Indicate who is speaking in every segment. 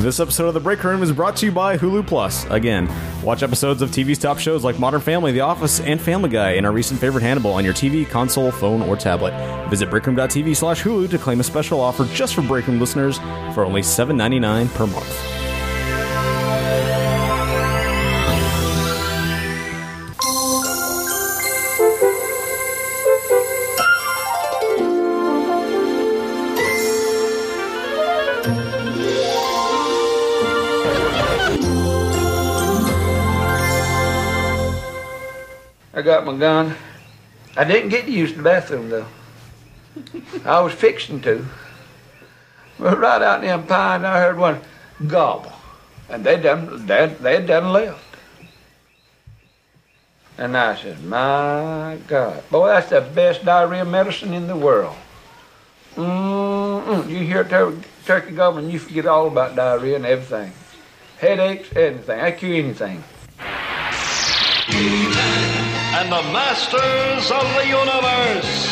Speaker 1: This episode of The Break Room is brought to you by Hulu Plus. Again, watch episodes of TV's top shows like Modern Family, The Office, and Family Guy, and our recent favorite Hannibal on your TV, console, phone, or tablet. Visit breakroom.tv slash Hulu to claim a special offer just for Break Room listeners for only $7.99 per month.
Speaker 2: I got my gun. I didn't get to use the bathroom though. I was fixing to. But right out in them pines, I heard one gobble, and they done they they done left. And I said, "My God, boy, that's the best diarrhea medicine in the world." Mm-mm. You hear a tur- turkey gobbling, you forget all about diarrhea and everything, headaches, anything. I cure anything.
Speaker 3: and the masters of the universe.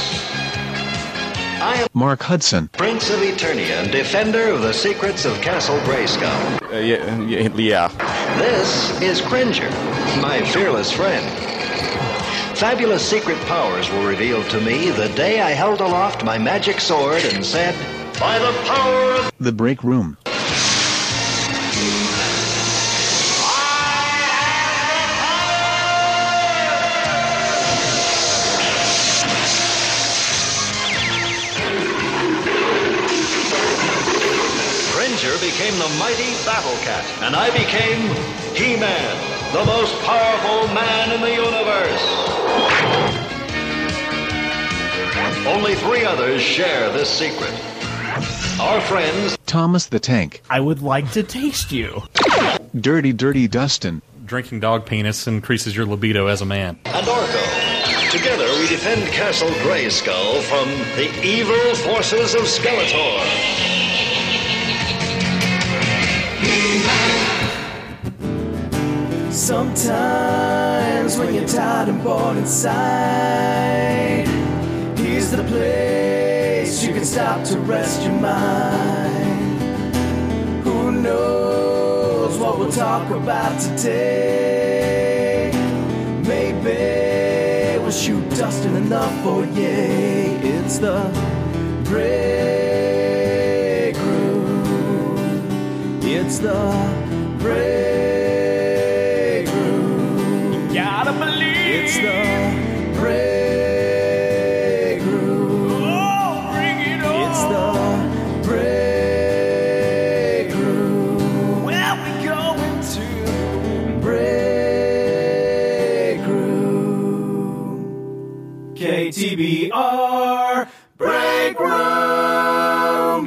Speaker 3: I am
Speaker 4: Mark Hudson.
Speaker 3: Prince of Eternia and defender of the secrets of Castle Grayskull.
Speaker 1: Uh, yeah, yeah, yeah.
Speaker 3: This is Cringer, my fearless friend. Fabulous secret powers were revealed to me the day I held aloft my magic sword and said, By the power of
Speaker 4: The Break Room.
Speaker 3: Cringer became the mighty Battle Cat, and I became He-Man, the most powerful man in the universe. Only three others share this secret. Our friends,
Speaker 4: Thomas the Tank.
Speaker 5: I would like to taste you.
Speaker 4: Dirty Dirty Dustin.
Speaker 6: Drinking dog penis increases your libido as a man.
Speaker 3: and Orko. Together, we defend Castle Grayskull from the evil forces of Skeletor.
Speaker 7: Sometimes when you're tired and bored inside, he's the place you can stop to rest your mind. Who knows what we'll talk about today? Maybe we'll shoot dust in enough for yay. It's the break room. It's the break room.
Speaker 5: Gotta believe.
Speaker 7: It's the break room.
Speaker 5: Oh, bring it on.
Speaker 7: It's the break room.
Speaker 5: Where we going to?
Speaker 7: Break room. KTBR break room.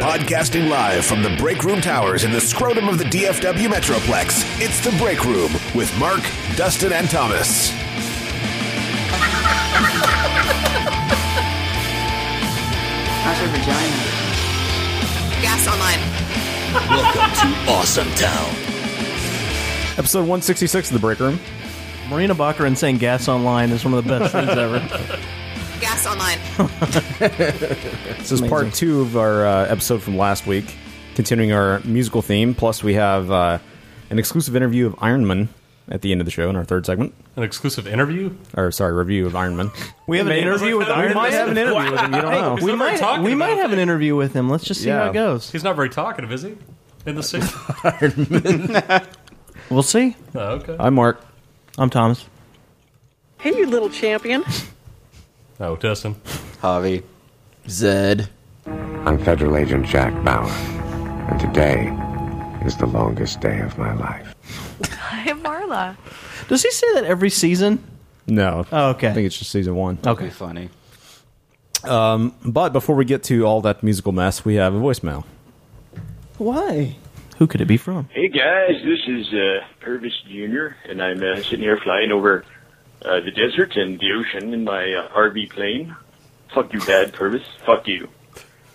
Speaker 8: Podcasting live from the Break Room Towers in the scrotum of the DFW Metroplex, it's The Break Room with Mark, Dustin, and Thomas.
Speaker 9: How's your vagina?
Speaker 10: Gas online.
Speaker 1: Episode 166 of The Break Room.
Speaker 5: Marina Baccarin saying gas online is one of the best things ever.
Speaker 10: Gas online.
Speaker 1: This is part two of our uh, episode from last week, continuing our musical theme. Plus, we have uh, an exclusive interview of Iron Man at the end of the show in our third segment.
Speaker 6: An exclusive interview?
Speaker 1: or sorry, review of Iron Man.
Speaker 5: We have an interview with Iron
Speaker 1: We might
Speaker 5: Man?
Speaker 1: have an interview with him. You don't know.
Speaker 5: We
Speaker 6: We're
Speaker 5: might,
Speaker 6: talking
Speaker 5: we
Speaker 6: about
Speaker 5: might have an interview with him. Let's just see how
Speaker 1: Yeah.
Speaker 5: it goes.
Speaker 6: He's not very talkative, is he? In the city?
Speaker 5: We'll see.
Speaker 6: oh, okay.
Speaker 1: I'm Mark.
Speaker 5: I'm Thomas.
Speaker 9: Hey, you little champion.
Speaker 6: Oh, Dustin.
Speaker 9: Javi. Zed.
Speaker 11: I'm Federal Agent Jack Bauer, and today is the longest day of my life.
Speaker 10: I'm Marla.
Speaker 5: Does he say that every season?
Speaker 1: No.
Speaker 5: Oh, okay.
Speaker 1: I think it's just season one. Um,
Speaker 5: Okay.
Speaker 9: funny.
Speaker 1: But before we get to all that musical mess, we have a voicemail.
Speaker 5: Why? Who could it be from?
Speaker 11: Hey guys, this is uh, Purvis Jr., and I'm uh, sitting here flying over uh, the desert and the ocean in my uh, RV plane. Fuck you, Dad, Purvis. Fuck you.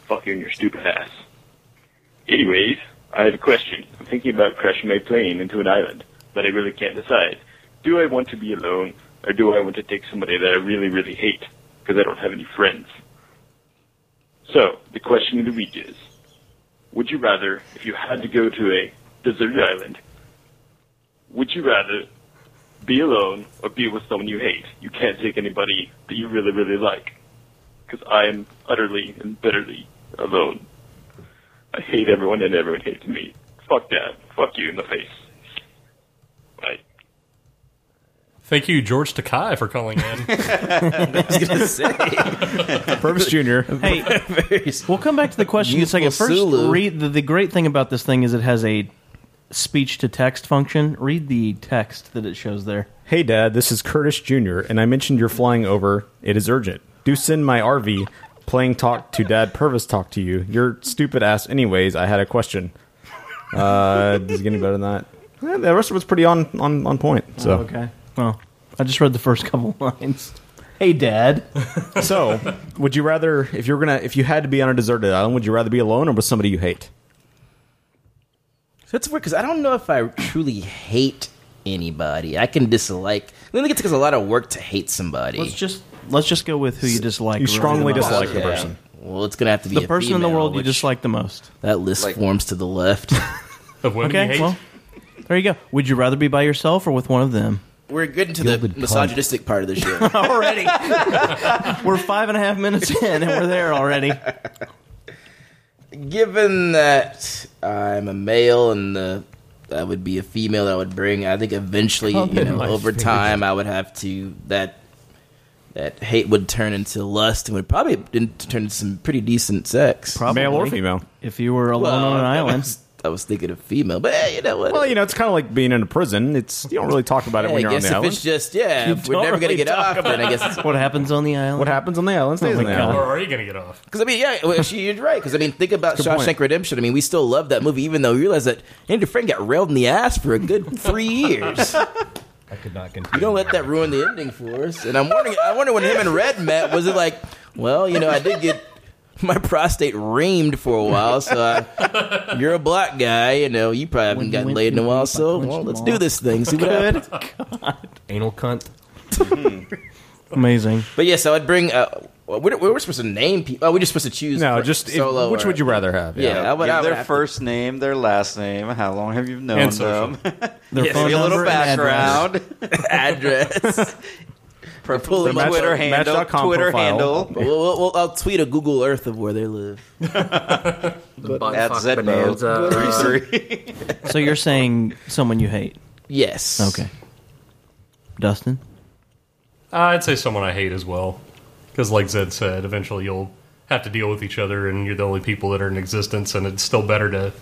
Speaker 11: Fuck you and your stupid ass. Anyways, I have a question. I'm thinking about crashing my plane into an island, but I really can't decide. Do I want to be alone, or do I want to take somebody that I really, really hate, because I don't have any friends? So, the question of the week is, Would you rather, if you had to go to a deserted island, would you rather be alone or be with someone you hate? You can't take anybody that you really, really like. Because I am utterly and bitterly alone. I hate everyone and everyone hates me. Fuck that. Fuck you in the face.
Speaker 6: Thank you, George Takai, for calling in.
Speaker 5: I was gonna say.
Speaker 1: Purvis Jr.
Speaker 5: Hey, we'll come back to the question in a second.
Speaker 1: Youthful
Speaker 5: First,
Speaker 1: Sulu.
Speaker 5: read the, the great thing about this thing is it has a speech to text function. Read the text that it shows there.
Speaker 1: Hey, Dad, this is Curtis Jr., and I mentioned you're flying over. It is urgent. Do send my RV. Playing talk to Dad Purvis talk to you. You're stupid ass, anyways. I had a question. Uh, does it get any better than that? Yeah, the rest of it's pretty on, on, on point. So
Speaker 5: Oh, okay. Well, I just read the first couple lines. Hey, Dad.
Speaker 1: so, would you rather if you were gonna if you had to be on a deserted island, would you rather be alone or with somebody you hate?
Speaker 12: That's weird because I don't know if I truly hate anybody. I can dislike. I think it takes a lot of work to hate somebody.
Speaker 5: Let's just let's just go with who you dislike.
Speaker 12: You
Speaker 5: really
Speaker 12: strongly
Speaker 5: the most.
Speaker 12: dislike the Yeah. person. Well, it's gonna have to be
Speaker 5: the
Speaker 12: a
Speaker 5: person in the
Speaker 12: female,
Speaker 5: world you
Speaker 12: which-
Speaker 5: dislike the most.
Speaker 12: That list forms to the left.
Speaker 6: of women
Speaker 5: okay, well, there you go. Would you rather be by yourself or with one of them?
Speaker 12: We're getting to
Speaker 5: Gilded
Speaker 12: the misogynistic part of the show.
Speaker 5: already. we're five and a half minutes in, and we're there already.
Speaker 12: Given that I'm a male and the I would be a female that I would bring, I think eventually,
Speaker 9: Oh,
Speaker 12: you know,
Speaker 9: my
Speaker 12: over
Speaker 9: favorite.
Speaker 12: time, I would have to that that hate would turn into lust and would probably in- turn into some pretty decent sex,
Speaker 1: Probably. Male or female.
Speaker 5: If you were alone on an
Speaker 12: I
Speaker 5: island.
Speaker 12: was, I was thinking of female, but eh, you know what?
Speaker 1: Well, you know, it's kind of like being in a prison. It's you don't really talk about it
Speaker 12: Yeah,
Speaker 1: when
Speaker 12: I
Speaker 1: you're on
Speaker 12: guess
Speaker 1: the
Speaker 12: if
Speaker 1: island.
Speaker 12: it's just yeah,
Speaker 1: You
Speaker 12: if we're
Speaker 1: don't
Speaker 12: never
Speaker 1: really
Speaker 12: gonna get
Speaker 1: talk
Speaker 12: off. Then I
Speaker 1: about
Speaker 12: guess
Speaker 5: what happens on the island.
Speaker 1: What happens on the island stays on the
Speaker 6: Or
Speaker 1: island.
Speaker 6: are you going to get off?
Speaker 12: Because I mean, yeah, well, she, you're right. Because I mean, think about
Speaker 6: Good point.
Speaker 12: Shawshank Redemption. I mean, we still love that movie, even though we realize that Andrew Frank got railed in the ass for a good three years.
Speaker 13: I could not
Speaker 12: You don't let that ruin the ending for us. And I'm wondering, I wonder when him and Red met, was it like, well, you know, I did get my prostate reamed for a while, so I, you're a black guy, you know, you probably haven't gotten laid in a while, so well, let's do this thing, see what
Speaker 5: Good
Speaker 12: happens. Hmm.
Speaker 13: Anal cunt.
Speaker 5: Amazing.
Speaker 12: But yeah, so I'd bring. Uh, well, we're, we're supposed to name people. Oh, we're just supposed to choose.
Speaker 14: No,
Speaker 12: for-
Speaker 14: just if-
Speaker 12: solo.
Speaker 14: which
Speaker 12: or-
Speaker 14: would you rather have?
Speaker 12: Yeah,
Speaker 14: Yeah.
Speaker 12: I would.
Speaker 14: Give
Speaker 12: I would
Speaker 14: their
Speaker 12: have to-
Speaker 14: First name, their last name. How long have you known
Speaker 12: And social.
Speaker 14: them?
Speaker 12: Their
Speaker 14: Yes,
Speaker 12: phone
Speaker 14: maybe a little
Speaker 12: number and
Speaker 14: background,
Speaker 12: address.
Speaker 14: Pull them up. Twitter handle, Twitter handle.
Speaker 12: We'll, we'll, we'll- I'll tweet a Google Earth of where they live.
Speaker 14: At Zedmo. Bonanza. Three,
Speaker 5: so you're saying someone you hate?
Speaker 12: Yes.
Speaker 5: Okay. Dustin?
Speaker 6: Uh, I'd say someone I hate as well. Because, like Zed said, eventually you'll have to deal with each other and you're the only people that are in existence, and it's still better to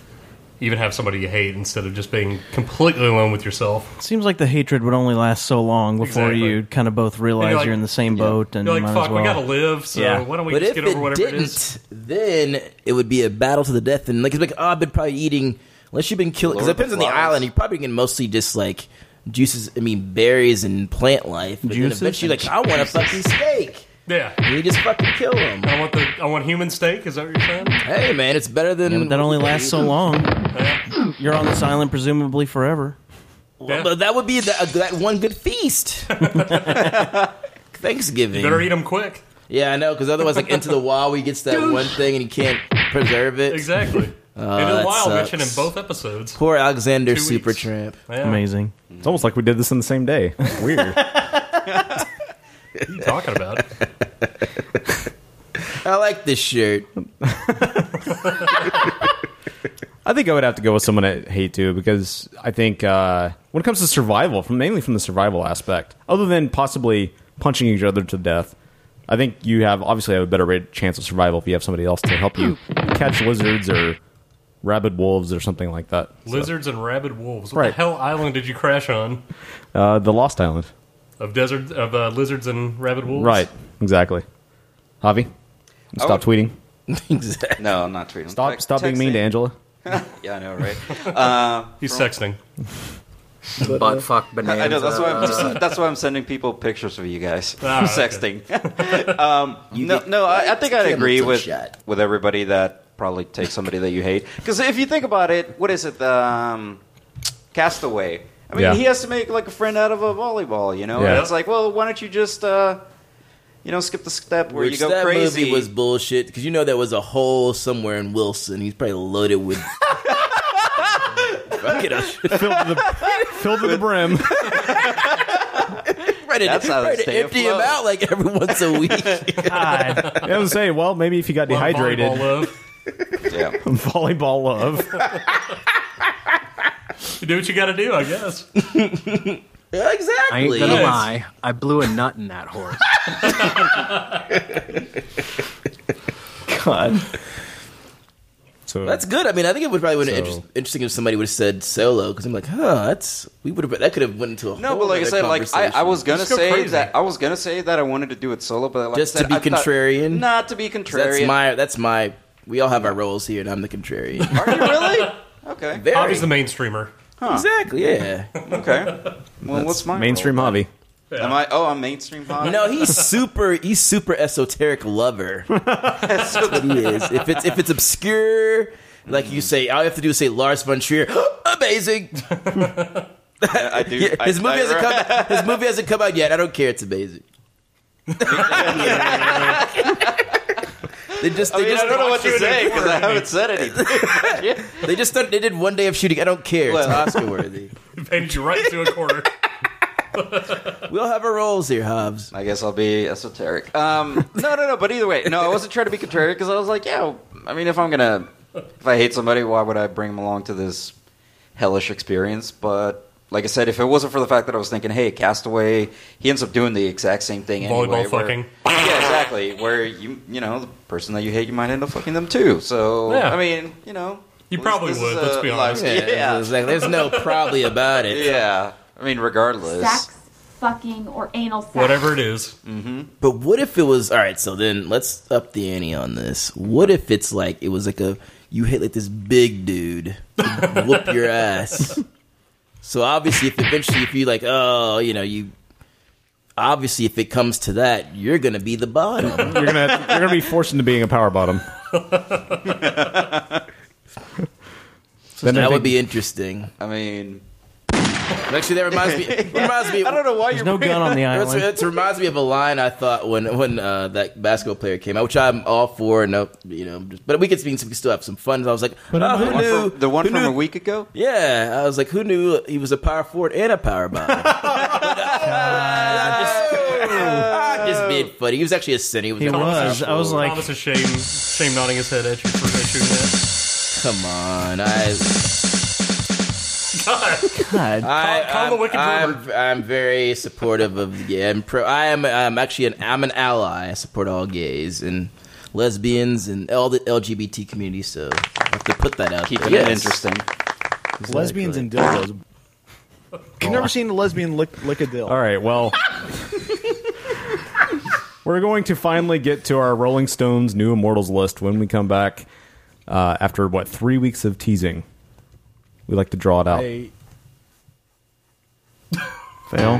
Speaker 6: even have somebody you hate instead of just being completely alone with yourself.
Speaker 5: Seems like the hatred would only last so long before
Speaker 6: Exactly.
Speaker 5: you kind of both realize
Speaker 6: And
Speaker 5: you're,
Speaker 6: you're like-
Speaker 5: in the same boat and
Speaker 6: You're like,
Speaker 5: might
Speaker 6: fuck,
Speaker 5: as well.
Speaker 6: we gotta live, so
Speaker 5: Yeah.
Speaker 6: why don't we
Speaker 12: but
Speaker 6: just
Speaker 12: if
Speaker 6: get over
Speaker 12: it
Speaker 6: whatever
Speaker 12: didn't,
Speaker 6: it is?
Speaker 12: then it would be a battle to the death. And like, it's like, oh, I've been probably eating. Unless you've been killing, because
Speaker 6: Lord
Speaker 12: it depends
Speaker 6: of
Speaker 12: on
Speaker 6: the
Speaker 12: the
Speaker 6: Flies.
Speaker 12: island. You're probably getting mostly just like juices. I mean, berries and plant life. But
Speaker 6: Juices
Speaker 12: then eventually,
Speaker 6: and
Speaker 12: like, I want a fucking steak.
Speaker 6: Yeah.
Speaker 12: You just fucking kill them.
Speaker 6: I want the I want human steak. Is that what you're saying?
Speaker 12: Hey, man, it's better than.
Speaker 5: Yeah, but that only lasts so long. You're on this island presumably forever.
Speaker 12: Well, but that would be the, that one good feast. Thanksgiving.
Speaker 6: You better eat them quick.
Speaker 12: Yeah, I know, because otherwise, like Into the Wild, we gets that one thing and you can't preserve it.
Speaker 6: Exactly.
Speaker 12: Uh,
Speaker 6: Into the
Speaker 12: that
Speaker 6: Wild
Speaker 12: sucks.
Speaker 6: mentioned in both episodes.
Speaker 12: Poor Alexander Supertramp.
Speaker 6: Yeah. Mm-hmm.
Speaker 5: Amazing.
Speaker 1: It's almost like we did this on the same day. Weird.
Speaker 6: What are you talking about?
Speaker 12: I like this shirt.
Speaker 1: I think I would have to go with someone I hate too because I think uh, when it comes to survival, from mainly from the survival aspect, other than possibly punching each other to death, I think you have obviously have a better rate, chance of survival if you have somebody else to help you catch lizards or rabid wolves or something like that.
Speaker 6: Lizards and rabid wolves. What
Speaker 1: Right.
Speaker 6: the hell island did you crash on?
Speaker 1: Uh, the Lost Island,
Speaker 6: Of desert of uh, lizards and rabid wolves.
Speaker 1: right? Exactly. Javi,
Speaker 6: I
Speaker 1: stop tweeting.
Speaker 12: Exactly.
Speaker 14: No, I'm not tweeting.
Speaker 1: Stop,
Speaker 14: Text-
Speaker 1: stop being mean to Angela.
Speaker 14: texting. yeah, I know, right? Uh,
Speaker 6: He's sexting.
Speaker 14: But,
Speaker 13: fuck
Speaker 14: I know that's why I'm
Speaker 12: Uh.
Speaker 13: Bonanza.
Speaker 14: that's why I'm sending people pictures of you guys
Speaker 13: Ah, okay.
Speaker 14: sexting. um, no, no, I, I think I'd
Speaker 13: Cameron's
Speaker 14: agree
Speaker 13: a
Speaker 14: with
Speaker 13: shot.
Speaker 14: with everybody that probably takes somebody that you hate because if you think about it, what is it? Um, Castaway. I mean,
Speaker 13: Yeah.
Speaker 14: he has to make like a friend out of a volleyball, you know. And
Speaker 13: Yeah.
Speaker 14: it's like, well, why don't you just uh, you know, skip the step where
Speaker 12: Which
Speaker 14: you go
Speaker 12: that
Speaker 14: crazy.
Speaker 12: movie was bullshit because you know there was a hole somewhere in Wilson. He's probably loaded with. Fucking
Speaker 1: filled to the filled to the brim.
Speaker 12: Right,
Speaker 14: That's how they
Speaker 12: right,
Speaker 14: stay
Speaker 12: empty him
Speaker 14: afloat.
Speaker 12: out like every once a week.
Speaker 1: God. I was saying, well, maybe if you got dehydrated.
Speaker 14: yeah.
Speaker 1: Volleyball love.
Speaker 6: You do what you got to do, I guess. exactly.
Speaker 12: I
Speaker 13: I ain't gonna lie. I blew a nut in that horse.
Speaker 1: God.
Speaker 12: that's good. I mean, I think it would probably would have
Speaker 14: So-
Speaker 12: inter- interesting if somebody would have said solo because I'm like, huh, that's we would have that could have went into a
Speaker 14: No,
Speaker 12: whole
Speaker 14: but like I
Speaker 12: other
Speaker 14: said, like I, I was
Speaker 12: conversation.
Speaker 14: gonna say that I was gonna say that I wanted to do it solo, but like
Speaker 12: just
Speaker 14: I said,
Speaker 12: to be
Speaker 14: I thought-
Speaker 12: contrarian.
Speaker 14: not to be
Speaker 12: 'Cause That's
Speaker 14: contrarian.
Speaker 12: my. That's my. We all have our roles here, and I'm the contrarian.
Speaker 14: okay,
Speaker 12: Very.
Speaker 6: Hobby's the mainstreamer.
Speaker 14: Huh.
Speaker 12: Exactly. Yeah.
Speaker 14: okay. Well,
Speaker 12: That's
Speaker 14: what's my
Speaker 1: Mainstream hobby.
Speaker 14: Role? Am I? Oh, I'm mainstream. Hobby?
Speaker 12: No, he's super. He's super esoteric lover. That's what he is. If it's if it's obscure, like you say, all you have to do is say Lars von Trier. Amazing.
Speaker 14: I, I do. I-
Speaker 12: his movie
Speaker 14: I-
Speaker 12: hasn't come. Out, his movie hasn't come out yet. I don't care. It's amazing. they just.
Speaker 14: I
Speaker 12: They
Speaker 14: mean,
Speaker 12: just
Speaker 14: I don't know what to say because I haven't said anything.
Speaker 12: they just started, they did one day of shooting. I don't care. It's
Speaker 14: Well-
Speaker 12: Oscar worthy.
Speaker 6: Painted you right into a corner.
Speaker 12: We'll have our roles here, Hobbs.
Speaker 14: I guess I'll be esoteric. Um, no, no, no. But either way, no, I wasn't trying to be contrarian because I was like, yeah. I mean, if I'm gonna, if I hate somebody, why would I bring them along to this hellish experience? But like I said, if it wasn't for the fact that I was thinking, hey, Castaway, he ends up doing the exact same thing anyway.
Speaker 6: Volleyball
Speaker 14: where-
Speaker 6: fucking.
Speaker 14: yeah, exactly. Where you, you know, the person that you hate, you might end up fucking them too. So
Speaker 6: Yeah.
Speaker 14: I mean, you know,
Speaker 6: You
Speaker 14: at least
Speaker 6: probably
Speaker 14: this is
Speaker 6: would.
Speaker 14: a
Speaker 6: Let's
Speaker 12: uh,
Speaker 6: be honest.
Speaker 14: live- Yeah,
Speaker 12: there's no probably about it.
Speaker 14: Yeah, I mean, regardless.
Speaker 15: Sex, fucking, or anal sex.
Speaker 6: is.
Speaker 12: Mm-hmm. But what if it was all right? So then let's up the ante on this. What if it's like it was like a you hit like this big dude to whoop your ass. So obviously, if eventually if you like, oh, you know, you obviously if it comes to that, you're gonna be the bottom.
Speaker 1: You're gonna you're gonna be forced into being a power bottom.
Speaker 12: So
Speaker 1: Then I
Speaker 12: that would
Speaker 1: think-
Speaker 12: be interesting.
Speaker 14: I mean,
Speaker 12: actually, that reminds me. Reminds me. I don't
Speaker 14: know why
Speaker 12: you're
Speaker 5: no bringing- gun on the
Speaker 12: That's-
Speaker 5: island.
Speaker 12: that's- reminds me of a line I thought when when uh, that basketball player came out, which I'm all for. No, you know, just, but we could we can still have some fun. I was like,
Speaker 14: But
Speaker 12: oh,
Speaker 14: I'm
Speaker 12: who
Speaker 14: not-
Speaker 12: knew?
Speaker 14: The one
Speaker 12: who
Speaker 14: from
Speaker 12: knew-
Speaker 14: a week ago?
Speaker 12: Yeah, I was like, who knew he was a power forward and a power bottom? I just made funny. He was actually a center. He was, a power forward.
Speaker 6: Oh. Thomas is shame, shame nodding his head at you for shooting that.
Speaker 12: come on, I.
Speaker 5: God.
Speaker 12: I,
Speaker 6: Call- call the wicked
Speaker 12: I'm, I'm, I'm very supportive of yeah. I'm pro. I am. I'm actually an. I'm an ally. I support all gays and lesbians and all the LGBT community. So I have to put that out.
Speaker 14: Keeping
Speaker 12: there.
Speaker 14: it interesting.
Speaker 13: Lesbians and
Speaker 1: dildos.
Speaker 13: You've never seen a lesbian lick, lick a dill.
Speaker 1: All right, well, we're going to finally get to our Rolling Stones New Immortals list when we come back uh, after what three weeks of teasing. We like to draw it out.
Speaker 13: I-
Speaker 1: Fail.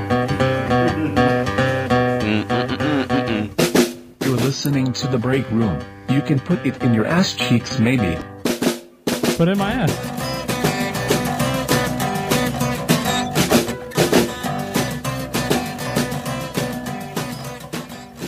Speaker 16: You're listening to the break room. You can put it in your ass cheeks, maybe.
Speaker 17: Put in my ass.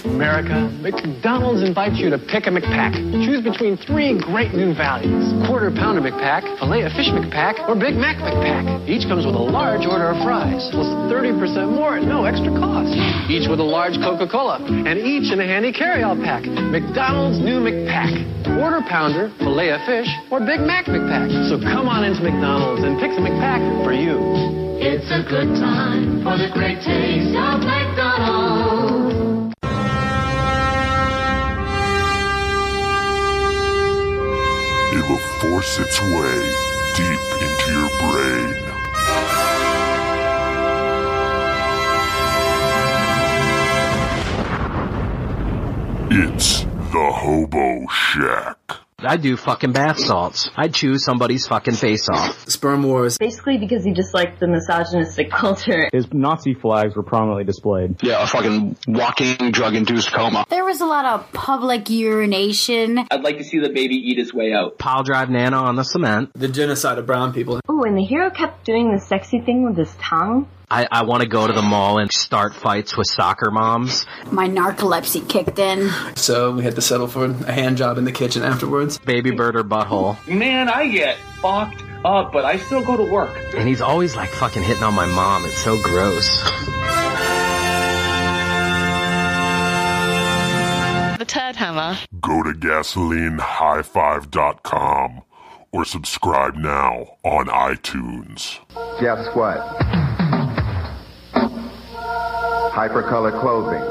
Speaker 18: America, McDonald's invites you to pick a McPack. Choose between three great new values. Quarter pounder McPack, filet of fish McPack, or Big Mac McPack. Each comes with a large order of fries, plus 30% more at no extra cost. Each with a large Coca-Cola, and each in a handy carry-out pack. McDonald's new McPack. Quarter pounder, filet of fish, or Big Mac McPack. So come on into McDonald's and pick the McPack for you. It's a good time for the great taste of McDonald's.
Speaker 19: It will force its way deep into your brain. It's the Hobo Shack.
Speaker 17: I do fucking bath salts. I chew somebody's fucking face off. Sperm wars.
Speaker 20: Basically, because he disliked the misogynistic culture.
Speaker 1: His Nazi flags were prominently displayed.
Speaker 21: Yeah, a fucking walking drug-induced coma.
Speaker 15: There was a lot of public urination.
Speaker 17: I'd like to see the baby eat his way out. Pile drive Nana on the cement. The genocide of brown people.
Speaker 20: Ooh, and the hero kept doing the sexy thing with his tongue.
Speaker 17: I, I want to go to the mall and start fights with soccer moms.
Speaker 15: My narcolepsy kicked in.
Speaker 2: So we had to settle for a hand job in the kitchen afterwards.
Speaker 17: Baby bird or butthole.
Speaker 2: Man, I get fucked up, Oh, but I still go to work.
Speaker 17: And he's always like fucking hitting on my mom. It's so gross.
Speaker 22: The Turd Hammer.
Speaker 19: Go to gasolinehighfive.com or subscribe now on iTunes.
Speaker 23: Guess what? Hypercolor clothing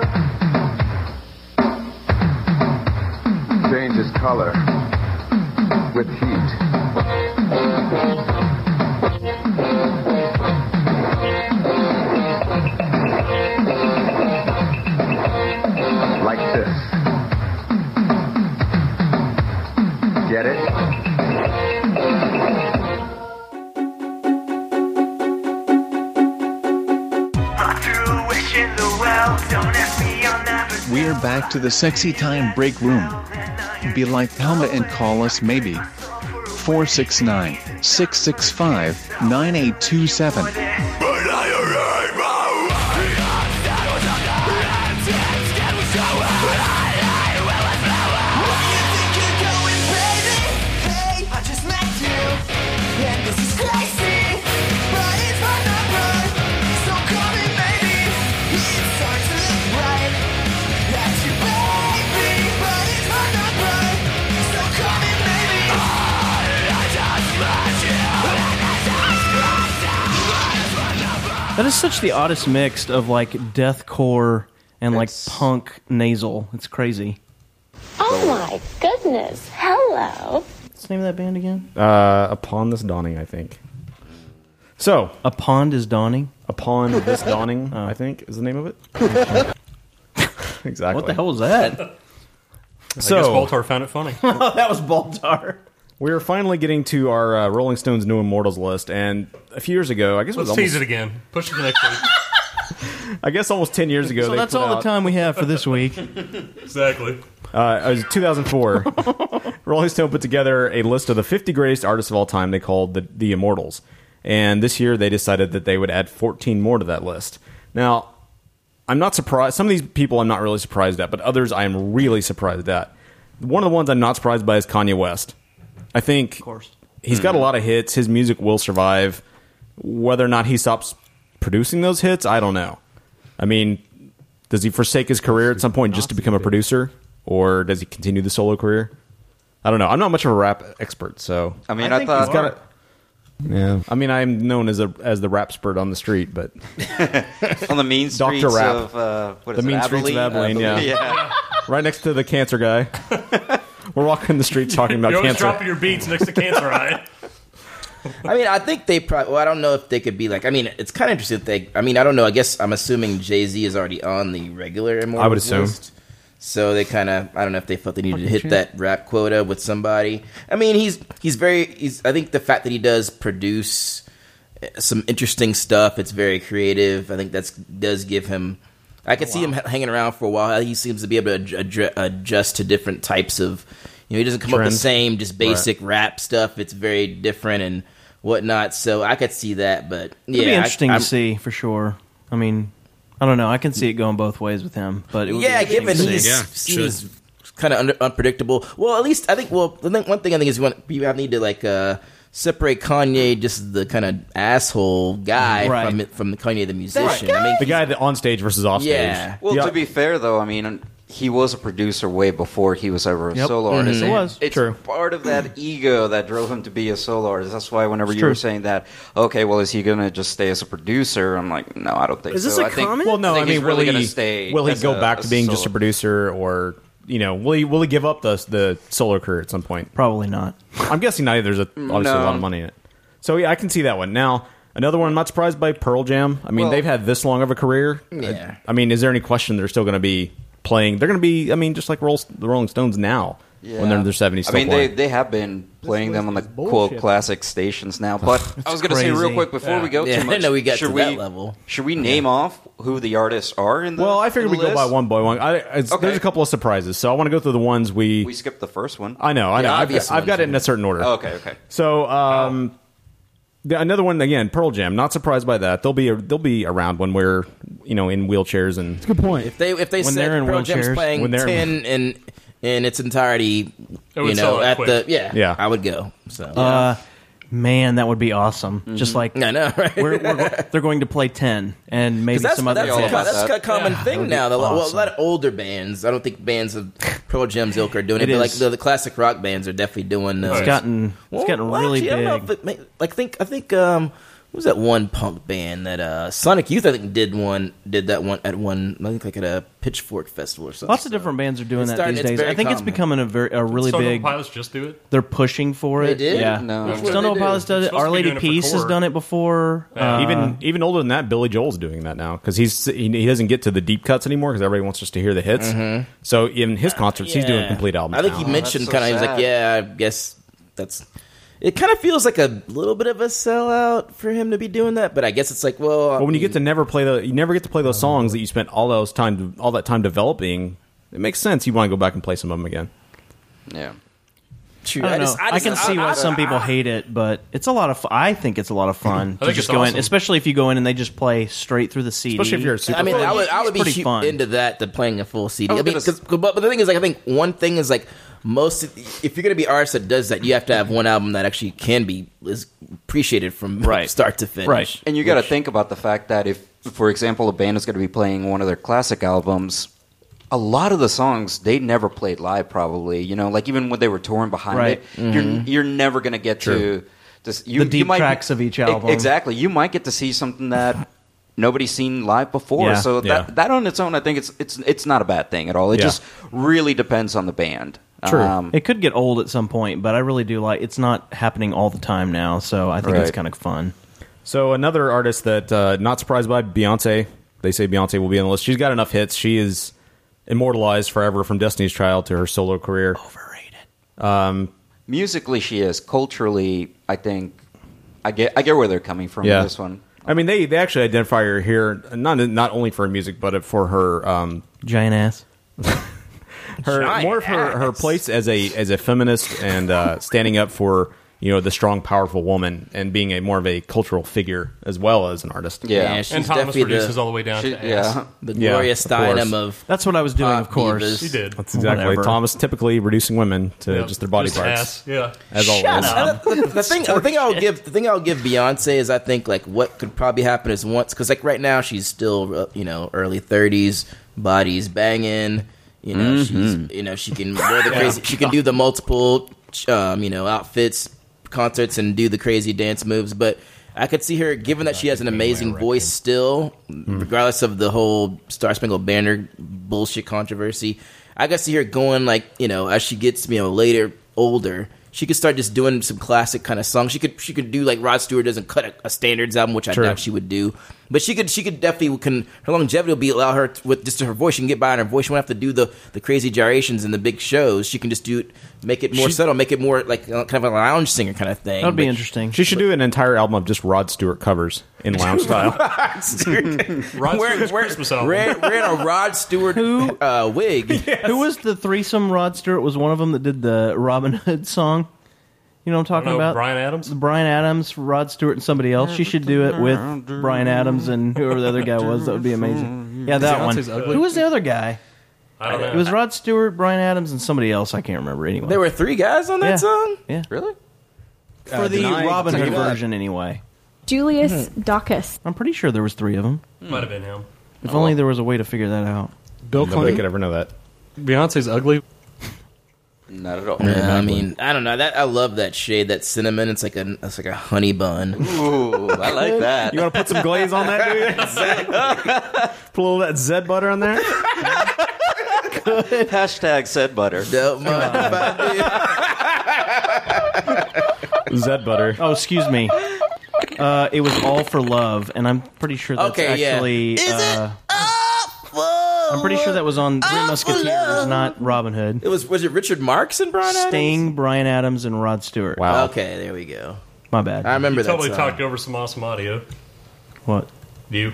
Speaker 23: changes color with heat. Like this. Get it?
Speaker 4: We're back to the sexy time break room. Be like Helma and call us maybe. 469 665 9827.
Speaker 5: That is such the oddest mix of like deathcore and like punk nasal. It's crazy.
Speaker 24: Oh my goodness. Hello.
Speaker 5: What's the name of that band again?
Speaker 1: Uh, upon this dawning, I think. So,
Speaker 5: a pond is dawning. Oh.
Speaker 1: A pond this dawning, I think, is the name of it. exactly.
Speaker 5: What the hell was that?
Speaker 1: So-
Speaker 6: I guess Baltar found it funny.
Speaker 5: that was Baltar.
Speaker 1: We're finally getting to our uh, Rolling Stones New Immortals list, and a few years ago, I guess it was
Speaker 6: Let's tease it
Speaker 1: almost,
Speaker 6: again. Push it to next week.
Speaker 1: I guess almost ten years ago.
Speaker 5: so
Speaker 1: they
Speaker 5: that's
Speaker 1: put
Speaker 5: all the
Speaker 1: out-
Speaker 5: time we have for this week.
Speaker 6: exactly.
Speaker 1: Uh, it was 2004. Rolling Stone put together a list of the 50 greatest artists of all time. They called the the Immortals, and this year they decided that they would add 14 more to that list. Now, I'm not surprised. Some of these people I'm not really surprised at, but others I am really surprised at. One of the ones I'm not surprised by is Kanye West. I think of course. he's got a
Speaker 14: Mm-hmm.
Speaker 1: lot of hits. His music will survive. Whether or not he stops producing those hits, I don't know. I mean, does he forsake his career at some point just to become a producer, or does he continue the solo career? I don't know. I'm not much of a rap expert, so
Speaker 14: I mean, I I think thought- you are.
Speaker 1: yeah. I mean, I'm known as a as the rap spurt on the street, but
Speaker 14: On the mean
Speaker 1: Dr.
Speaker 14: streets
Speaker 1: Rap.
Speaker 14: of uh, what is
Speaker 1: the
Speaker 14: it,
Speaker 1: mean streets of Abilene,
Speaker 14: Abilene?
Speaker 1: yeah. right next to the cancer guy. We're walking the streets talking about
Speaker 6: You're always
Speaker 1: cancer.
Speaker 6: dropping your beats next to Cancer Eye.
Speaker 12: I mean, I think they probably. Well, I don't know if they could be like. I mean, it's kind of interesting. If they. I mean, I don't know. I guess I'm assuming Jay Z is already on the regular Immortals.
Speaker 1: I would assume.
Speaker 12: list. So they kind of. I don't know if they felt they needed to
Speaker 1: Fucking
Speaker 12: hit
Speaker 1: shit.
Speaker 12: that rap quota with somebody. I mean, he's he's very. He's. I think the fact that he does produce uh, some interesting stuff. It's very creative. I think that's does give him. I could see him h- hanging around for a while. He seems to be able to adj- adj- adjust to different types of. You know, he doesn't come up with the
Speaker 1: Trends.
Speaker 12: same just
Speaker 1: Right.
Speaker 12: basic rap stuff. It's very different and whatnot. So I could see that, but yeah,
Speaker 5: It'd be interesting
Speaker 12: I,
Speaker 5: to see for sure. I mean, I don't know. I can see it going both ways with him, but it would
Speaker 12: yeah,
Speaker 5: be interesting
Speaker 12: given
Speaker 5: to see.
Speaker 12: he's, he was kind of unpredictable. Well, at least I think. Well, I think one thing I think is you want you have need to like uh, separate Kanye, just the kind of asshole guy,
Speaker 1: Right.
Speaker 12: from it, from the Kanye the musician. I mean,
Speaker 1: the guy that on stage versus off stage.
Speaker 12: Yeah.
Speaker 14: Well,
Speaker 1: Yeah.
Speaker 14: to be fair, though, I mean, he was a producer way before he was ever a
Speaker 1: Yep.
Speaker 14: solo
Speaker 1: Mhm.
Speaker 12: Mm-hmm.
Speaker 14: artist.
Speaker 1: He
Speaker 14: and
Speaker 1: was.
Speaker 14: It's
Speaker 1: True.
Speaker 14: part of that ego that drove him to be a solo artist. That's why whenever
Speaker 1: It's
Speaker 14: you
Speaker 1: true.
Speaker 14: were saying that, okay, well, is he going to just stay as a producer? I'm like, no, I don't think
Speaker 1: Is
Speaker 14: so.
Speaker 1: this
Speaker 14: I think-
Speaker 1: Well, no, I,
Speaker 14: think
Speaker 1: mean,
Speaker 14: he's really
Speaker 1: will
Speaker 14: going
Speaker 1: he
Speaker 14: to stay.
Speaker 1: will he
Speaker 14: as
Speaker 1: go
Speaker 14: a-
Speaker 1: back
Speaker 14: as
Speaker 1: to being just a
Speaker 14: solo.
Speaker 1: producer, or you know, will he will he give up the the solo career at some point?
Speaker 5: Probably not.
Speaker 1: I'm guessing now there's a, obviously a
Speaker 14: No.
Speaker 1: lot of money in it. So yeah, I can see that one. Now another one I'm not surprised by Pearl Jam. I mean,
Speaker 14: Well-
Speaker 1: they've had this long of a career.
Speaker 14: Yeah.
Speaker 1: I, I mean, is there any question they're still going to be playing? They're going to be. I mean, just like Roll, the Rolling Stones now when they're in their 70s.
Speaker 14: I
Speaker 1: Still
Speaker 14: mean, they,
Speaker 1: playing.
Speaker 14: they have been playing them on the quote
Speaker 1: bullshit.
Speaker 14: classic stations now. But I was going to say real
Speaker 1: crazy.
Speaker 14: quick before
Speaker 1: Yeah.
Speaker 14: we go
Speaker 1: Yeah,
Speaker 14: too
Speaker 1: I
Speaker 14: much,
Speaker 1: know we got
Speaker 14: should
Speaker 1: to
Speaker 14: we
Speaker 1: that level.
Speaker 14: should we name off who the artists are in the?
Speaker 1: well, I figured
Speaker 14: in the
Speaker 1: we go by
Speaker 14: list?
Speaker 1: one by one. I, it's,
Speaker 14: Okay.
Speaker 1: There's a couple of surprises, so I want to go through the ones we
Speaker 14: We skipped the first one.
Speaker 1: I know, I
Speaker 14: The
Speaker 1: know. I've,
Speaker 14: obvious
Speaker 1: I've got
Speaker 14: ones.
Speaker 1: it in a certain order.
Speaker 14: Oh, okay, okay.
Speaker 1: So, um, The- Another one again, Pearl Jam. Not surprised by that. They'll be they'll be around when we're you know in wheelchairs and.
Speaker 12: Good point. If they if they
Speaker 1: When
Speaker 12: said
Speaker 1: they're in
Speaker 12: Pearl Jam's
Speaker 1: wheelchairs.
Speaker 12: playing
Speaker 1: When they're in-
Speaker 12: ten in in its entirety,
Speaker 20: It
Speaker 12: you
Speaker 20: would sell
Speaker 12: know,
Speaker 20: out
Speaker 12: at
Speaker 20: quick.
Speaker 12: the yeah,
Speaker 20: Yeah.
Speaker 12: I would go. So
Speaker 20: Uh, man, that would be awesome.
Speaker 6: Mm-hmm.
Speaker 20: Just like
Speaker 12: I know, right?
Speaker 20: we're, we're, go- they're going to play ten and maybe
Speaker 12: 'Cause that's,
Speaker 20: some other.
Speaker 12: that's, a,
Speaker 20: bands.
Speaker 12: co- that's a common
Speaker 20: Yeah. That
Speaker 12: thing
Speaker 20: would
Speaker 12: now.
Speaker 20: be
Speaker 12: The- Well, a
Speaker 20: awesome.
Speaker 12: lot of older bands. I don't think bands of Pearl Jam's ilk are doing it,
Speaker 20: It
Speaker 12: but like
Speaker 20: is.
Speaker 12: the, the classic rock bands are definitely doing. Uh,
Speaker 20: It's gotten- it's gotten
Speaker 12: well,
Speaker 20: really
Speaker 12: actually, I don't know
Speaker 20: big.
Speaker 12: if it may- like think I think um, what was that one punk band that uh, Sonic Youth I think did one did that one at one I think like at a Pitchfork festival or something.
Speaker 20: Lots of different bands are doing
Speaker 12: It's
Speaker 20: that
Speaker 12: starting-
Speaker 20: these
Speaker 12: it's
Speaker 20: days. I
Speaker 12: very
Speaker 20: think it's
Speaker 12: common.
Speaker 20: becoming a very a really
Speaker 6: Stone Temple
Speaker 20: big.
Speaker 6: Pilots just do it?
Speaker 20: They're pushing for it.
Speaker 6: They did?
Speaker 20: Yeah.
Speaker 6: No. Which one did
Speaker 20: Stone Temple
Speaker 6: they do?
Speaker 20: Pilots does
Speaker 6: They're
Speaker 20: it.
Speaker 6: supposed
Speaker 20: Our
Speaker 6: to be
Speaker 20: Lady
Speaker 6: doing it for
Speaker 20: Peace has
Speaker 6: Korg.
Speaker 20: done it before. Uh,
Speaker 1: even even older than that, Billy Joel's doing that now because he's he, he doesn't get to the deep cuts anymore because everybody wants us to hear the hits.
Speaker 12: Mhm.
Speaker 1: So in his concerts, he's doing
Speaker 12: Yeah.
Speaker 1: complete albums.
Speaker 12: I think
Speaker 1: now.
Speaker 12: he mentioned kind of he was like, yeah, I guess that's. It kind of feels like a little bit of a sellout for him to be doing that, but I guess it's like, well, um,
Speaker 1: But when you get to never play the, you never get to play those songs that you spent all those time, all that time developing. It makes sense. You want to go back and play some of them again.
Speaker 14: Yeah.
Speaker 20: I, don't know. I, can see why some people hate
Speaker 12: hate
Speaker 20: it, but it's a lot of. Fun. I think it's a lot of fun to
Speaker 12: think
Speaker 20: just
Speaker 12: it's
Speaker 20: go in,
Speaker 12: awesome.
Speaker 20: especially if you go in and they just play straight through the CD.
Speaker 12: I mean, I would, I would
Speaker 20: It's
Speaker 12: be
Speaker 20: pretty
Speaker 12: hu-
Speaker 20: fun.
Speaker 12: into that to playing a full CD.
Speaker 20: I
Speaker 12: I,
Speaker 20: would
Speaker 12: mean, 'cause- but, but the thing is, like, I think one thing is like most. If you're going to be artist that does that, you have to have one album that actually can be is appreciated from start to finish.
Speaker 14: And you got to think about the fact that if, for example, a band is going to be playing one of their classic albums, a lot of the songs they never played live, probably. You know, like even when they were touring behind
Speaker 20: Right.
Speaker 14: it,
Speaker 1: Mm-hmm.
Speaker 20: Mhm.
Speaker 14: you're you're never going to get
Speaker 20: True.
Speaker 14: to this. You,
Speaker 20: The deep
Speaker 14: you might,
Speaker 20: tracks of each
Speaker 14: e-
Speaker 20: album.
Speaker 14: Exactly. You might get to see something that. Nobody's seen live before,
Speaker 20: Yeah.
Speaker 14: so
Speaker 20: Yeah.
Speaker 14: that that on its own, I think it's it's it's not a bad thing at all. It
Speaker 20: Yeah.
Speaker 14: just really depends on the band.
Speaker 20: True.
Speaker 14: Um,
Speaker 20: it could get old at some point, but I really do like. It's not happening all the time now, so I think it's
Speaker 1: Right.
Speaker 20: kind of fun.
Speaker 1: So another artist that uh, not surprised by Beyonce. They say Beyonce will be on the list. She's got enough hits. She is immortalized forever from Destiny's Child to her solo career. Overrated. Um,
Speaker 14: musically, she is. Culturally, I think I get I get where they're coming from.
Speaker 1: Yeah.
Speaker 14: with this one.
Speaker 1: I mean, they, they actually identify her here not not only for her music, but for her um,
Speaker 20: giant ass.
Speaker 1: her more of her, her place as a as a feminist and uh, standing up for you know the strong, powerful woman and being a more of a cultural figure as well as an artist.
Speaker 6: and Thomas reduces all the way down.
Speaker 12: she-
Speaker 6: to
Speaker 12: yeah.
Speaker 6: ass.
Speaker 12: The
Speaker 1: Yeah,
Speaker 12: Gloria
Speaker 1: of course.
Speaker 12: Steinem of
Speaker 20: That's what I was doing,
Speaker 12: pop
Speaker 20: of course.
Speaker 12: divas.
Speaker 20: She
Speaker 6: did.
Speaker 1: That's exactly
Speaker 20: Whatever.
Speaker 1: Thomas typically reducing women to
Speaker 6: Yep,
Speaker 1: just their body
Speaker 6: just
Speaker 1: parts.
Speaker 6: ass, yeah.
Speaker 1: as always.
Speaker 12: The, the- the thing, the thing I'll give, the thing I'll give Beyonce is I think like what could probably happen is once because like right now she's still uh, you know early thirties, body's banging, you know
Speaker 14: Mhm.
Speaker 1: Mm-hmm.
Speaker 12: she's you know she can wear the
Speaker 14: Yeah.
Speaker 12: crazy, she can do the multiple um, you know outfits, concerts, and do the crazy dance moves, but. I could see her, given that she has an amazing voice still, regardless of the whole Star Spangled Banner bullshit controversy. I could see her going like you know as she gets you know later older, she could start just doing some classic kind of songs. She could she could do like Rod Stewart doesn't cut a, a standards album, which I
Speaker 20: True.
Speaker 12: doubt she would do, but she could she could definitely can her longevity will be allow her to, with just her voice. She can get by on her voice. She won't have to do the the crazy gyrations and the big shows. She can just do make it more
Speaker 20: She-
Speaker 12: subtle, make it more like uh, kind of a lounge singer kind of thing.
Speaker 20: That would be
Speaker 12: But-
Speaker 20: interesting.
Speaker 1: She should do an entire album of just Rod Stewart covers in lounge style.
Speaker 12: Rod Stewart.
Speaker 6: Rod Stewart's
Speaker 12: Wearing- wearing-
Speaker 6: Christmas album.
Speaker 12: Wearing, wearing a Rod Stewart uh, wig.
Speaker 20: Who was the threesome? Rod Stewart was one of them that did the Robin Hood song. You know what I'm talking
Speaker 6: know,
Speaker 20: about?
Speaker 6: Bryan Adams?
Speaker 20: Brian Adams, Rod Stewart, and somebody else. She should do it with Brian Adams and whoever the other guy was. That would be amazing. Yeah, that
Speaker 12: Beyonce's
Speaker 20: one.
Speaker 12: ugly.
Speaker 20: Who was the other guy?
Speaker 6: I don't know.
Speaker 20: It was Rod Stewart, Brian Adams, and somebody else. I can't remember anyway.
Speaker 12: There were three guys on that
Speaker 20: Yeah.
Speaker 12: song.
Speaker 20: Yeah.
Speaker 14: Really?
Speaker 20: for the Robin Hood version anyway. Hmm.
Speaker 9: Julius Dacus.
Speaker 20: I'm pretty sure there was three of them.
Speaker 6: Might have been him.
Speaker 20: If only there was a way to figure that out.
Speaker 6: Bill Nobody Clinton? could
Speaker 1: ever know that.
Speaker 6: Beyonce's ugly.
Speaker 14: Not at all.
Speaker 12: Yeah, I mean, I don't know. That I love that shade, that cinnamon. It's like a it's like a honey bun.
Speaker 14: Ooh, I like that.
Speaker 1: You want to put some glaze on that, dude? Put a little of that Zed butter on there.
Speaker 14: Hashtag said butter.
Speaker 12: Don't mind if
Speaker 1: Zed butter.
Speaker 20: Oh, excuse me. Uh, it was all for love, and I'm pretty sure that's
Speaker 12: Okay, yeah.
Speaker 20: actually.
Speaker 12: Is it
Speaker 20: uh, I'm pretty sure that was on Three Musketeers, not Robin Hood.
Speaker 12: It was was it Richard Marx and Brian Adams?
Speaker 20: Sting, Brian Adams, and Rod Stewart.
Speaker 12: Okay, there we go.
Speaker 20: My bad.
Speaker 12: I remember
Speaker 6: you
Speaker 12: that
Speaker 6: totally
Speaker 12: song.
Speaker 6: talked over some awesome audio.
Speaker 20: What?
Speaker 6: You.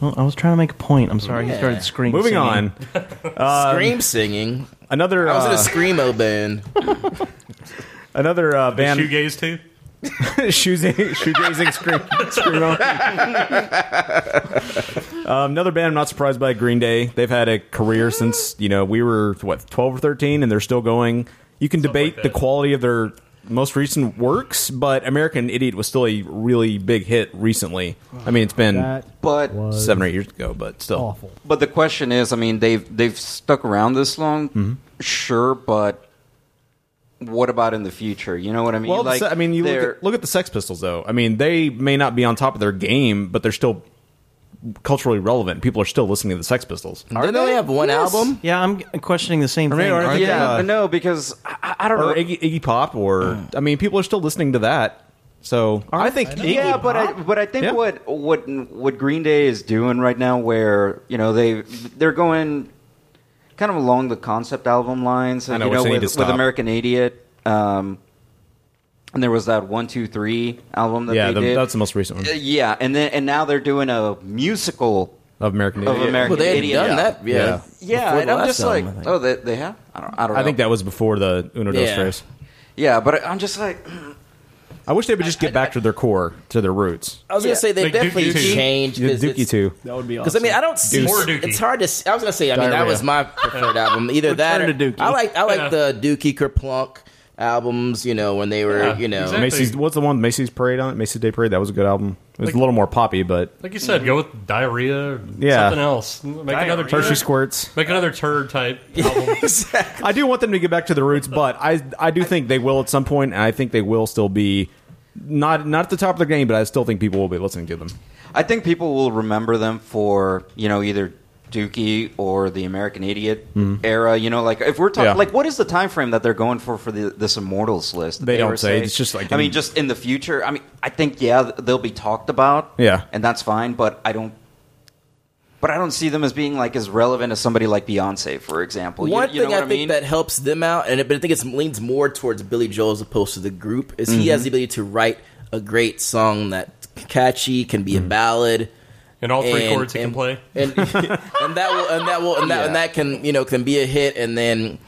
Speaker 20: Well, I was trying to make a point. I'm sorry. He started screaming.
Speaker 1: Moving on. Um,
Speaker 12: Scream singing.
Speaker 1: Another.
Speaker 12: I was in
Speaker 1: uh,
Speaker 12: a screamo band.
Speaker 1: Another uh, band.
Speaker 6: shoegaze too.
Speaker 1: Shoezing, shoegazing scream, scream um, another band I'm not surprised by, Green Day. They've had a career since you know we were what 12 or 13, and they're still going. You can debate the quality of their most recent works, but American Idiot was still a really big hit recently. I mean, it's been
Speaker 14: But
Speaker 1: seven or eight years ago, but still awful.
Speaker 14: But the question is, I mean, they've they've stuck around this long,
Speaker 1: Mhm.
Speaker 14: sure, but what about in the future? You know what I mean?
Speaker 1: Well, the se- I mean, you look
Speaker 14: they're-
Speaker 1: at, look at the Sex Pistols, though. I mean, they may not be on top of their game, but they're still culturally relevant. People are still listening to the Sex Pistols.
Speaker 12: Didn't they only have one album?
Speaker 5: Yeah, I'm questioning the same thing. aren't
Speaker 14: yeah,
Speaker 5: they? uh,
Speaker 14: but no, because I, I don't
Speaker 1: or
Speaker 14: know.
Speaker 1: Iggy, Iggy Pop, or I mean, people are still listening to that. So I think, Iggy
Speaker 14: yeah, but I
Speaker 1: Pop-
Speaker 14: but I think
Speaker 1: Yeah.
Speaker 14: what what what Green Day is doing right now, where you know they they're going kind of along the concept album lines,
Speaker 1: I
Speaker 14: and
Speaker 1: know,
Speaker 14: you
Speaker 1: it's
Speaker 14: know
Speaker 1: a need
Speaker 14: with,
Speaker 1: to
Speaker 14: with
Speaker 1: stop.
Speaker 14: American Idiot, um, and there was that one two three album that
Speaker 1: yeah,
Speaker 14: they
Speaker 1: the,
Speaker 14: did.
Speaker 1: that's the most recent one
Speaker 14: Uh, yeah, and then and now they're doing a musical
Speaker 1: of American
Speaker 14: of
Speaker 1: Idiot.
Speaker 14: American Idiot. yeah, yeah.
Speaker 12: Before
Speaker 14: and
Speaker 12: the
Speaker 14: I'm
Speaker 12: last
Speaker 14: just like,
Speaker 12: album, I think.
Speaker 14: oh, they, they have. I don't, I don't know.
Speaker 1: I think that was before the Uno Dos
Speaker 14: Yeah.
Speaker 1: Tres.
Speaker 14: Yeah, but I'm just like, mm.
Speaker 1: I wish they would just get back to their core, to their roots.
Speaker 12: I was gonna say they
Speaker 1: Like
Speaker 12: definitely
Speaker 1: Dookie two.
Speaker 12: changed
Speaker 1: Yeah,
Speaker 12: because
Speaker 1: Dookie
Speaker 12: it's-
Speaker 1: two. That would be
Speaker 12: Because I mean, I don't
Speaker 1: awesome.
Speaker 12: see
Speaker 1: Deuce. Or Dookie.
Speaker 12: it's hard to. see- I was gonna say. I mean, that
Speaker 1: Diarrhea.
Speaker 12: was my preferred album. Either that, or,
Speaker 1: Return to Dookie.
Speaker 12: I like I like
Speaker 1: Yeah.
Speaker 12: the Dookie Kerplunk albums. You know, when they were you know
Speaker 1: Macy's. What's the one Macy's Parade on it? Macy's Day Parade. That was a good album. It was
Speaker 6: Like-
Speaker 1: a little more poppy, but
Speaker 6: Like you said, go with diarrhea. Or
Speaker 1: Yeah.
Speaker 6: something else. Make another turd.
Speaker 1: Hershey squirts.
Speaker 6: Make another turd type album.
Speaker 1: I do want them to get back to the roots, but I I do think they will at some point, and I think they will still be not not at the top of their game, but I still think people will be listening to them.
Speaker 14: I think people will remember them for you know either Dookie or the American Idiot
Speaker 1: Mhm.
Speaker 14: era. You know, like if we're talking,
Speaker 1: Yeah.
Speaker 14: like what is the time frame that they're going for for the, this Immortals list? that
Speaker 1: They don't
Speaker 14: were
Speaker 1: say.
Speaker 14: saying?
Speaker 1: It's just like
Speaker 14: I
Speaker 1: in-
Speaker 14: mean, just in the future. I mean, I think yeah, th- they'll be talked about.
Speaker 1: Yeah.
Speaker 14: and that's fine. But I don't. But I don't see them as being like as relevant as somebody like Beyonce, for example. You-
Speaker 12: One
Speaker 14: you,
Speaker 12: thing
Speaker 14: know
Speaker 12: I
Speaker 14: what
Speaker 12: think
Speaker 14: I mean?
Speaker 12: that helps them out, and it, but I think it leans more towards Billy Joel as opposed to the group, is
Speaker 14: Mhm.
Speaker 12: he has the ability to write a great song that's catchy, can be a ballad,
Speaker 6: and all three chords he can play.
Speaker 12: and, and that will and that will and that, and that can you know can be a hit, and then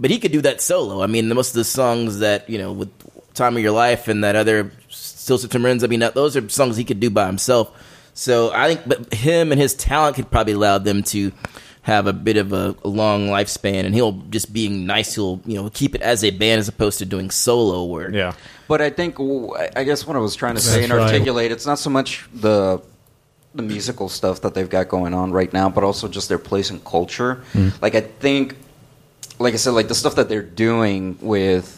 Speaker 12: but he could do that solo. I mean, most of the songs that you know with "Time of Your Life" and that other "Still September Ends," I mean, that, those are songs he could do by himself. So I think, but him and his talent could probably allow them to have a bit of a, a long lifespan, and he'll just being nice. He'll you know keep it as a band as opposed to doing solo work.
Speaker 1: Yeah,
Speaker 14: But I think w- I- I guess what I was trying to
Speaker 12: That's
Speaker 14: say and
Speaker 12: right.
Speaker 14: articulate it's not so much the the musical stuff that they've got going on right now, but also just their place in culture.
Speaker 12: Mm-hmm.
Speaker 7: Mm.
Speaker 14: Like I think, like I said, like the stuff that they're doing with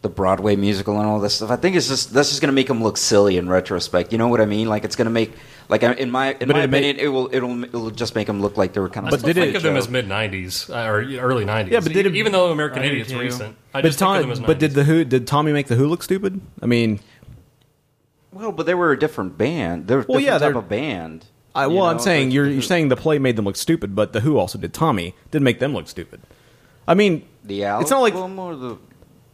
Speaker 14: the Broadway musical and all this stuff. I think it's just that's just going to make them look silly in retrospect. You know what I mean? Like it's going to make like I- in my in
Speaker 6: But
Speaker 14: my
Speaker 6: it may-
Speaker 14: opinion, it will it'll it'll just make them look like they were kind
Speaker 6: I
Speaker 14: of.
Speaker 6: still think of them as mid '90s uh, or early '90s.
Speaker 1: Yeah, but did it-
Speaker 6: even though American
Speaker 1: I do
Speaker 6: Idiot's
Speaker 1: too.
Speaker 6: recent, I
Speaker 1: but
Speaker 6: just think of them as
Speaker 1: Tom, but did the who did Tommy make the Who look stupid? I mean,
Speaker 14: well, but they were a different band. They were a
Speaker 1: Well,
Speaker 14: different
Speaker 1: yeah,
Speaker 14: type
Speaker 1: they're-
Speaker 14: of band.
Speaker 1: I, well,
Speaker 14: You
Speaker 1: I'm
Speaker 14: know,
Speaker 1: saying you're you're saying the play made them look stupid, but the Who also did Tommy did make them look stupid. I mean,
Speaker 14: the
Speaker 1: it's not like
Speaker 14: album or the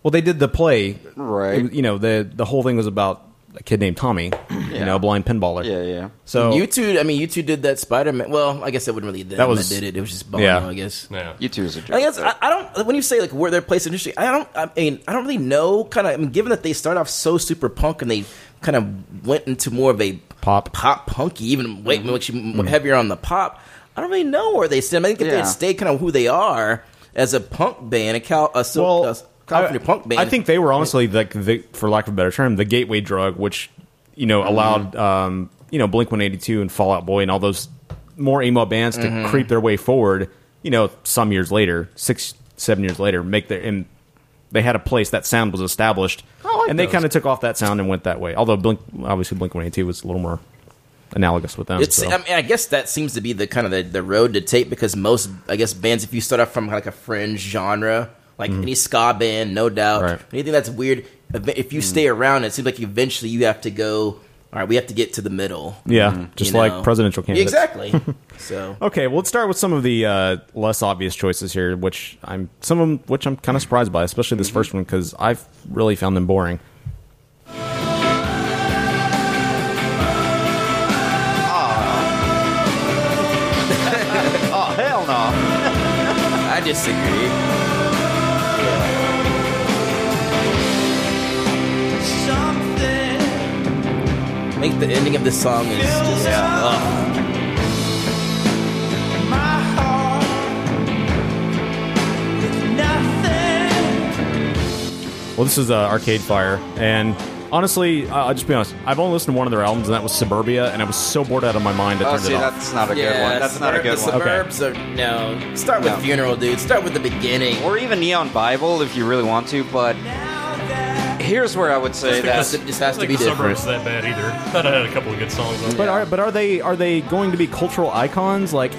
Speaker 1: well they did the play,
Speaker 14: Right.
Speaker 1: It- you know the the whole thing was about a kid named Tommy, you
Speaker 12: Yeah.
Speaker 1: know, a blind pinballer.
Speaker 14: Yeah, yeah.
Speaker 1: So
Speaker 12: you two, I mean, you two did that Spider Man. Well, I guess that wouldn't really them
Speaker 1: that was
Speaker 12: did it. It was just Bono, I guess.
Speaker 14: You two is a joke.
Speaker 12: I guess I, I don't. When you say like where their place in history, I don't. I mean, I don't really know. Kind of. I mean, given that they started off so super punk and they kind of went into more of a
Speaker 1: pop, Mm-hmm.
Speaker 12: pop punky, even way much heavier on the pop. I don't really know where they stand. I think if they
Speaker 1: Yeah.
Speaker 12: had stayed kind of who they are as a punk band, a cal, a, so- a California punk band.
Speaker 1: I think they were honestly like the, for lack of a better term, the gateway drug, which you know
Speaker 12: Mm-hmm.
Speaker 1: allowed um, you know Blink One Eighty Two and Fallout Boy and all those more emo bands to
Speaker 12: Mm-hmm.
Speaker 6: Mhm.
Speaker 1: creep their way forward. You know, some years later, six, seven years later, make their and they had a place that sound was established, and they
Speaker 12: those.
Speaker 1: kind of took off that sound and went that way. Although Blink, obviously, Blink One Eighty Two was a little more analogous with them.
Speaker 12: It's,
Speaker 1: so.
Speaker 12: I, mean, I guess that seems to be the kind of the, the road to take because most, I guess, bands if you start off from like a fringe genre, like
Speaker 1: Mhm.
Speaker 12: any ska band, no doubt,
Speaker 1: Right.
Speaker 12: anything that's weird, ev- if you stay around, it seems like eventually you have to go. All right, we have to get to the middle.
Speaker 1: Yeah,
Speaker 12: Mm, You
Speaker 1: just like presidential candidates.
Speaker 12: Exactly. so
Speaker 1: Okay, well, let's start with some of the uh, less obvious choices here, which I'm some of them, which I'm kind of surprised by, especially
Speaker 12: Mm-hmm.
Speaker 1: this first one because I've really found them boring.
Speaker 14: Ah. oh hell no!
Speaker 12: I disagree. Yeah. think the ending of this song is just. ugh.
Speaker 1: Well, this is uh, Arcade Fire, and honestly, I- I'll just be honest. I've only listened to one of their albums, and that was Suburbia, and I was so bored out of my mind I
Speaker 14: Oh,
Speaker 1: turned
Speaker 14: see,
Speaker 1: it off.
Speaker 14: that's not a good one. That's not a good one.
Speaker 12: The suburbs are no. Start with
Speaker 14: No.
Speaker 12: funeral, dude. Start with the beginning.
Speaker 14: Or even Neon Bible if you really want to, but here's where I would say that
Speaker 6: Because I don't think the Suburbs that bad either. I thought I had a couple of good songs on
Speaker 1: But are but are they are they going to be cultural icons? Like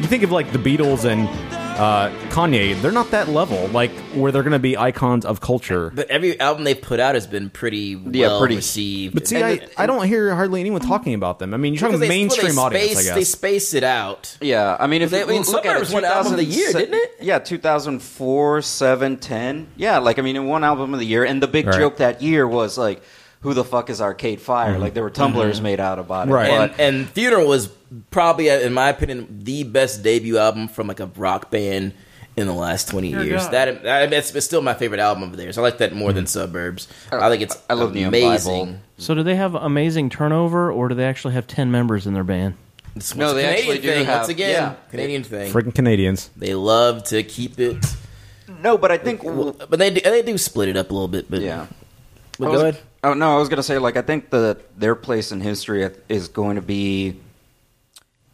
Speaker 1: you think of like the Beatles and uh, Kanye, they're not that level. Like where they're going to be icons of culture.
Speaker 12: But every album they've put out has been pretty well
Speaker 1: pretty.
Speaker 12: received.
Speaker 1: But see,
Speaker 12: And
Speaker 1: I,
Speaker 12: the-
Speaker 1: I don't hear hardly anyone talking about them. I mean, you're talking
Speaker 12: because they- well, they
Speaker 1: mainstream audience, I
Speaker 12: space-
Speaker 1: guess.
Speaker 12: They space it out.
Speaker 14: Yeah, I mean, if
Speaker 12: They-
Speaker 14: you look
Speaker 12: Love
Speaker 14: at
Speaker 12: Bird
Speaker 14: it,
Speaker 12: was one album of the year,
Speaker 14: 2007
Speaker 12: didn't it?
Speaker 14: Yeah, 2004, 7, 10. Yeah, like, I mean, in one album of the year. And the big
Speaker 1: Right.
Speaker 14: joke that year was, like, who the fuck is Arcade Fire?
Speaker 1: Mhm.
Speaker 14: Like, there were tumblers
Speaker 12: Mhm.
Speaker 14: made out about it.
Speaker 12: And,
Speaker 14: But
Speaker 12: and Funeral was probably, uh, in my opinion, the best debut album from like a rock band in the last twenty
Speaker 14: Dear
Speaker 12: years.
Speaker 14: God.
Speaker 12: That that- that's it's still my favorite album of theirs. I like that more than Suburbs. I think it's
Speaker 14: I love Neon
Speaker 12: amazing.
Speaker 14: Bible.
Speaker 5: So do they have amazing turnover, or do they actually have ten members in their band?
Speaker 14: no, they
Speaker 12: Canadian
Speaker 14: actually do
Speaker 12: thing,
Speaker 14: have,
Speaker 12: once again.
Speaker 14: yeah.
Speaker 12: Canadian thing.
Speaker 1: Freaking Canadians.
Speaker 12: They love to keep it.
Speaker 14: No, but I think,
Speaker 12: but they do, they do split it up a little bit. But
Speaker 14: yeah,
Speaker 12: But
Speaker 14: I
Speaker 12: go
Speaker 14: was-
Speaker 12: ahead.
Speaker 14: Oh no, I was gonna say like I think that their place in history is going to be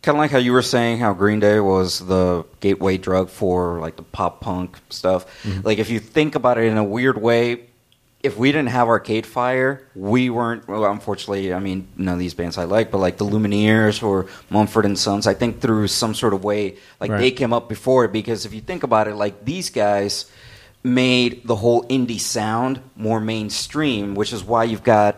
Speaker 14: kind of like how you were saying how Green Day was the gateway drug for like the pop punk stuff. Like if you think about it in a weird way, if we didn't have Arcade Fire, we weren't. Well, unfortunately, I mean none of these bands I like, but like the Lumineers or Mumford and Sons, I think through some sort of way like
Speaker 1: Right.
Speaker 14: they came up before it because if you think about it, like these guys made the whole indie sound more mainstream, which is why you've got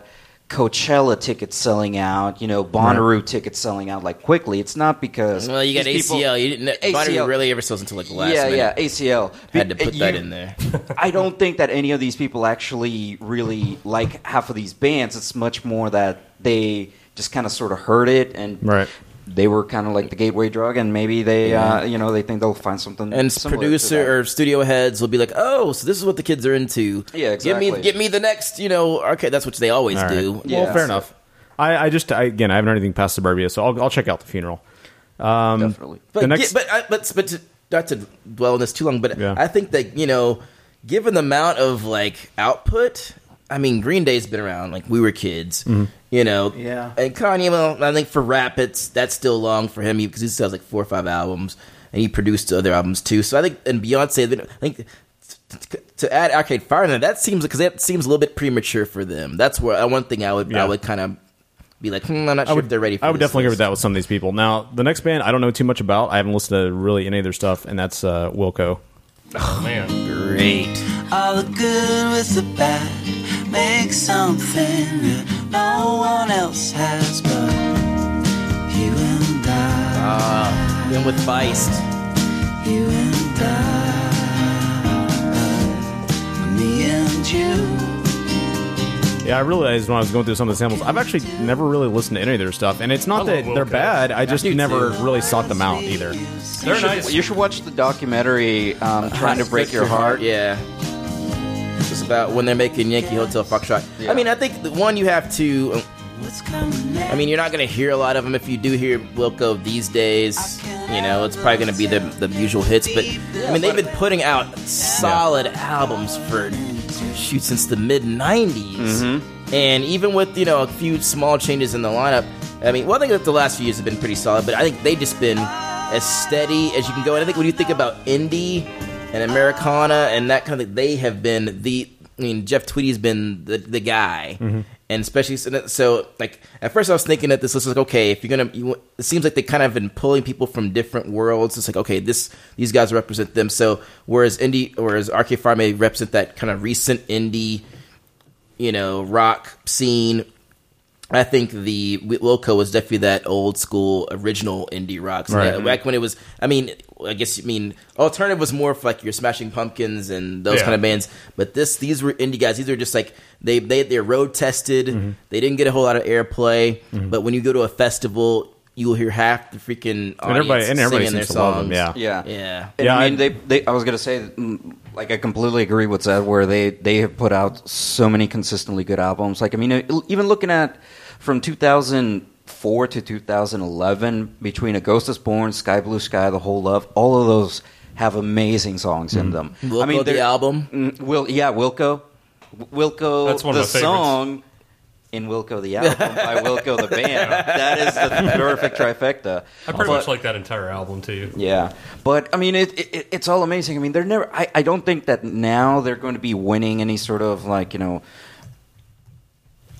Speaker 14: Coachella tickets selling out, you know, Bonnaroo tickets selling out like quickly. It's not because
Speaker 12: Well, you got ACL.
Speaker 14: these people-
Speaker 12: you didn't. Bonnaroo
Speaker 14: ACL.
Speaker 12: really ever sells until like the last
Speaker 14: yeah,
Speaker 12: minute.
Speaker 14: yeah, ACL.
Speaker 12: Had to put that
Speaker 14: You-
Speaker 12: in there.
Speaker 14: I don't think that any of these people actually really like half of these bands. It's much more that they just kind of sort of heard it and
Speaker 1: Right.
Speaker 14: they were kind of like the gateway drug, and maybe they, uh,
Speaker 12: Yeah.
Speaker 14: you know, they think they'll find something.
Speaker 12: and
Speaker 14: similar to that.
Speaker 12: producer or studio heads will be like, "Oh, so this is what the kids are into."
Speaker 14: Yeah,
Speaker 12: Give
Speaker 14: exactly.
Speaker 12: me, give me the next, you know, arcade. That's what they always
Speaker 1: All right.
Speaker 12: do.
Speaker 1: Well, fair enough. I, I just I, again I haven't heard anything past Suburbia, so I'll, I'll check out the funeral. Um, Definitely.
Speaker 12: But
Speaker 1: the next,
Speaker 12: yeah, but I- but but to, not to dwell on this too long, but I think that you know, given the amount of like output, I mean, Green Day's been around like we were kids,
Speaker 1: Mm-hmm.
Speaker 12: you know.
Speaker 5: Yeah.
Speaker 12: And Kanye, well, I think for rap, it's that's still long for him because he still has like four or five albums, and he produced other albums too. So I think and Beyonce, I think to add Arcade Fire in there, that seems because that seems a little bit premature for them. That's where uh, one thing I would
Speaker 1: Yeah.
Speaker 12: I would kind of be like, hmm, I'm not
Speaker 1: I
Speaker 12: sure
Speaker 1: would,
Speaker 12: if they're ready. for
Speaker 1: I would
Speaker 12: this
Speaker 1: definitely agree with that with some of these people. Now, the next band I don't know too much about. I haven't listened to really any of their stuff, and that's uh, Wilco.
Speaker 6: Oh man,
Speaker 12: great.
Speaker 7: All the good with the bad. Make something that no one else has but you and I.
Speaker 12: Ah, then with Feist.
Speaker 7: You and I. Me and you.
Speaker 1: Yeah, I realized when I was going through some of the samples, I've actually never really listened to any of their stuff, and it's not that they're bad. I just never really sought them out either.
Speaker 14: You should, you should watch the documentary um, "Trying to Break Your Heart."
Speaker 12: Yeah. It's about when they're making Yankee Hotel Foxtrot. I mean, I think the one you have to. I mean, you're not going to hear a lot of them if you do hear Wilco these days. You know, it's probably going to be the, the usual hits, but I mean, they've been putting out solid albums for shoot since the mid '90s, and even with you know a few small changes in the lineup, I mean, well, I think that the last few years have been pretty solid, but I think they've just been as steady as you can go. And I think when you think about indie and Americana and that kind of thing, they have been the. I mean, Jeff Tweedy's been the the guy Mm-hmm. and especially so, so, like at first I was thinking that this was like okay if you're gonna you, want- it seems like they kind of been pulling people from different worlds it's like okay this these guys represent them so whereas indie whereas Arcade Fire may represent that kind of recent indie you know rock scene I think the Wilco was definitely that old school original indie rock. So
Speaker 1: Right.
Speaker 12: that- back when it was, I mean, I guess you mean alternative was more for like your Smashing Pumpkins and those
Speaker 1: Yeah.
Speaker 12: kind of bands. But this, these were indie guys. These are just like they they they're road tested.
Speaker 1: Mm-hmm.
Speaker 12: They didn't get a whole lot of airplay. But when you go to a festival, you will hear half the freaking audience
Speaker 1: everybody- and everybody
Speaker 12: singing their
Speaker 1: seems to love
Speaker 12: songs.
Speaker 1: them, yeah.
Speaker 14: Yeah,
Speaker 12: yeah.
Speaker 14: And I mean, they, they. I was gonna say, mm, Like I completely agree with that. Where they they have put out so many consistently good albums. Like I mean, even looking at from 2004 to 2011, between A Ghost Is Born, Sky Blue Sky, The Whole Love, all of those have amazing songs
Speaker 1: Mm-hmm.
Speaker 14: in them.
Speaker 12: Wilco,
Speaker 14: I mean,
Speaker 12: the
Speaker 14: they're-
Speaker 12: album?
Speaker 14: Mm, Wil, yeah, Wilco, Wilco.
Speaker 12: That's one of
Speaker 14: the
Speaker 12: my favorites.
Speaker 14: song in Wilco the album by Wilco the band. That is the perfect trifecta.
Speaker 6: I pretty
Speaker 14: But-
Speaker 6: much like that entire album too.
Speaker 14: yeah, but I mean, it, it it's all amazing. I mean, they're never. I, I don't think that now they're going to be winning any sort of like you know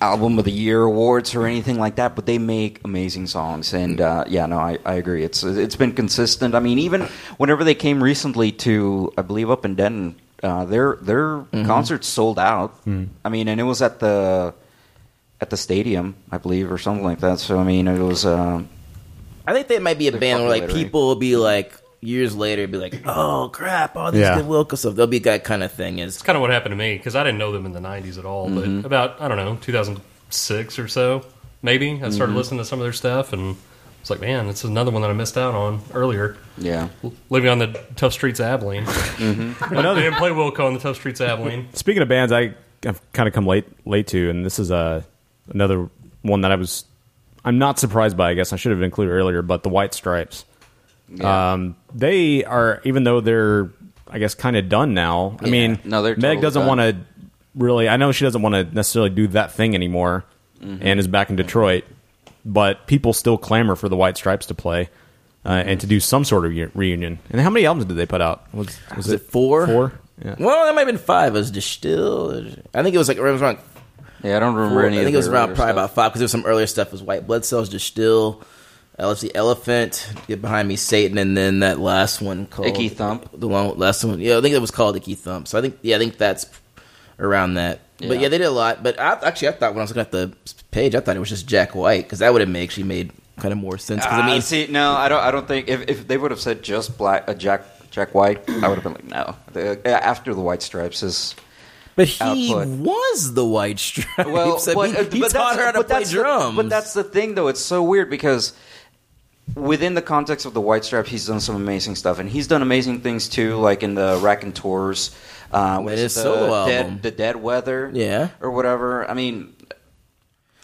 Speaker 14: album of the year awards or anything like that. But they make amazing songs, and uh, yeah, no, I, I agree. It's it's been consistent. I mean, even whenever they came recently to, I believe up in Denton, uh, their their concerts sold out.
Speaker 1: Hmm.
Speaker 12: Mm.
Speaker 14: I mean, and it was at the at the stadium, I believe, or something like that. So I mean, it was. Uh,
Speaker 12: I think they might be a band where like
Speaker 14: popular, right?
Speaker 12: people will be like years later be like, oh crap, all these
Speaker 6: Yeah.
Speaker 12: good Wilco stuff. They'll be that kind of thing. Is
Speaker 6: It's kind of what happened to me because I didn't know them in the '90s at all.
Speaker 12: Mhm.
Speaker 6: But about I don't know 2006 or so, maybe I started
Speaker 14: Mhm.
Speaker 6: listening to some of their stuff and it's like, man, it's another one that I missed out on earlier.
Speaker 14: Yeah.
Speaker 6: L- living on the tough streets of Abilene.
Speaker 1: Another-
Speaker 12: Mm-hmm.
Speaker 6: they didn't play Wilco on the tough streets of Abilene.
Speaker 1: Speaking of bands, I, I've kind of come late late to, and this is uh, another one that I was I'm not surprised by. I guess I should have included earlier, but the White Stripes.
Speaker 14: Yeah.
Speaker 1: Um, they are even though they're I guess kind of done now. I
Speaker 14: Yeah.
Speaker 1: mean,
Speaker 14: No, they're
Speaker 1: Meg
Speaker 14: totally
Speaker 1: doesn't
Speaker 14: done.
Speaker 1: want to really. I know she doesn't want to necessarily do that thing anymore,
Speaker 14: Mhm.
Speaker 1: and is back in Detroit. But people still clamor for the White Stripes to play. Uh, and to do some sort of re- reunion. And how many albums did they put out? Was, was,
Speaker 12: it four?
Speaker 1: Four. Yeah.
Speaker 12: Well, that might have been five. It was distilled. I think it was like it was around.
Speaker 14: Yeah, I don't remember
Speaker 12: four-
Speaker 14: any
Speaker 12: I
Speaker 14: of
Speaker 12: think it was
Speaker 14: their
Speaker 12: around
Speaker 14: earlier
Speaker 12: probably about five because there was some earlier stuff. It was White Blood Cells, Distill, LFC Elephant, Get Behind Me, Satan, and then that last one called
Speaker 14: Icky Thump.
Speaker 12: The one last one, yeah, I think it was called Icky Thump. So I think yeah, I think that's around that. But
Speaker 14: Yeah.
Speaker 12: yeah, they did a lot. But I, actually, I thought when I was looking at the page, I thought it was just Jack White because that would have actually made kind of more sense. 'Cause,
Speaker 14: Ah,
Speaker 12: I mean,
Speaker 14: see, no, I don't. I don't think if, if they would have said just black, uh, Jack Jack White, I would have been like, no. The, uh, after the White Stripes is,
Speaker 12: but he
Speaker 14: output.
Speaker 12: was the White Stripe.
Speaker 14: well, but, uh,
Speaker 12: he
Speaker 14: but
Speaker 12: taught
Speaker 14: that's-
Speaker 12: her how to
Speaker 14: but
Speaker 12: play
Speaker 14: that's
Speaker 12: drums.
Speaker 14: The, but that's the thing, though. It's so weird because within the context of the White Stripes, he's done some amazing stuff, and he's done amazing things too, like in the Rack and Tours, uh, what
Speaker 12: That
Speaker 14: is the
Speaker 12: is solo
Speaker 14: dead,
Speaker 12: album.
Speaker 14: the Dead Weather,
Speaker 12: Yeah.
Speaker 14: or whatever. I mean,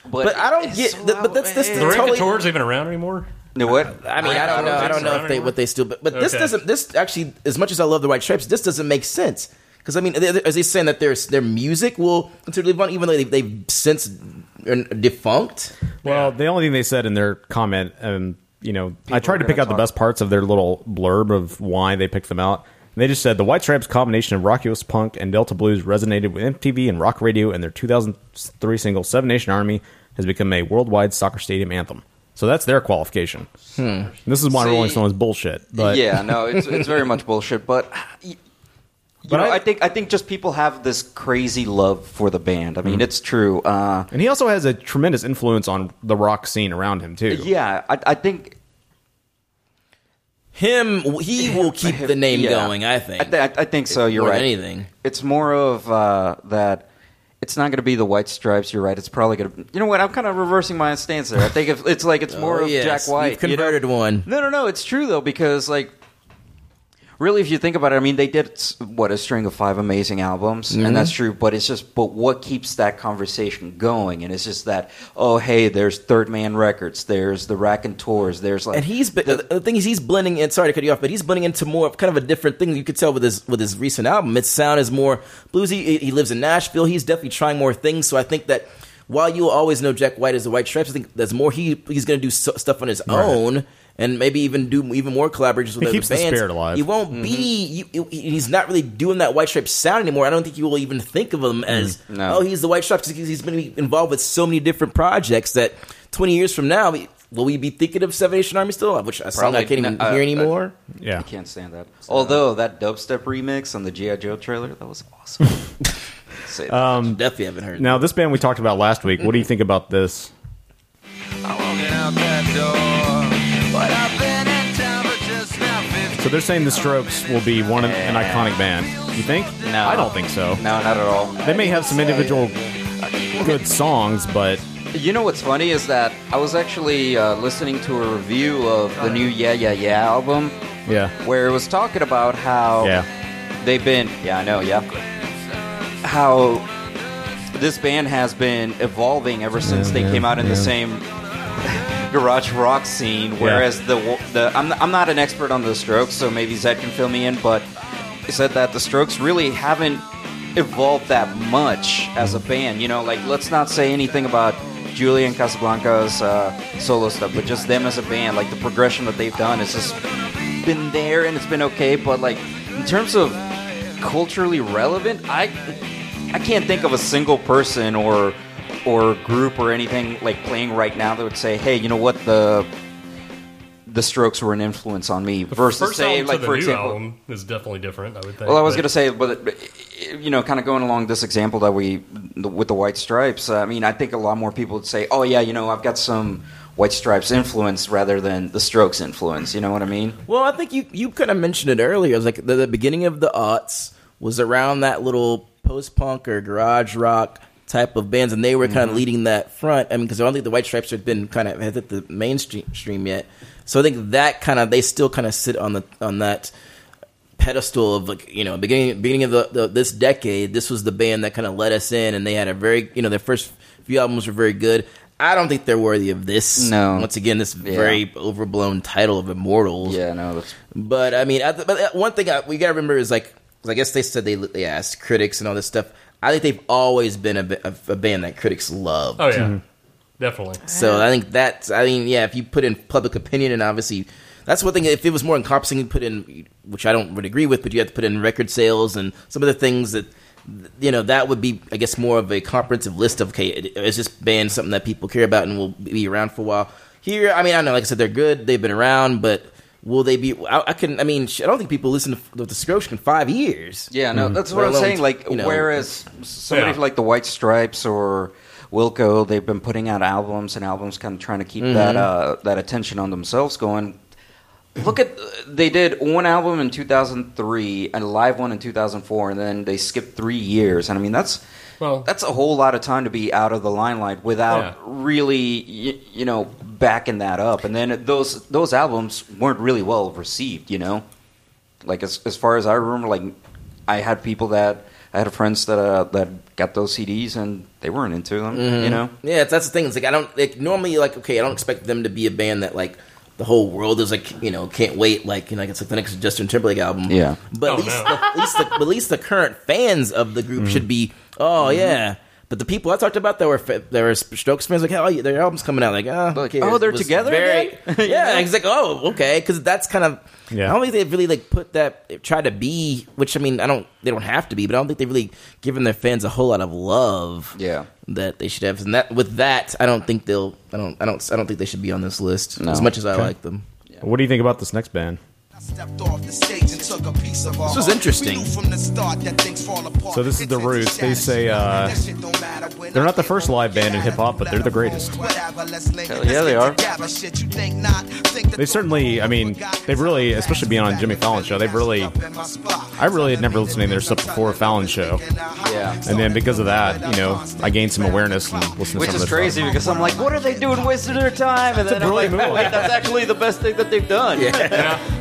Speaker 14: but,
Speaker 12: But I don't
Speaker 14: it's
Speaker 12: get-
Speaker 14: so
Speaker 12: th- but that's- that's
Speaker 14: out-
Speaker 6: Is
Speaker 12: the
Speaker 6: the
Speaker 12: totally-
Speaker 6: Raven Tour's even around anymore?
Speaker 14: No, what?
Speaker 12: I mean, I, don't know. I don't know if they what they still. But, but this
Speaker 6: Okay.
Speaker 12: doesn't. This actually, as much as I love the White Stripes, this doesn't make sense. Because I mean, they- they- as they saying that their their music will continue to live on, even though they, they've since are defunct.
Speaker 1: Well, the only thing they said in their comment, um, you know, I tried to
Speaker 12: are
Speaker 1: pick
Speaker 12: gonna
Speaker 1: out the
Speaker 12: talk.
Speaker 1: best parts of their little blurb of why they picked them out. And they just said the White Stripes combination of rockiest punk and Delta blues resonated with MTV and rock radio, and their 2003 single Seven Nation Army has become a worldwide soccer stadium anthem. So that's their qualification. And This is why
Speaker 14: Hmm. See-
Speaker 1: Rolling Stone is bullshit. But
Speaker 14: yeah, no, it's it's very much bullshit. But but I, think I think just people have this crazy love for the band. I mean,
Speaker 1: Mhm.
Speaker 14: it's true. Uh,
Speaker 1: and he also has a tremendous influence on the rock scene around him too.
Speaker 14: yeah, I, I think
Speaker 12: him he will keep the name
Speaker 14: Yeah.
Speaker 12: going. I think.
Speaker 14: I, th- I think so. You're
Speaker 12: More than
Speaker 14: right.
Speaker 12: anything.
Speaker 14: It's more of uh, that. It's not going to be the White Stripes. You're right. It's probably going to. You know what? I'm kind of reversing my stance there. I think if, it's like it's more
Speaker 12: Oh,
Speaker 14: of
Speaker 12: yes,
Speaker 14: Jack White.
Speaker 12: You've
Speaker 14: you know?
Speaker 12: converted one.
Speaker 14: No, no, no. It's true though because like, really, if you think about it, I mean, they did s- what a string of five amazing albums,
Speaker 12: Mhm.
Speaker 14: and that's true. But it's just, but what keeps that conversation going? And it's just that, oh, hey, there's Third Man Records, there's the Rack and Tours, there's like,
Speaker 12: And he's been, the, thing is he's blending in. Sorry to cut you off, but he's blending into more of kind of a different thing. You could tell with his with his recent album, its sound is more bluesy. He, he lives in Nashville. He's definitely trying more things. So I think that while you always know Jack White as the White Stripes, I think there's more he he's going to do so, stuff on his
Speaker 1: Right.
Speaker 12: own. And maybe even do even more collaborations with
Speaker 1: He
Speaker 12: other
Speaker 1: keeps the
Speaker 12: bands.
Speaker 1: spirit alive.
Speaker 12: He won't
Speaker 14: Mm-hmm.
Speaker 12: be. You, you- he's not really doing that White Stripes sound anymore. I don't think you will even think of him as
Speaker 14: Mm, No.
Speaker 12: oh, he's the White Stripes because he's been involved with so many different projects that 20 years from now, will we be thinking of Seven Nation Army still? Which I song I can't even
Speaker 14: not-
Speaker 12: hear
Speaker 14: uh,
Speaker 12: anymore.
Speaker 14: uh,
Speaker 1: Yeah.
Speaker 14: I can't stand that. Although that dubstep remix on the GI Joe trailer, that was awesome. Say that.
Speaker 12: Definitely haven't heard.
Speaker 1: Um, Now, this band we talked about last week. What do you think about this? So they're saying the Strokes will be one of an iconic band. You think? No, I don't think so.
Speaker 14: No, not at all.
Speaker 1: They may have some individual good songs, but
Speaker 14: You know what's funny is that I was actually uh, listening to a review of the new Yeah Yeah Yeah album
Speaker 1: yeah,
Speaker 14: where it was talking about how
Speaker 1: Yeah.
Speaker 14: they've been. Yeah, I know. Yeah, how this band has been evolving ever since they came out in the same garage rock scene. Whereas the the I'm I'm not an expert on the Strokes, so maybe Zed can fill me in. But he said that the Strokes really haven't evolved that much as a band. You know, like let's not say anything about Julian Casablanca's uh, solo stuff, but just them as a band. Like the progression that they've done has just been there, and it's been okay. But like in terms of culturally relevant, I I can't think of a single person or or group or anything like playing right now that would say, hey, you know what the the Strokes were an influence on me versus
Speaker 6: First
Speaker 14: say
Speaker 6: album
Speaker 14: like
Speaker 6: to the
Speaker 14: for
Speaker 6: new
Speaker 14: example
Speaker 6: album is definitely different. I would think.
Speaker 14: well, I was
Speaker 6: but-
Speaker 14: going to say, but uh, you know, kind of going along this example that we the, with the White Stripes. I mean, I think a lot more people would say, "Oh yeah, you know, I've got some White Stripes influence rather than the Strokes influence." You know what I mean?
Speaker 12: Well, I think you, you kind of mentioned it earlier. It was like the, the beginning of the aughts was around that little post punk or garage rock type of bands, and they were kind of
Speaker 14: Mhm.
Speaker 12: leading that front. I mean, because I don't think the White Stripes have been kind of hit the mainstream stream yet. So I think that kind of they still kind of sit on the on that pedestal of like you know beginning beginning of the, the this decade this was the band that kind of let us in and they had a very you know their first few albums were very good i don't think they're worthy of this
Speaker 14: No.
Speaker 12: once again this very overblown title of immortals yeah
Speaker 14: no that's
Speaker 12: but i mean I, but uh, one thing I, we gotta remember is like 'cause i guess they said they they asked critics and all this stuff i think they've always been a, ba- a, a band that critics love
Speaker 6: Oh yeah,
Speaker 14: Mm-hmm.
Speaker 6: definitely.
Speaker 12: so I think that's. I mean, yeah, if you put in public opinion, and obviously that's one thing. If it was more encompassing, you put in, which I don't would agree with, but you have to put in record sales and some of the things that you know that would be, I guess, more of a comprehensive list of okay, it- it's just band something that people care about and will be around for a while. Here, I mean, I don't know. Like I said, they're good. They've been around, but will they be? I, I can. I mean, sh- I don't think people listen to f- the Scrooge in five years.
Speaker 14: Yeah, no, that's what
Speaker 12: Let
Speaker 14: I'm
Speaker 12: alone,
Speaker 14: saying. Like,
Speaker 12: you know,
Speaker 14: whereas somebody
Speaker 12: Yeah.
Speaker 14: like the White Stripes or Wilco, they've been putting out albums and albums, kind of trying to keep
Speaker 12: Mhm.
Speaker 14: that uh, that attention on themselves going. Look at they did one album in 2003 and a live one in 2004, and then they skipped three years. And I mean, that's
Speaker 6: well,
Speaker 14: that's a whole lot of time to be out of the limelight without
Speaker 6: Yeah.
Speaker 14: really, you, you know, backing that up. And then those those albums weren't really well received, you know like as as far as I remember, like I had people that I had friends that uh, that got those CDs and they weren't into them, you
Speaker 1: Mm-hmm.
Speaker 12: Mhm.
Speaker 14: know.
Speaker 12: Yeah, it's- that's the thing. It's like I don't like normally like okay, I don't expect them to be a band that like the whole world is like you know can't wait like you know like it's like the next Justin Timberlake album.
Speaker 14: Yeah.
Speaker 12: but at least, the, at least the at least the current fans of the
Speaker 14: Mm-hmm.
Speaker 12: group should be oh
Speaker 14: Mhm.
Speaker 12: yeah. But the people I talked about that were fa- that were Strokes fans like oh yeah, their album's coming out like oh who cares?
Speaker 14: oh, they're
Speaker 12: It was
Speaker 14: together
Speaker 12: very-
Speaker 14: again?
Speaker 12: yeah, it's like oh okay because that's kind of
Speaker 14: Yeah.
Speaker 12: I don't think they've really like put that try to be which I mean I don't they don't have to be but I don't think they've really given their fans a whole lot of love
Speaker 14: yeah
Speaker 12: that they should have and that with that I don't think they'll I don't I don't I don't think they should be on this list
Speaker 1: No.
Speaker 12: as much as I
Speaker 1: Okay.
Speaker 12: like them.
Speaker 1: What do you think about this next band?
Speaker 12: This was interesting.
Speaker 1: So this is the Roots. They say uh, they're not the first live band in hip hop, but they're the greatest.
Speaker 14: yeah, they are.
Speaker 1: They certainly, I mean, they've really, especially being on Jimmy Fallon's show, they've really. I really had never listened to their stuff before Fallon's show.
Speaker 14: Yeah.
Speaker 1: And then because of that, you know, I gained some awareness and listened
Speaker 14: Which
Speaker 1: to some
Speaker 14: is
Speaker 1: of their
Speaker 14: crazy because I'm like, what are they doing, wasting their time? And
Speaker 1: It's a
Speaker 14: then I'm like,
Speaker 1: brilliant move.
Speaker 14: wait, that's actually the best thing that they've done.
Speaker 1: stuff.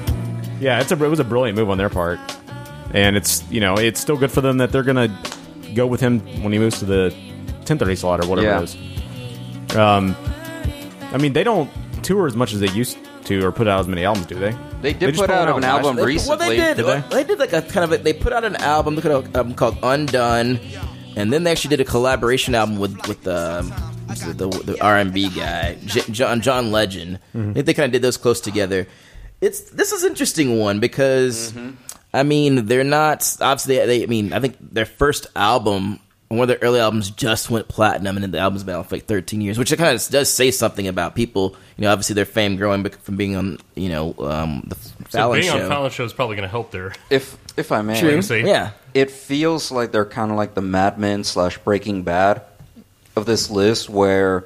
Speaker 1: Yeah, it's a, it was a brilliant move on their part, and it's you know it's still good for them that they're gonna go with him when he moves to the 10:30 slot or whatever
Speaker 14: Yeah.
Speaker 1: it is. Um, I mean, they don't tour as much as they used to or put out as many albums, do they?
Speaker 14: They did
Speaker 1: just
Speaker 14: put
Speaker 1: put
Speaker 14: out
Speaker 1: out
Speaker 14: an
Speaker 1: last-
Speaker 14: album
Speaker 1: They- well, they
Speaker 14: recently.
Speaker 1: did.
Speaker 12: Well, they? did like a kind of a, they put out an album look at a, um, called Undone, and then they actually did a collaboration album with with um, who's the the, the R and B guy J- John John Legend.
Speaker 1: Mm-hmm.
Speaker 12: I think they kind of did those close together. It's this is an interesting one because I mean they're not obviously they, I mean I think their first album. One of their early albums just went platinum, and then the album's been out for like 13 years, which kind of does say something about people. You know, obviously their fame growing bec- from being on, you know, um, the
Speaker 6: So
Speaker 12: Fallon
Speaker 6: being
Speaker 12: show.
Speaker 6: on Fallon show is probably going to help there.
Speaker 14: If if I may,
Speaker 6: True. Legacy. Yeah.
Speaker 14: it feels like they're kind of like the Mad Men slash Breaking Bad of this list, where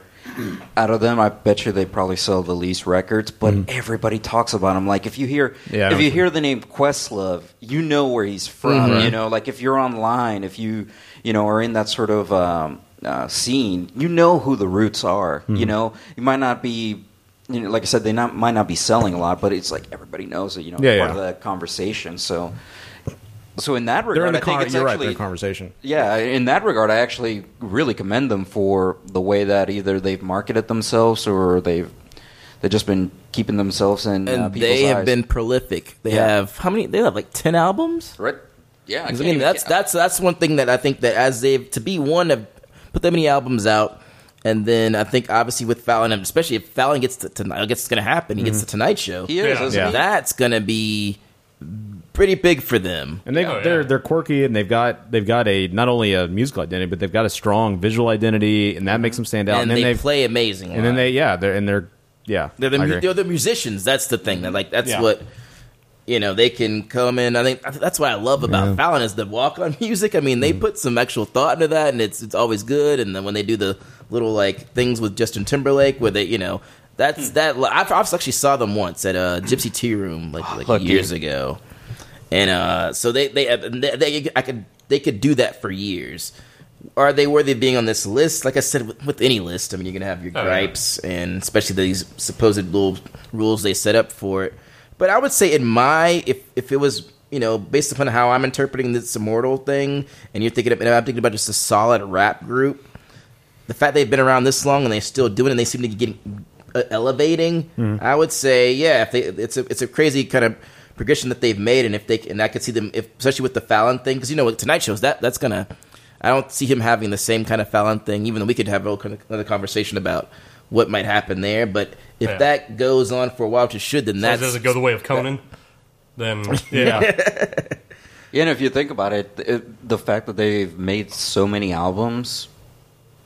Speaker 14: out of them, I bet you they probably sell the least records, but
Speaker 1: Mm.
Speaker 14: everybody talks about them. Like if you hear
Speaker 1: Yeah, I
Speaker 14: if
Speaker 1: know.
Speaker 14: you hear the name Questlove, you know where he's from.
Speaker 1: Mhm.
Speaker 14: You know, like if you're online, if you you know are in that sort of um, uh, scene, you know who the Roots are. You
Speaker 1: Mhm.
Speaker 14: know, you might not be. You know, like I said, they not, might not be selling a lot, but it's like everybody knows it. You know,
Speaker 1: Yeah,
Speaker 14: part
Speaker 1: yeah.
Speaker 14: of that conversation. So So in that regard,
Speaker 1: They're in the
Speaker 14: I think
Speaker 1: car.
Speaker 14: it's
Speaker 1: You're right.
Speaker 14: actually
Speaker 1: They're in conversation.
Speaker 14: yeah, in that regard, I actually really commend them for the way that either they've marketed themselves or they've they've just been keeping themselves in.
Speaker 12: And
Speaker 14: uh, people's
Speaker 12: they have
Speaker 14: eyes.
Speaker 12: been prolific. They
Speaker 14: Yeah.
Speaker 12: have how many? They have like ten albums.
Speaker 14: Right. Yeah, I
Speaker 12: I,
Speaker 14: can't
Speaker 12: mean
Speaker 14: even
Speaker 12: that's that's that's one thing that I think that as they've to be one have put that many albums out, and then I think obviously with Fallon, and especially if Fallon gets to tonight, I guess it's gonna happen. He
Speaker 14: Mm-hmm.
Speaker 12: gets
Speaker 1: Mhm.
Speaker 12: the Tonight Show.
Speaker 1: He is, Yeah. isn't he?
Speaker 12: That's gonna be pretty big for them.
Speaker 1: And they they're they're quirky and they've got they've got a not only a musical identity but they've got a strong visual identity and that makes them stand out.
Speaker 12: Mm-hmm. And
Speaker 1: then they
Speaker 12: they play amazing
Speaker 1: And then they yeah they're and they're yeah
Speaker 12: They're the,
Speaker 1: I
Speaker 12: mu-
Speaker 1: agree.
Speaker 12: they're the musicians. That's the thing. That like that's
Speaker 1: Yeah.
Speaker 12: what you know. They can come in. I think I think that's what I love about
Speaker 1: Yeah. Mm.
Speaker 12: Fallon is the walk on music. I mean, they put some actual thought into that, and it's it's always good. And then when they do the little like things with Justin Timberlake, where they you know
Speaker 1: Hmm.
Speaker 12: that's that. I, I actually saw them once at uh, Gypsy Tea Room like like
Speaker 14: Look,
Speaker 12: years
Speaker 14: dude.
Speaker 12: ago, and uh, so they they they, they I could they could do that for years. Are they worthy of being on this list? Like I said, with, with any list, I mean, you're gonna have your
Speaker 14: Oh, yeah.
Speaker 12: gripes, and especially these supposed little rules they set up for it. But I would say, in my if if it was you know based upon how I'm interpreting this immortal thing, and you're thinking, of, and I'm thinking about just a solid rap group, the fact they've been around this long and they still do it, and they seem to be getting uh, elevating.
Speaker 14: Mm-hmm.
Speaker 8: Mhm.
Speaker 12: I would say, yeah, if they, it's a it's a crazy kind of progression that they've made, and if they and I could see them, if, especially with the Fallon thing, because you know with tonight shows that that's gonna. I don't see him having the same kind of Fallon thing. Even though we could have a whole kind of- another conversation about what might happen there, but if
Speaker 6: Yeah.
Speaker 12: that goes on for a while, which it should, then
Speaker 6: As long as
Speaker 12: that's
Speaker 6: it doesn't go the way of Conan, then yeah.
Speaker 14: Yeah, and if you think about it, it, the fact that they've made so many albums,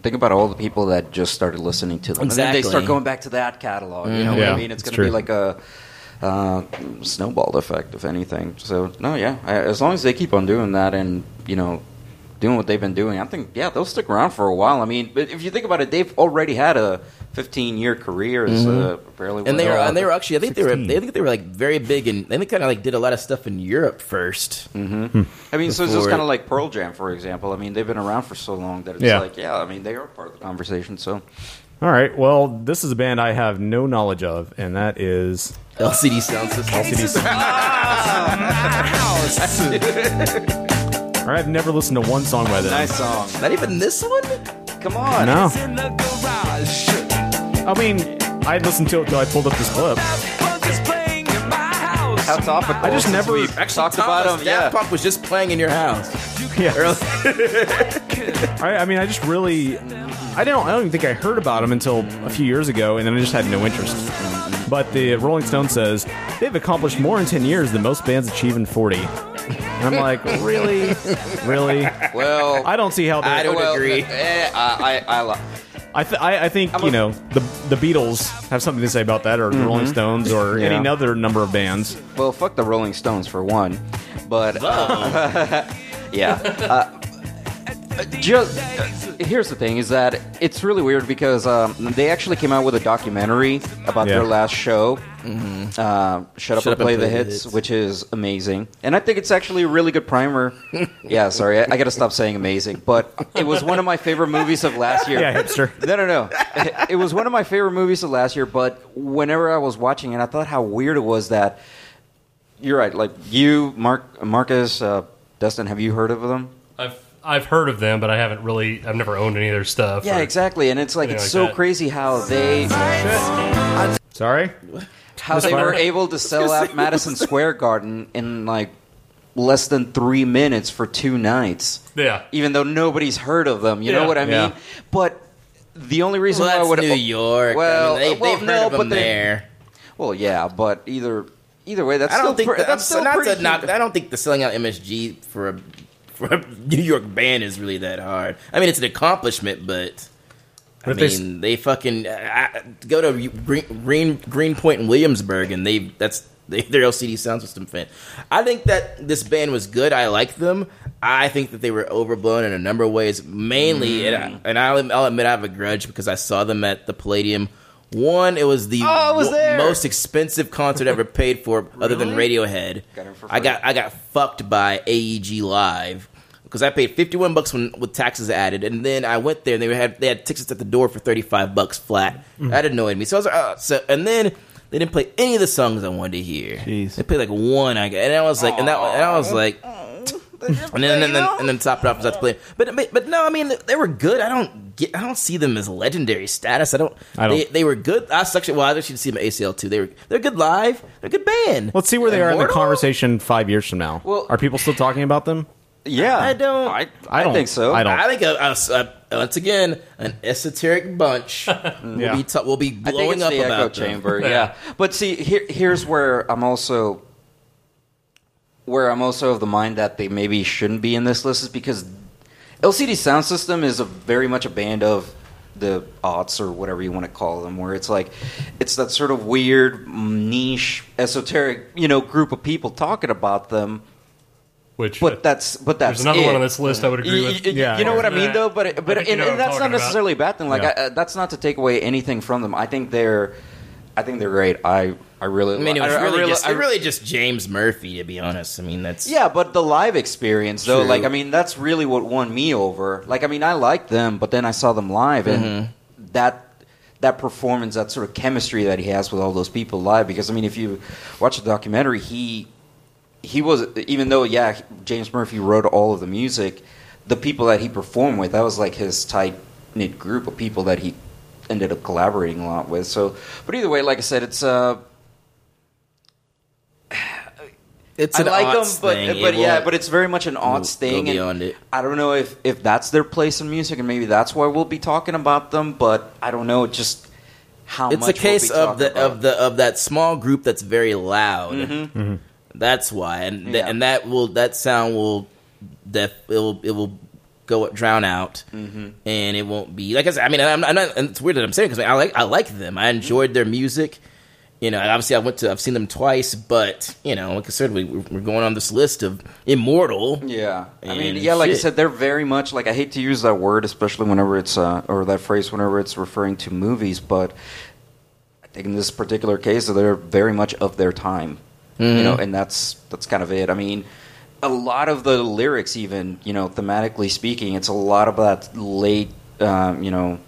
Speaker 14: think about all the people that just started listening to them. And then they start
Speaker 12: Exactly.
Speaker 14: going back to that catalog. You know
Speaker 12: Mhm.
Speaker 14: what
Speaker 12: Yeah,
Speaker 14: I mean? It's, going
Speaker 12: it's
Speaker 14: to be
Speaker 12: true.
Speaker 14: like a uh, snowball effect, if anything. So, no, yeah. I- As long as they keep on doing that and, you know, doing what they've been doing, I think, yeah, they'll stick around for a while. I mean, but if you think about it, they've already had a 15 year career as
Speaker 12: Mhm.
Speaker 14: uh, apparently
Speaker 12: and they
Speaker 14: one
Speaker 12: were
Speaker 14: of
Speaker 12: and they
Speaker 14: the-
Speaker 12: were actually I think they were
Speaker 14: 16.
Speaker 12: they think they were like very big and and they kind of like did a lot of stuff in Europe 1st
Speaker 14: Mm-hmm. I mean, so it's just
Speaker 12: Before-
Speaker 14: kind of like Pearl Jam, for example. I mean, they've been around for so long that it's
Speaker 1: Yeah.
Speaker 14: like, yeah, I mean, they are part of the conversation. So,
Speaker 1: All right, well this is a band I have no knowledge of and that is
Speaker 12: LCD Sound System.
Speaker 1: LCD Sound. All right, I've never listened to one song by them.
Speaker 14: Nice song.
Speaker 12: Not even this one.
Speaker 14: Come on.
Speaker 1: No.
Speaker 14: It's in the
Speaker 1: I mean, I listened to it till I pulled up this clip.
Speaker 14: How topical.
Speaker 1: I just
Speaker 12: Since
Speaker 1: never
Speaker 12: we've
Speaker 14: talked about
Speaker 12: Thomas,
Speaker 14: them,
Speaker 12: Daft
Speaker 14: yeah.
Speaker 12: Punk was just playing in your house.
Speaker 1: Yeah. I, I mean, I just really, I don't, I don't even think I heard about them until a few years ago, and then I just had no interest. But the Rolling Stone says they've accomplished more in ten years than most bands achieve in forty. And I'm like, really, really?
Speaker 14: Well,
Speaker 1: I don't see how. they-
Speaker 14: well, eh, I, I, I, lo-
Speaker 1: I, th- I, I think you know the the Beatles have something to say about that, or the
Speaker 14: Mhm.
Speaker 1: Rolling Stones, or
Speaker 14: Yeah.
Speaker 1: any other number of bands.
Speaker 14: well, fuck the Rolling Stones for one, but uh, yeah. Uh, just uh, here's the thing: is that it's really weird because um, they actually came out with a documentary about
Speaker 1: Yeah.
Speaker 14: their last show, uh, "Shut Up
Speaker 12: Shut
Speaker 14: and Play the Hits," which is amazing, and I think it's actually a really good primer. yeah, sorry, I, I got to stop saying amazing, but it was one of my favorite movies of last year.
Speaker 1: Yeah, hipster.
Speaker 14: No, no, no. It- It was one of my favorite movies of last year, but whenever I was watching it, I thought how weird it was that you're right. Like you, Mark, Marcus, uh, Dustin, have you heard of them?
Speaker 6: I've I've heard of them, but I haven't really. I've never owned any of their stuff.
Speaker 14: Yeah,
Speaker 6: or-
Speaker 14: exactly. And it's like
Speaker 6: Yeah,
Speaker 14: it's
Speaker 6: like
Speaker 14: so
Speaker 6: that.
Speaker 14: crazy how they
Speaker 1: Sorry,
Speaker 14: how
Speaker 1: That's
Speaker 14: they
Speaker 1: fine.
Speaker 14: were able to sell out Madison Square Garden in like less than three minutes for two nights.
Speaker 6: Yeah.
Speaker 14: Even though nobody's heard of them, you know
Speaker 6: Yeah.
Speaker 14: what I mean?
Speaker 6: Yeah.
Speaker 14: But the only reason
Speaker 12: Well,
Speaker 14: why I
Speaker 12: that's
Speaker 14: would
Speaker 12: New York. I
Speaker 14: well,
Speaker 12: mean, they-
Speaker 14: uh, well,
Speaker 12: they've heard
Speaker 14: no,
Speaker 12: of
Speaker 14: but
Speaker 12: 'em
Speaker 14: they-
Speaker 12: there.
Speaker 14: Well, yeah, but either either way, that's
Speaker 12: I
Speaker 14: still
Speaker 12: don't think
Speaker 14: pre-
Speaker 12: that-
Speaker 14: that's
Speaker 12: I'm
Speaker 14: still
Speaker 12: so- not
Speaker 14: pretty
Speaker 12: to knock- I don't think the selling out MSG for a for a New York band is really that hard. I mean, it's an accomplishment, but. I
Speaker 1: But if they
Speaker 12: mean, they, fucking I, I- go to Green, Green, Greenpoint and Williamsburg, and they that's they, they're LCD Sound System fan. I think that this band was good. I like them. I think that they were overblown in a number of ways. Mainly,
Speaker 14: Mm.
Speaker 12: and, I, and I'll, I'll admit I have a grudge because I saw them at the Palladium. One, it was the
Speaker 14: Oh, I was
Speaker 12: wo-
Speaker 14: there.
Speaker 12: most expensive concert ever paid for, other than Radiohead.
Speaker 14: Got him for
Speaker 12: I got I got fucked by AEG Live because I paid fifty one bucks when with taxes added, and then I went there and they had they had tickets at the door for thirty five bucks flat.
Speaker 5: Mm.
Speaker 12: That annoyed me. So I was like, oh, so and then they didn't play any of the songs I wanted to hear. They played like one, I gu- and I was like, and that and I was like. and then, and then, and then topped it off with play. But, but but no, I mean they were good. I don't get. I don't see them as legendary status. I don't.
Speaker 1: I don't-
Speaker 12: They, they were good. I actually, well, I actually see them at ACL too. They were they're good live. They're a good band.
Speaker 1: Let's see where they are in the
Speaker 12: Immortal?
Speaker 1: conversation five years from now.
Speaker 12: Well-
Speaker 1: are people still talking about them?
Speaker 14: Yeah,
Speaker 12: I don't.
Speaker 14: I,
Speaker 1: I don't think so. I don't.
Speaker 12: I think uh, us- uh, once again an esoteric bunch will
Speaker 14: Yeah.
Speaker 12: be ta- will be
Speaker 14: I think
Speaker 12: blowing
Speaker 14: it's
Speaker 12: up
Speaker 14: the
Speaker 12: about
Speaker 14: echo
Speaker 12: them.
Speaker 14: chamber. yeah, but see, here, here's where I'm also where I'm also of the mind that they maybe shouldn't be in this list is because LCD Sound System is a very much a band of the aughts or whatever you want to call them, where it's like it's that sort of weird niche esoteric you know group of people talking about them.
Speaker 6: Which,
Speaker 14: but that's but that's
Speaker 6: there's another
Speaker 14: it.
Speaker 6: one on this list I would agree
Speaker 14: Y-
Speaker 6: with.
Speaker 14: y- y-
Speaker 6: Yeah.
Speaker 14: you know what I mean,
Speaker 6: Yeah.
Speaker 14: though. But
Speaker 6: I
Speaker 14: it- but
Speaker 6: think you
Speaker 14: and,
Speaker 6: know
Speaker 14: and
Speaker 6: what I'm
Speaker 14: that's not
Speaker 6: talking about.
Speaker 14: necessarily a bad thing. Like
Speaker 6: Yeah.
Speaker 14: I, uh, that's not to take away anything from them. I think they're, I think they're great. I I really
Speaker 12: I mean, it was
Speaker 14: I, I
Speaker 12: really,
Speaker 14: really,
Speaker 12: just,
Speaker 14: I
Speaker 12: really just James Murphy, to be honest. I mean, that's
Speaker 14: yeah, but the live experience though,
Speaker 12: True.
Speaker 14: like I mean, that's really what won me over. Like I mean, I liked them, but then I saw them live, and
Speaker 12: Mhm.
Speaker 14: that that performance, that sort of chemistry that he has with all those people live. Because I mean, if you watch the documentary, he he was even though yeah, James Murphy wrote all of the music, the people that he performed with, that was like his tight knit group of people that he ended up collaborating a lot with. So, but either way, like I said, it's uh.
Speaker 12: It's
Speaker 14: I
Speaker 12: an
Speaker 14: like them,
Speaker 12: aughts
Speaker 14: but
Speaker 12: thing.
Speaker 14: but
Speaker 12: It
Speaker 14: yeah,
Speaker 12: won't
Speaker 14: but it's very much an odds
Speaker 12: go
Speaker 14: thing. and
Speaker 12: beyond it.
Speaker 14: I don't know if if that's their place in music, and maybe that's why we'll be talking about them. But I don't know. Just how
Speaker 12: it's
Speaker 14: much
Speaker 12: a case
Speaker 14: we'll be
Speaker 12: of the
Speaker 14: talking about.
Speaker 12: of the of that small group that's very loud.
Speaker 14: Mhm.
Speaker 12: That's why, and th-
Speaker 14: Yeah.
Speaker 12: and that will that sound will def it will it will go drown out,
Speaker 14: Mhm.
Speaker 12: and it won't be like I said. I mean, I'm, I'm not. And it's weird that I'm saying because I like I like them. I enjoyed their music. You know, and obviously I went to I've seen them twice, but you know, like I said, we, we're going on this list of immortal.
Speaker 14: Yeah, I mean,
Speaker 12: and
Speaker 14: yeah, like I
Speaker 12: shit.
Speaker 14: said, they're very much like I hate to use that word, especially whenever it's uh, or that phrase whenever it's referring to movies, but I think in this particular case, they're very much of their time, you
Speaker 12: Mhm.
Speaker 14: know, and that's that's kind of it. I mean, a lot of the lyrics, even you know, thematically speaking, it's a lot of that late, um, you know,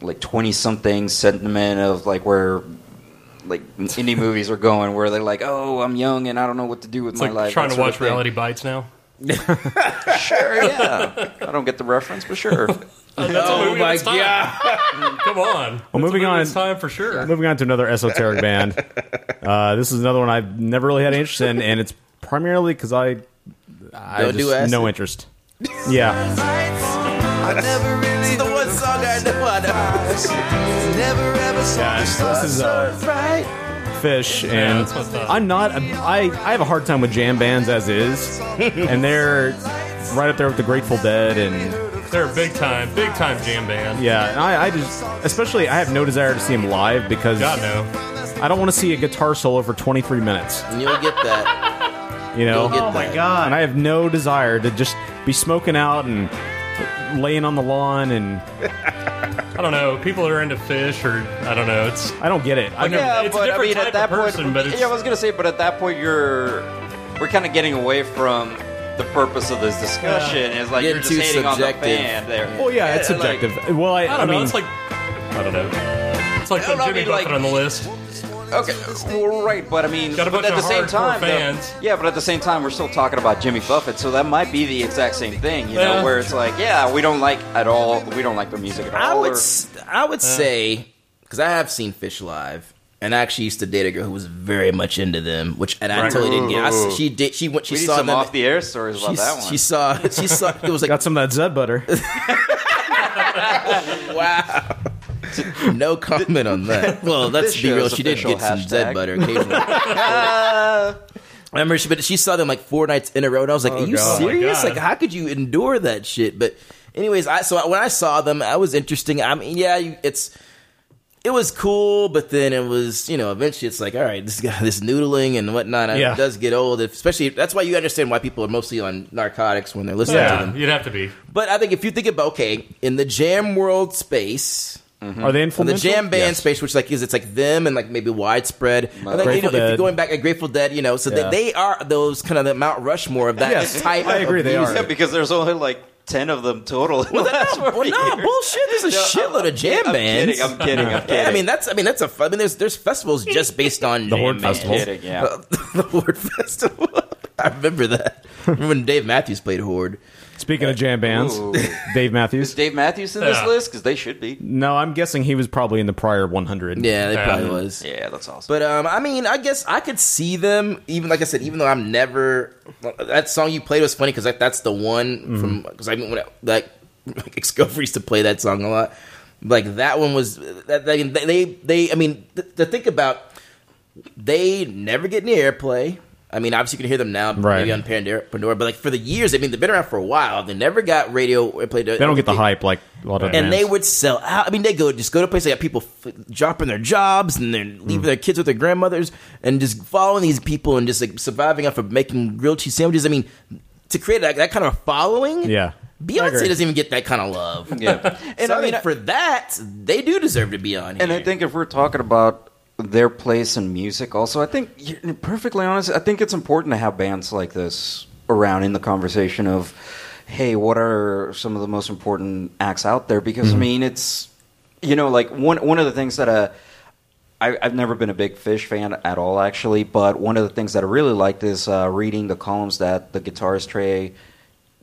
Speaker 14: like twenty something sentiment of like where. Like indie movies are going, where they're like, "Oh, I'm young and I don't know what to do with
Speaker 6: It's
Speaker 14: my
Speaker 6: like
Speaker 14: life."
Speaker 6: trying
Speaker 14: that
Speaker 6: to
Speaker 14: sort of
Speaker 6: watch
Speaker 14: thing.
Speaker 6: Reality Bites now.
Speaker 14: Sure, yeah. I don't get the reference, but sure.
Speaker 6: oh my god! Come on.
Speaker 1: Well, moving on.
Speaker 6: It's time for sure.
Speaker 1: Moving on to another esoteric band. Uh, this is another one I've never really had interest in, and it's primarily because I, I
Speaker 12: Don't do
Speaker 1: just- no
Speaker 12: acid.
Speaker 1: interest. Yeah,
Speaker 12: I never really this is the one song I know. I know. never ever saw
Speaker 1: this is uh,
Speaker 12: right.
Speaker 1: Fish, and
Speaker 12: that's what's up.
Speaker 1: I'm not. I I have a hard time with jam bands as is, and they're right up there with the Grateful Dead and
Speaker 6: They're a big time, big time jam band.
Speaker 1: Yeah, and I, I just, especially, I have no desire to see him live because
Speaker 6: God, no.
Speaker 1: I don't want to see a guitar solo for 23 minutes.
Speaker 12: And you'll get that.
Speaker 1: You know,
Speaker 12: You'll get Oh my that.
Speaker 1: god! And I have no desire to just be smoking out and laying on the lawn, and
Speaker 6: I don't know. People that are into fish, or I don't know. It's
Speaker 1: I don't get it.
Speaker 6: I've never-
Speaker 14: yeah,
Speaker 6: it's a
Speaker 14: but I
Speaker 6: different
Speaker 14: mean,
Speaker 6: type
Speaker 14: at that
Speaker 6: of person,
Speaker 14: point,
Speaker 6: but it's,
Speaker 14: yeah, I was gonna say, but at that point, you're we're kind of getting away from the purpose of this discussion.
Speaker 1: Yeah.
Speaker 14: It's like you're
Speaker 1: Getting
Speaker 14: just
Speaker 1: too
Speaker 14: hating on
Speaker 1: subjective.
Speaker 14: the band there.
Speaker 1: Well, yeah, it's
Speaker 14: like-
Speaker 1: subjective. well, I,
Speaker 6: I don't know.
Speaker 1: mean,
Speaker 6: it's like I don't know. It's like
Speaker 14: I
Speaker 6: the
Speaker 14: don't know, I
Speaker 6: Jimmy
Speaker 14: mean,
Speaker 6: Buffett
Speaker 14: like-
Speaker 6: on the list.
Speaker 14: Okay, well, right, but I mean,
Speaker 6: Got a
Speaker 14: but
Speaker 6: bunch
Speaker 14: at the
Speaker 6: of
Speaker 14: same
Speaker 6: hardcore
Speaker 14: time, though-
Speaker 6: fans.
Speaker 14: yeah, but at the same time, we're still talking about Jimmy Buffett, so that might be the exact same thing, you know,
Speaker 12: Yeah.
Speaker 14: where it's like, yeah, we don't like at all, we don't like their music at all.
Speaker 12: I would,
Speaker 14: or-
Speaker 12: s- I
Speaker 14: Uh.
Speaker 12: would say, because I have seen Fish live, and I actually used to date a girl who was very much into them, which and I
Speaker 14: Right.
Speaker 12: totally didn't get. I s
Speaker 14: Ooh.
Speaker 12: she did. She went. She
Speaker 14: we need
Speaker 12: saw
Speaker 14: some
Speaker 12: them
Speaker 14: off the air stories about
Speaker 12: she,
Speaker 14: that one.
Speaker 12: She saw. She saw. It was like
Speaker 1: got some of that Zed butter.
Speaker 12: wow. No comment on that. Well, let's
Speaker 14: This
Speaker 12: be real.
Speaker 14: show's
Speaker 12: She did
Speaker 14: official
Speaker 12: get some Zed
Speaker 14: hashtag.
Speaker 12: butter occasionally. I remember she, but she saw them like four nights in a row, and I was like,
Speaker 14: Oh,
Speaker 12: "Are you
Speaker 14: God. Oh, my
Speaker 12: serious?
Speaker 14: God.
Speaker 12: like, how could you endure that shit?" But, anyways, I so when I saw them, I was interesting. I mean, yeah, you- it's it was cool, but then it was you know eventually it's like, all right, this guy, this noodling and whatnot, uh,
Speaker 6: Yeah.
Speaker 12: it does get old. Especially that's why you understand why people are mostly on narcotics when they're listening
Speaker 6: yeah,
Speaker 12: to them.
Speaker 6: you'd have to be.
Speaker 12: But I think if you think about okay, in the jam world space,
Speaker 1: Are they
Speaker 12: in the
Speaker 1: influential?
Speaker 12: jam band
Speaker 1: Yes.
Speaker 12: space, which like is it's like them and like maybe widespread. And, like, you know,
Speaker 1: Grateful
Speaker 12: if you're
Speaker 1: Dead.
Speaker 12: going back at Grateful Dead, you know, so
Speaker 1: Yeah.
Speaker 12: they, they are those kind of the Mount Rushmore of that type. of music.
Speaker 14: Yeah, because there's only like ten of them total.
Speaker 12: Well, no, well, no, bullshit. There's a shitload of jam
Speaker 14: I'm
Speaker 12: bands.
Speaker 14: kidding, I'm kidding, I'm
Speaker 12: Yeah, I
Speaker 14: kidding.
Speaker 12: mean that's. I mean that's a. fu- I mean there's there's festivals just based on
Speaker 14: The
Speaker 12: jam
Speaker 14: Horde
Speaker 12: bands.
Speaker 14: festivals. Kidding, yeah.
Speaker 12: Uh, the Horde festival. I remember that. remember when Dave Matthews played Horde.
Speaker 1: Speaking of jam bands, Dave Matthews.
Speaker 14: Is Dave Matthews in this
Speaker 1: Yeah.
Speaker 14: list? Because they should be.
Speaker 1: No, I'm guessing he was probably in the prior 100.
Speaker 12: Yeah, they probably was.
Speaker 14: Um, Yeah, that's awesome.
Speaker 12: But um, I mean, I guess I could see them. Even like I said, even though I'm never that song you played was funny because like that's the one
Speaker 1: Mm-hmm.
Speaker 12: from because I mean when I, like Excalibur used to play that song a lot. Like that one was that they they, they I mean th- to think about they never get any airplay. I mean, obviously you can hear them now,
Speaker 1: Right.
Speaker 12: maybe on Pandora, Pandora, but like for the years, I mean, they've been around for a while. They never got radio airplay.
Speaker 1: They don't get the hype like a lot of
Speaker 12: And they
Speaker 1: bands.
Speaker 12: would sell out. I mean, they go just go to places. They got people f- dropping their jobs and they're leaving their kids with their grandmothers and just following these people and just like surviving off of making grilled cheese sandwiches. I mean, to create that, that kind of following,
Speaker 1: Yeah.
Speaker 12: Beyonce doesn't even get that kind of love.
Speaker 14: Yeah,
Speaker 12: and I mean, for that, they do deserve to be on.
Speaker 14: And I think if we're talking about their place in music, also, I think, you're perfectly honest, I think it's important to have bands like this around in the conversation of, hey, what are some of the most important acts out there? Because I mean, it's you know, like one one of the things that uh, I, I've never been a big Fish fan at all, actually. But one of the things that I really liked is uh, reading the columns that the guitarist Trey,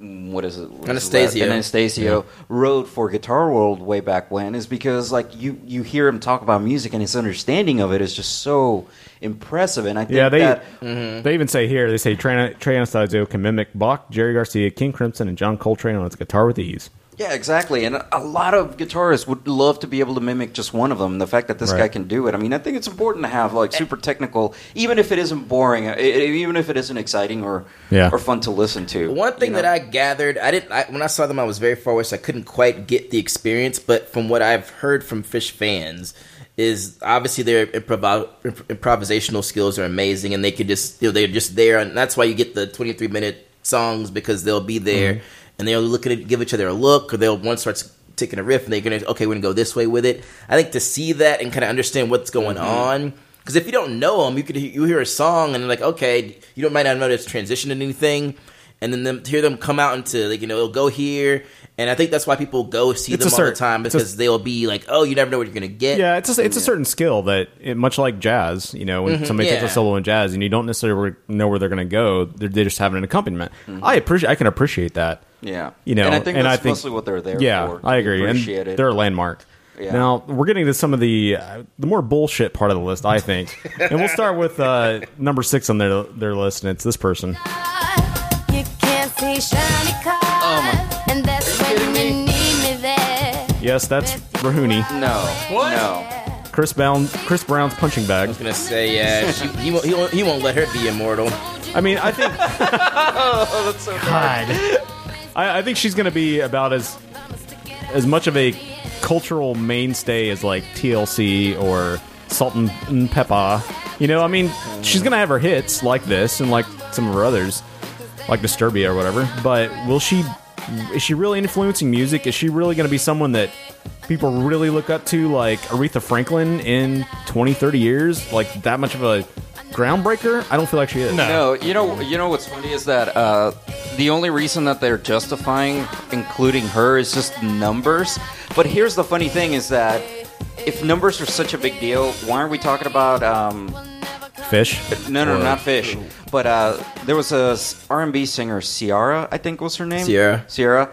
Speaker 14: what is it, what is his last-
Speaker 12: Anastasio.
Speaker 14: Anastasio
Speaker 12: Yeah.
Speaker 14: wrote for Guitar World way back when, is because like you you hear him talk about music and his understanding of it is just so impressive. And I think
Speaker 1: Yeah, they
Speaker 14: that
Speaker 1: they even say here they say Trey, Trey Anastasio can mimic Bach, Jerry Garcia, King Crimson, and John Coltrane on its guitar with ease.
Speaker 14: Yeah, exactly. And a lot of guitarists would love to be able to mimic just one of them. The fact that this
Speaker 1: Right.
Speaker 14: guy can do it, I mean, I think it's important to have like super technical, even if it isn't boring, uh, i- even if it isn't exciting or
Speaker 1: Yeah.
Speaker 14: or fun to listen to.
Speaker 12: One thing that I gathered, I didn't I, when I saw them. I was very far away, so I couldn't quite get the experience. But from what I've heard from Fish fans, is obviously their improv- imp- improvisational skills are amazing, and they could just you know, they're just there, and that's why you get the twenty three minute songs because they'll be there
Speaker 8: Mhm.
Speaker 12: and they'll look at it, give each other a look, or they'll one starts taking a riff and they're gonna okay, we're gonna go this way with it. I think to see that and kind of understand what's going
Speaker 1: Mm-hmm.
Speaker 12: on. Because if you don't know them, you could you hear a song and like okay, you don't might not know that it's transitioning anything, and then them, to hear them come out into like you know they'll go here, and I think that's why people go see
Speaker 1: It's
Speaker 12: them
Speaker 1: a
Speaker 12: all
Speaker 1: cert-
Speaker 12: the time
Speaker 1: it's a-
Speaker 12: because they'll be like oh you never know what you're gonna get.
Speaker 1: Yeah, it's a, it's a certain skill that, it, much like jazz, you know, when
Speaker 14: Mm-hmm.
Speaker 12: Mhm,
Speaker 1: somebody
Speaker 12: yeah.
Speaker 1: takes a solo in jazz and you don't necessarily know where they're going to go, they're, they just have an accompaniment. I appreciate, I can appreciate that.
Speaker 14: Mm-hmm. Yeah.
Speaker 1: you know,
Speaker 14: And I think that's mostly what they're there
Speaker 1: yeah,
Speaker 14: for,
Speaker 1: I
Speaker 14: to
Speaker 1: agree, and
Speaker 14: appreciate it.
Speaker 1: they're a landmark.
Speaker 14: Yeah.
Speaker 1: Now we're getting to some of the uh, the more bullshit part of the list, I think, and we'll start with uh, number six on their their list, and it's this person.
Speaker 9: You can't see shiny cars, and that's when you need me there.
Speaker 1: Yes, that's Rahuni.
Speaker 14: No,
Speaker 9: What?
Speaker 14: no.
Speaker 1: Chris Brown, Chris Brown's punching bag. I was
Speaker 12: gonna say, yeah, she, he, won't, he, won't, he won't let her be immortal.
Speaker 1: I mean, I think
Speaker 14: oh, that's so bad.
Speaker 1: I, I think she's going to be about as as much of a cultural mainstay as like TLC or Salt and- and Peppa. You know, I mean, she's going to have her hits like this and like some of her others, like Disturbia or whatever. But will she? Is she really influencing music? Is she really going to be someone that people really look up to, like Aretha Franklin, in 20, 30 years? Like that much of a groundbreaker? I don't feel like she is.
Speaker 14: No. you know, you know what's funny is that uh, the only reason that they're justifying including her is just numbers. But here's the funny thing: is that if numbers are such a big deal, why aren't we talking about? Um,
Speaker 1: Fish?
Speaker 14: no, no,
Speaker 1: Or-
Speaker 14: not fish. But uh, there was a R and B singer, Ciara, I think was her name.
Speaker 12: Ciara.
Speaker 14: Ciara.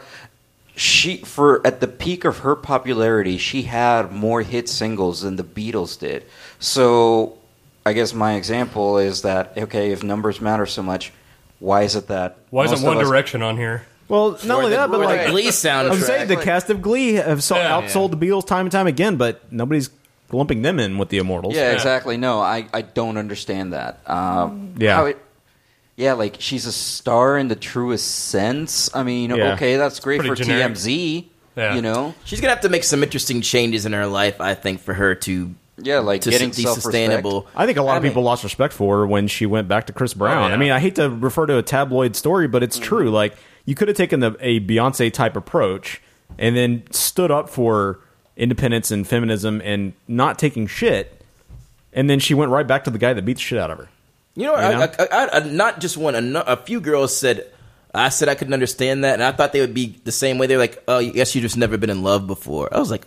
Speaker 14: She for at the peak of her popularity, she had more hit singles than the Beatles did. So, I guess my example is that okay, if numbers matter so much, why is it that?
Speaker 6: Why isn't
Speaker 14: most of
Speaker 6: One
Speaker 14: us-
Speaker 6: Direction on here?
Speaker 1: Well, not only that, but
Speaker 6: or
Speaker 1: like
Speaker 6: the Glee
Speaker 1: I'm
Speaker 6: soundtrack.
Speaker 1: saying the cast of Glee have so- outsold the Beatles time and time again, but nobody's lumping them in with the Immortals.
Speaker 14: Yeah, exactly. No, I, I don't understand that. Um,
Speaker 1: Yeah.
Speaker 14: how it- yeah, like she's a star in the truest sense. I mean,
Speaker 12: Yeah.
Speaker 14: okay, that's great
Speaker 12: Pretty
Speaker 14: for
Speaker 12: generic.
Speaker 14: TMZ. You know,
Speaker 12: she's gonna have to make some interesting changes in her life. I think for her to
Speaker 14: Yeah, like
Speaker 12: to
Speaker 14: getting
Speaker 12: be
Speaker 14: self-respect.
Speaker 12: sustainable.
Speaker 1: I think a lot of
Speaker 12: mean-
Speaker 1: people lost respect for her when she went back to Chris Brown.
Speaker 12: yeah.
Speaker 1: I mean, I hate to refer to a tabloid story, but
Speaker 14: Mm.
Speaker 1: it's true. Like you could have taken the, a Beyonce type approach and then stood up for independence and feminism and not taking shit, and then she went right back to the guy that beat the shit out of her.
Speaker 12: You know,
Speaker 1: You know?
Speaker 12: I, I, I, I, not just one. A, nu- a few girls said, "I said I couldn't understand that," and I thought they would be the same way. They're like, "Oh, yes, you just never been in love before." I was like,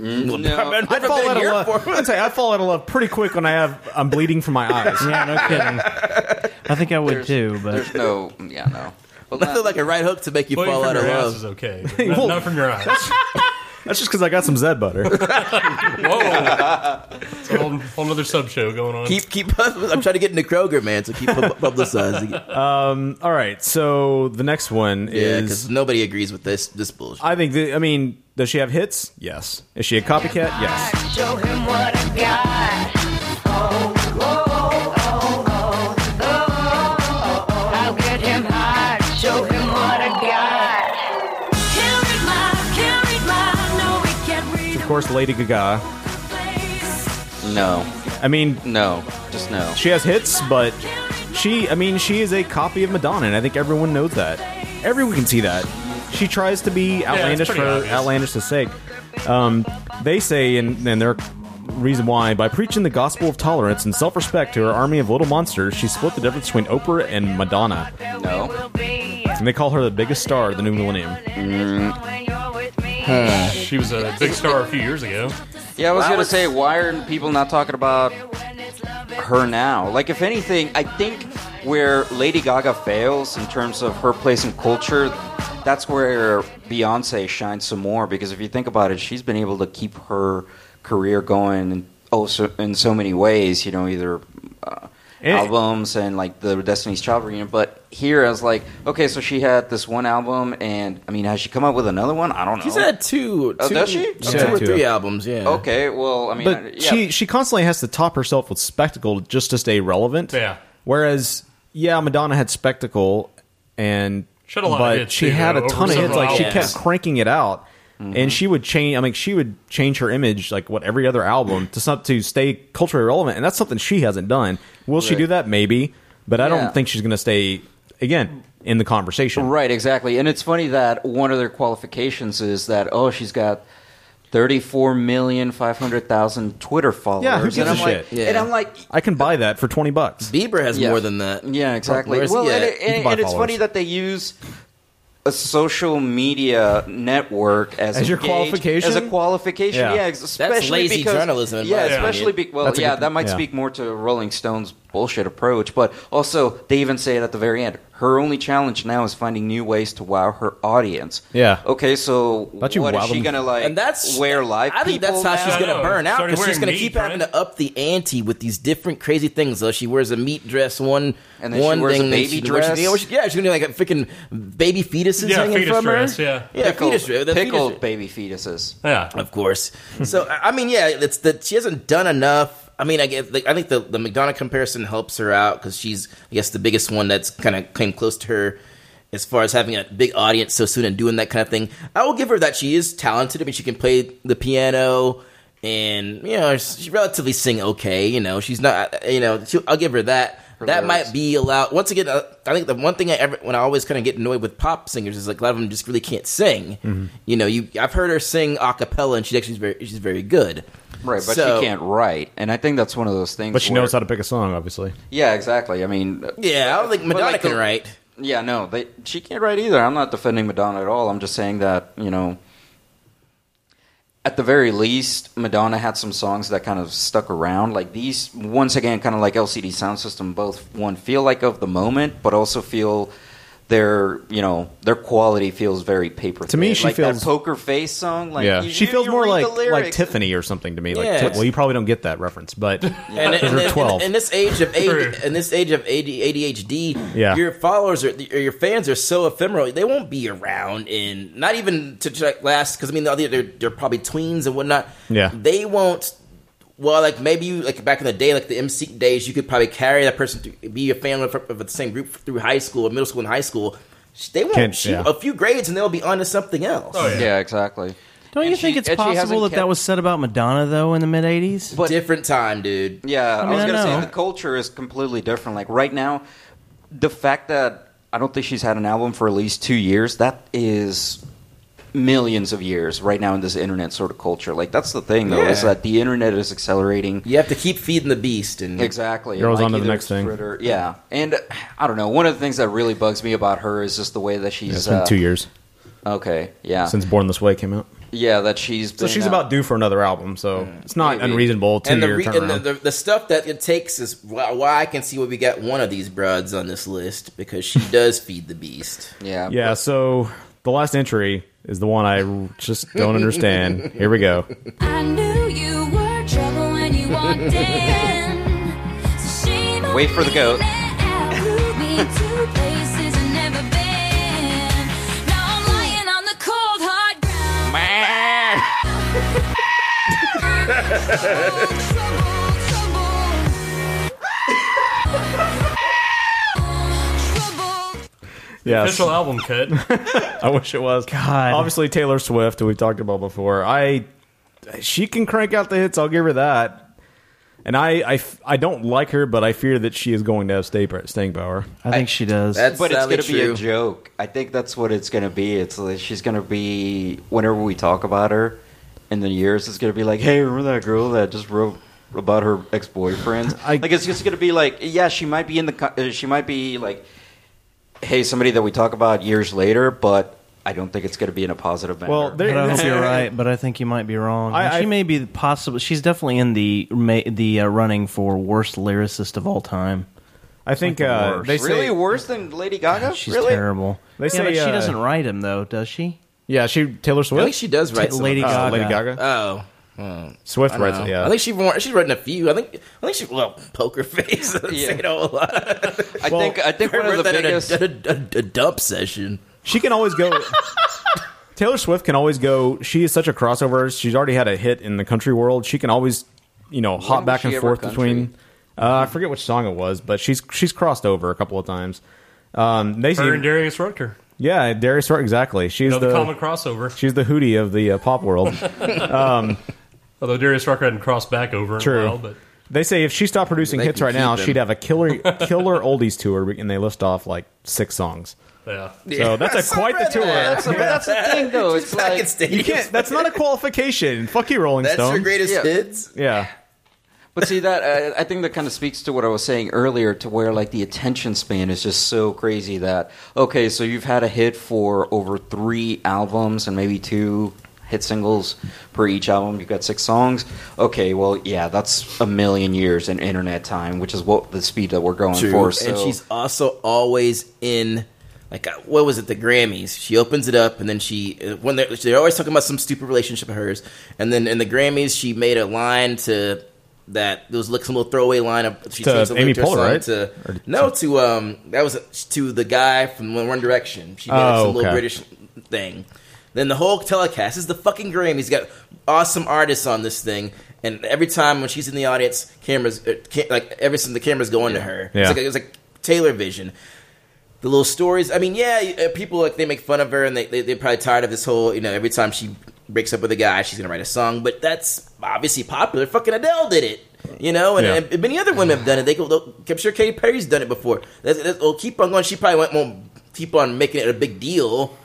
Speaker 14: Mm,
Speaker 1: Well, I fall out of love. I'd say I fall out of love pretty quick when I have I'm bleeding from my eyes.
Speaker 5: Yeah, no kidding. I think I would too, but
Speaker 14: there's no, yeah, no.
Speaker 12: Well, nothing like a right hook to make you
Speaker 6: Bleeding
Speaker 12: fall
Speaker 6: from
Speaker 12: out of
Speaker 6: your ass
Speaker 12: love.
Speaker 6: is okay. but Not, not from your eyes.
Speaker 1: That's just because I got some Zed butter.
Speaker 6: It's a whole, whole other sub show going on.
Speaker 12: Keep, keep. I'm trying to get into Kroger, man. So keep pub- publicizing. it.
Speaker 1: Um, all right, so the next one
Speaker 12: Yeah,
Speaker 1: is
Speaker 12: because nobody agrees with this this bullshit.
Speaker 1: I think the, I mean, does she have hits? Yes. Is she a copycat? Yes.
Speaker 7: Show him what I got. Oh, oh, oh, oh, oh, oh, oh. I'll get him hot. Show him what I got. Can't read my, can't read my, no, he can't read
Speaker 1: Of course, Lady Gaga.
Speaker 14: No.
Speaker 1: I mean,
Speaker 14: no, just no.
Speaker 1: She has hits, but she, I mean, she is a copy of Madonna, and I think everyone knows that. Everyone can see that. She tries to be
Speaker 6: it's
Speaker 1: outlandish
Speaker 6: pretty
Speaker 1: for
Speaker 6: obvious.
Speaker 1: outlandish's sake. Um, they say, and, and their reason why, by preaching the gospel of tolerance and self respect to her army of little monsters, she split the difference between Oprah and Madonna.
Speaker 14: No.
Speaker 1: And they call her the biggest star of the new millennium.
Speaker 14: Mm.
Speaker 6: She was a big star a few years ago.
Speaker 14: Yeah, I was gonna say, why are people not talking about her now? Like, if anything, I think where Lady Gaga fails in terms of her place in culture, that's where Beyonce shines some more. Because if you think about it, she's been able to keep her career going in, oh, so, in so many ways. You know, either uh,
Speaker 1: And-
Speaker 14: albums and like the Destiny's Child reunion. But here, I was like, okay, so she had this one album, and I mean, has she come up with another one? I don't know.
Speaker 12: She's had two,
Speaker 14: Oh,
Speaker 12: two-
Speaker 14: does she?
Speaker 12: two
Speaker 1: Yeah.
Speaker 12: or
Speaker 1: Two.
Speaker 12: three albums. Yeah.
Speaker 14: Okay, well, I mean, I-
Speaker 1: but
Speaker 14: yeah.
Speaker 1: she she constantly has to top herself with spectacle just to stay relevant.
Speaker 6: Yeah.
Speaker 1: Whereas, yeah, Madonna had spectacle, and
Speaker 6: She had a lot of
Speaker 1: but
Speaker 6: hits,
Speaker 1: she
Speaker 6: too,
Speaker 1: had a
Speaker 6: over
Speaker 1: ton of hits.
Speaker 6: several
Speaker 1: Like she
Speaker 6: albums.
Speaker 1: kept cranking it out,
Speaker 14: Mm-hmm.
Speaker 1: and she would change. I mean, she would change her image like what every other album to some, to stay culturally relevant, and that's something she hasn't done. Will she
Speaker 14: Right.
Speaker 1: do that? Maybe, but I
Speaker 14: Yeah.
Speaker 1: don't think she's going to stay again in the conversation.
Speaker 14: Right, exactly. And it's funny that one of their qualifications is that oh, she's got thirty-four million five hundred thousand Twitter followers.
Speaker 1: Yeah, who gives
Speaker 14: and
Speaker 1: a
Speaker 14: I'm like,
Speaker 1: shit?
Speaker 14: And I'm like,
Speaker 1: I can buy that for twenty bucks.
Speaker 12: Bieber has
Speaker 14: Yeah.
Speaker 12: more than that.
Speaker 14: yeah, exactly.
Speaker 12: Where's he
Speaker 14: Well,
Speaker 12: at?
Speaker 14: and,
Speaker 12: You
Speaker 14: it,
Speaker 12: can
Speaker 14: and,
Speaker 1: buy
Speaker 14: and it's
Speaker 1: followers.
Speaker 14: funny that they use a social media network as,
Speaker 1: As
Speaker 14: a
Speaker 1: your
Speaker 14: gauge-
Speaker 1: qualification?
Speaker 14: as a qualification.
Speaker 1: Yeah.
Speaker 14: Yeah,
Speaker 1: That's
Speaker 14: especially
Speaker 12: lazy
Speaker 14: because,
Speaker 12: journalism, in my
Speaker 14: Yeah,
Speaker 12: opinion.
Speaker 14: especially be, well,
Speaker 1: That's a
Speaker 14: yeah,
Speaker 1: good-
Speaker 14: that might
Speaker 1: yeah.
Speaker 14: speak more to Rolling Stone's bullshit approach, but also they even say it at the very end. Her only challenge now is finding new ways to wow her audience.
Speaker 1: Yeah.
Speaker 14: Okay, so
Speaker 1: Thought you
Speaker 14: what is
Speaker 1: wowed
Speaker 14: she
Speaker 1: them.
Speaker 14: gonna like?
Speaker 12: And that's
Speaker 14: where live.
Speaker 12: I think that's
Speaker 14: people
Speaker 12: how
Speaker 14: now?
Speaker 12: she's
Speaker 6: I
Speaker 12: gonna
Speaker 6: know.
Speaker 12: burn out
Speaker 6: Started
Speaker 12: because she's
Speaker 6: wearing
Speaker 12: gonna
Speaker 6: meat,
Speaker 12: keep
Speaker 6: right?
Speaker 12: having to up the ante with these different crazy things. Though she wears a meat dress, one
Speaker 14: And then she
Speaker 12: one
Speaker 14: wears a
Speaker 12: thing, then
Speaker 14: baby
Speaker 12: she- where she-
Speaker 14: dress.
Speaker 12: yeah, where she- yeah, she's gonna be like a freaking baby fetuses
Speaker 6: Yeah,
Speaker 12: hanging
Speaker 6: fetus
Speaker 12: from
Speaker 6: dress,
Speaker 12: her.
Speaker 6: yeah.
Speaker 12: yeah,
Speaker 14: pickled,
Speaker 12: fetus dress. the fetus
Speaker 14: pickled
Speaker 12: dress.
Speaker 14: baby fetuses.
Speaker 6: Yeah.
Speaker 12: of course. so I I mean, yeah, it's that she hasn't done enough. I mean, I guess like, I think the the McDonough comparison helps her out because she's I guess the biggest one that's kind of came close to her as far as having a big audience so soon and doing that kind of thing. I will give her that she is talented. I mean, she can play the piano. And you know she relatively sing okay. You know she's not. uh, You know she, I'll give her that. that
Speaker 14: lyrics.
Speaker 12: might be allowed. Once again, uh, I think the one thing I ever when I always kind of get annoyed with pop singers is like a lot of them just really can't sing.
Speaker 1: Mm-hmm.
Speaker 12: You know, you I've heard her sing a cappella and she's actually very she's very good.
Speaker 14: Right, but
Speaker 12: So-
Speaker 14: she can't write, and I think that's one of those things.
Speaker 1: But she
Speaker 14: where-
Speaker 1: knows how to pick a song, obviously.
Speaker 14: Yeah, exactly. I mean,
Speaker 12: Yeah, I don't think
Speaker 14: But
Speaker 12: Madonna
Speaker 14: like
Speaker 12: can
Speaker 14: the-
Speaker 12: write.
Speaker 14: Yeah, no, they, she can't write either. I'm not defending Madonna at all. I'm just saying that you know, at the very least, Madonna had some songs that kind of stuck around. Like these, once again, kind of like LCD Sound System, both one feel like of the moment, but also feel their you know their quality feels very paper.
Speaker 1: To me,
Speaker 14: thin.
Speaker 1: she
Speaker 14: like
Speaker 1: feels-
Speaker 14: that poker face song. Like
Speaker 1: yeah,
Speaker 14: you-
Speaker 1: she
Speaker 14: you-
Speaker 1: feels
Speaker 14: you
Speaker 1: more
Speaker 14: read
Speaker 1: like
Speaker 14: the
Speaker 1: like
Speaker 14: lyrics.
Speaker 1: Tiffany or something to me. Like,
Speaker 12: Yeah.
Speaker 1: Tiff- well, you probably don't get that reference, but
Speaker 12: And, and,
Speaker 1: Those are
Speaker 12: and-
Speaker 1: 12.
Speaker 12: in this age of AD, in this age of AD, ADHD,
Speaker 1: Yeah.
Speaker 12: your followers are, or your fans are so ephemeral. They won't be around in not even to like last because I mean they're, they're they're probably tweens and whatnot.
Speaker 1: Yeah.
Speaker 12: they won't. Well, like maybe you like back in the day, like the MC days, you could probably carry that person to be a fan of, of the same group through high school, middle school, and high school. They won't
Speaker 1: Can't-
Speaker 12: shoot
Speaker 1: yeah.
Speaker 12: a few grades and they'll be onto something else.
Speaker 6: Oh, yeah.
Speaker 14: Yeah, exactly.
Speaker 5: Don't you
Speaker 14: And she-
Speaker 5: think it's
Speaker 14: and she hasn't
Speaker 5: possible that that
Speaker 14: kept-
Speaker 5: was said about Madonna though in the mid '80s?
Speaker 14: But-
Speaker 12: Different time, dude.
Speaker 14: Yeah, I,
Speaker 5: mean,
Speaker 14: was
Speaker 5: I
Speaker 14: gonna
Speaker 5: know.
Speaker 14: say the culture is completely different. Like right now, the fact that I don't think she's had an album for at least two years, that is millions of years right now in this internet sort of culture. Like that's the thing though, is
Speaker 12: Yeah.
Speaker 14: that the internet is accelerating
Speaker 12: You have to keep feeding the beast and
Speaker 14: Exactly.
Speaker 1: Girls
Speaker 14: Like
Speaker 1: on to the
Speaker 14: either
Speaker 1: next thing.
Speaker 14: Twitter- Yeah, and uh, I don't know. One of the things that really bugs me about her is just the way that she's.
Speaker 1: it's been
Speaker 14: uh,
Speaker 1: two years
Speaker 14: Okay. Yeah.
Speaker 1: since Born This Way came out.
Speaker 14: Yeah, that she's been
Speaker 1: So she's
Speaker 14: out.
Speaker 1: about due for another album, so it's not
Speaker 12: Maybe.
Speaker 1: unreasonable. Two
Speaker 12: and the,
Speaker 1: year
Speaker 12: re- and
Speaker 1: turnaround.
Speaker 12: the, the, the stuff that it takes is why, why I can see why we got one of these broads on this list because she does feed the beast.
Speaker 14: Yeah.
Speaker 1: yeah, so the last entry is the one I r- just don't understand. Here we go.
Speaker 7: I knew you were trouble when you walked in. So she must
Speaker 14: Wait for the goat.
Speaker 7: have me to places I've never been. Now I'm lying on the cold hard
Speaker 1: Yes.
Speaker 6: Official album cut.
Speaker 1: I wish it was. God. Obviously, Taylor Swift, we've talked about before. I she can crank out the hits. I'll give her that. And I, I, f- I don't like her, but I fear that she is going to have stay, staying power.
Speaker 5: I think she does.
Speaker 14: but it's going to be a joke. I think that's what it's going to be. It's like she's going to be whenever we talk about her in the years, it's going to be like, hey, remember that girl that just wrote about her ex boyfriends? like it's just going to be like, yeah, she might be in the, co- uh, she might be like, hey, somebody that we talk about years later, but I don't think it's going to be in a positive manner.
Speaker 1: Well,
Speaker 5: But I hope you're right, but I think you might be wrong.
Speaker 14: I-
Speaker 5: she
Speaker 14: I-
Speaker 5: may be possible. She's definitely in the ma- the uh, running for worst lyricist of all time.
Speaker 1: I think uh, they say
Speaker 14: really worse than Lady Gaga.
Speaker 5: she's
Speaker 14: really?
Speaker 5: terrible.
Speaker 1: They
Speaker 5: yeah,
Speaker 1: say,
Speaker 5: but she
Speaker 1: uh,
Speaker 5: doesn't write him though, does she?
Speaker 1: Yeah, she Taylor Swift.
Speaker 12: I think she does write
Speaker 5: Ta-
Speaker 12: some-
Speaker 5: Lady
Speaker 12: uh,
Speaker 5: Gaga.
Speaker 1: Lady Gaga?
Speaker 12: Oh. Hmm.
Speaker 1: Swift
Speaker 12: I don't
Speaker 1: writes
Speaker 12: know.
Speaker 1: it, yeah.
Speaker 12: I think she more, she's writing a few. I think I think she well poker face. yeah.
Speaker 14: Yeah.
Speaker 12: it all a lot.
Speaker 14: I think I think one of
Speaker 12: wrote
Speaker 14: the
Speaker 12: that in a-
Speaker 14: biggest.
Speaker 12: a, a- a dump session.
Speaker 1: She can always go. Taylor Swift can always go. She is such a crossover. She's already had a hit in the country world. She can always, you know, hop
Speaker 14: was
Speaker 1: back
Speaker 14: she
Speaker 1: and
Speaker 14: ever
Speaker 1: forth
Speaker 14: country?
Speaker 1: between. Uh, I forget which song it was, but she's she's crossed over a couple of times. Um, they
Speaker 6: Her
Speaker 1: seem-
Speaker 6: and Darius Rucker.
Speaker 1: yeah, Darius Rucker, exactly. She's
Speaker 6: Another
Speaker 1: the
Speaker 6: common crossover.
Speaker 1: She's the hootie of the uh, pop world. um,
Speaker 6: Although Darius Rucker hadn't crossed back over in
Speaker 1: True.
Speaker 6: a while, but
Speaker 1: they say if she stopped producing
Speaker 6: They
Speaker 1: hits
Speaker 6: can
Speaker 1: right now,
Speaker 6: keep them.
Speaker 1: she'd have a killer killer oldies tour, and they list off like six songs.
Speaker 6: yeah.
Speaker 1: So that's a quite the tour.
Speaker 14: That's, but that's the thing, though. It's like
Speaker 1: You can't. That's not a qualification. Fuck you, Rolling
Speaker 14: That's
Speaker 1: Stone.
Speaker 14: your greatest Yeah. hits?
Speaker 1: Yeah.
Speaker 14: But see that uh, I think that kind of speaks to what I was saying earlier, to where like the attention span is just so crazy that okay, so you've had a hit for over three albums and maybe two hit singles per each album. You've got six songs. Okay, well yeah, that's a million years in internet time, which is what the speed that we're going
Speaker 12: True.
Speaker 14: for. So.
Speaker 12: And she's also always in, like, uh, what was it, the Grammys? She opens it up, and then she, uh, when they're, they're always talking about some stupid relationship of hers. And then in the Grammys, she made a line to that, there was like some little throwaway line of, she
Speaker 1: To
Speaker 12: changed the
Speaker 1: Amy
Speaker 12: lyric to her
Speaker 1: Poehler,
Speaker 12: song
Speaker 1: right?
Speaker 12: To, no, to, um, that was to the guy from One Direction. She did like,
Speaker 1: Oh,
Speaker 12: some little
Speaker 1: okay.
Speaker 12: British thing. Then the whole telecast is the fucking Grammys. Got awesome artists on this thing, and every time when she's in the audience, cameras uh, ca- like ever since the cameras go into her,
Speaker 1: Yeah.
Speaker 12: it's like, it was like Taylor Vision. The little stories. I mean, yeah, uh, people like they make fun of her, and they, they they're probably tired of this whole. You know, every time she breaks up with a guy, she's gonna write a song. But that's obviously popular. Fucking Adele did it. You know, and,
Speaker 1: Yeah.
Speaker 12: and many other women have done it. They go, they'll- I'm sure Katy Perry's done it before. That's, that's, will keep on going. She probably won't, won't keep on making it a big deal.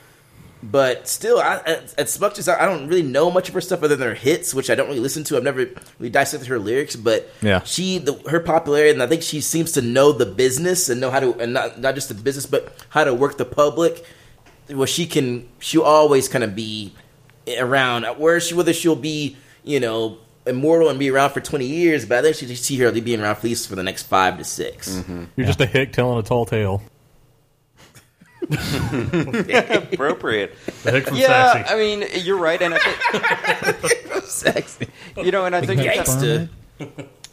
Speaker 12: But still, I, as, as much as I, I don't really know much of her stuff other than her hits, which I don't really listen to, I've never really dissected her lyrics. But
Speaker 1: Yeah.
Speaker 12: she, the, her popularity, and I think she seems to know the business and know how to, and not not just the business, but how to work the public. Where she can, she'll always kind of be around. Where she, whether she'll be, you know, immortal and be around for twenty years, but I think she just see her being around at least for the next five to 6
Speaker 6: You're just a hick telling a tall tale.
Speaker 14: appropriate.
Speaker 6: The hick from
Speaker 14: yeah,
Speaker 6: Sassy.
Speaker 14: I mean, you're right, and I think
Speaker 12: sexy.
Speaker 14: Mm. You know, and I think
Speaker 12: Gangsta.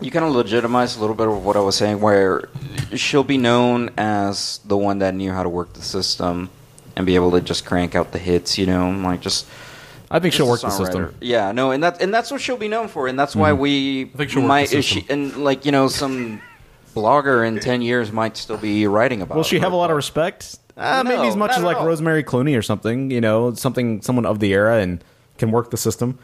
Speaker 14: you kind of legitimize a little bit of what I was saying, where she'll be known as the one that knew how to work the system and be able to just crank out the hits. You know, like just.
Speaker 1: I think she'll
Speaker 14: just a
Speaker 1: work the system.
Speaker 14: songwriter. Yeah, no, and that and that's what she'll be known for, and that's why
Speaker 1: Mhm.
Speaker 14: we
Speaker 1: I think she'll work
Speaker 14: might
Speaker 1: the
Speaker 14: is
Speaker 1: system.
Speaker 14: she and like you know some blogger in ten years might still be writing about.
Speaker 1: Will she
Speaker 14: her.
Speaker 1: have a lot of respect? Uh,
Speaker 14: No,
Speaker 1: maybe as much
Speaker 14: not
Speaker 1: as
Speaker 14: at
Speaker 1: like
Speaker 14: all.
Speaker 1: Rosemary Clooney or something. You know, something someone of the era and can work the system,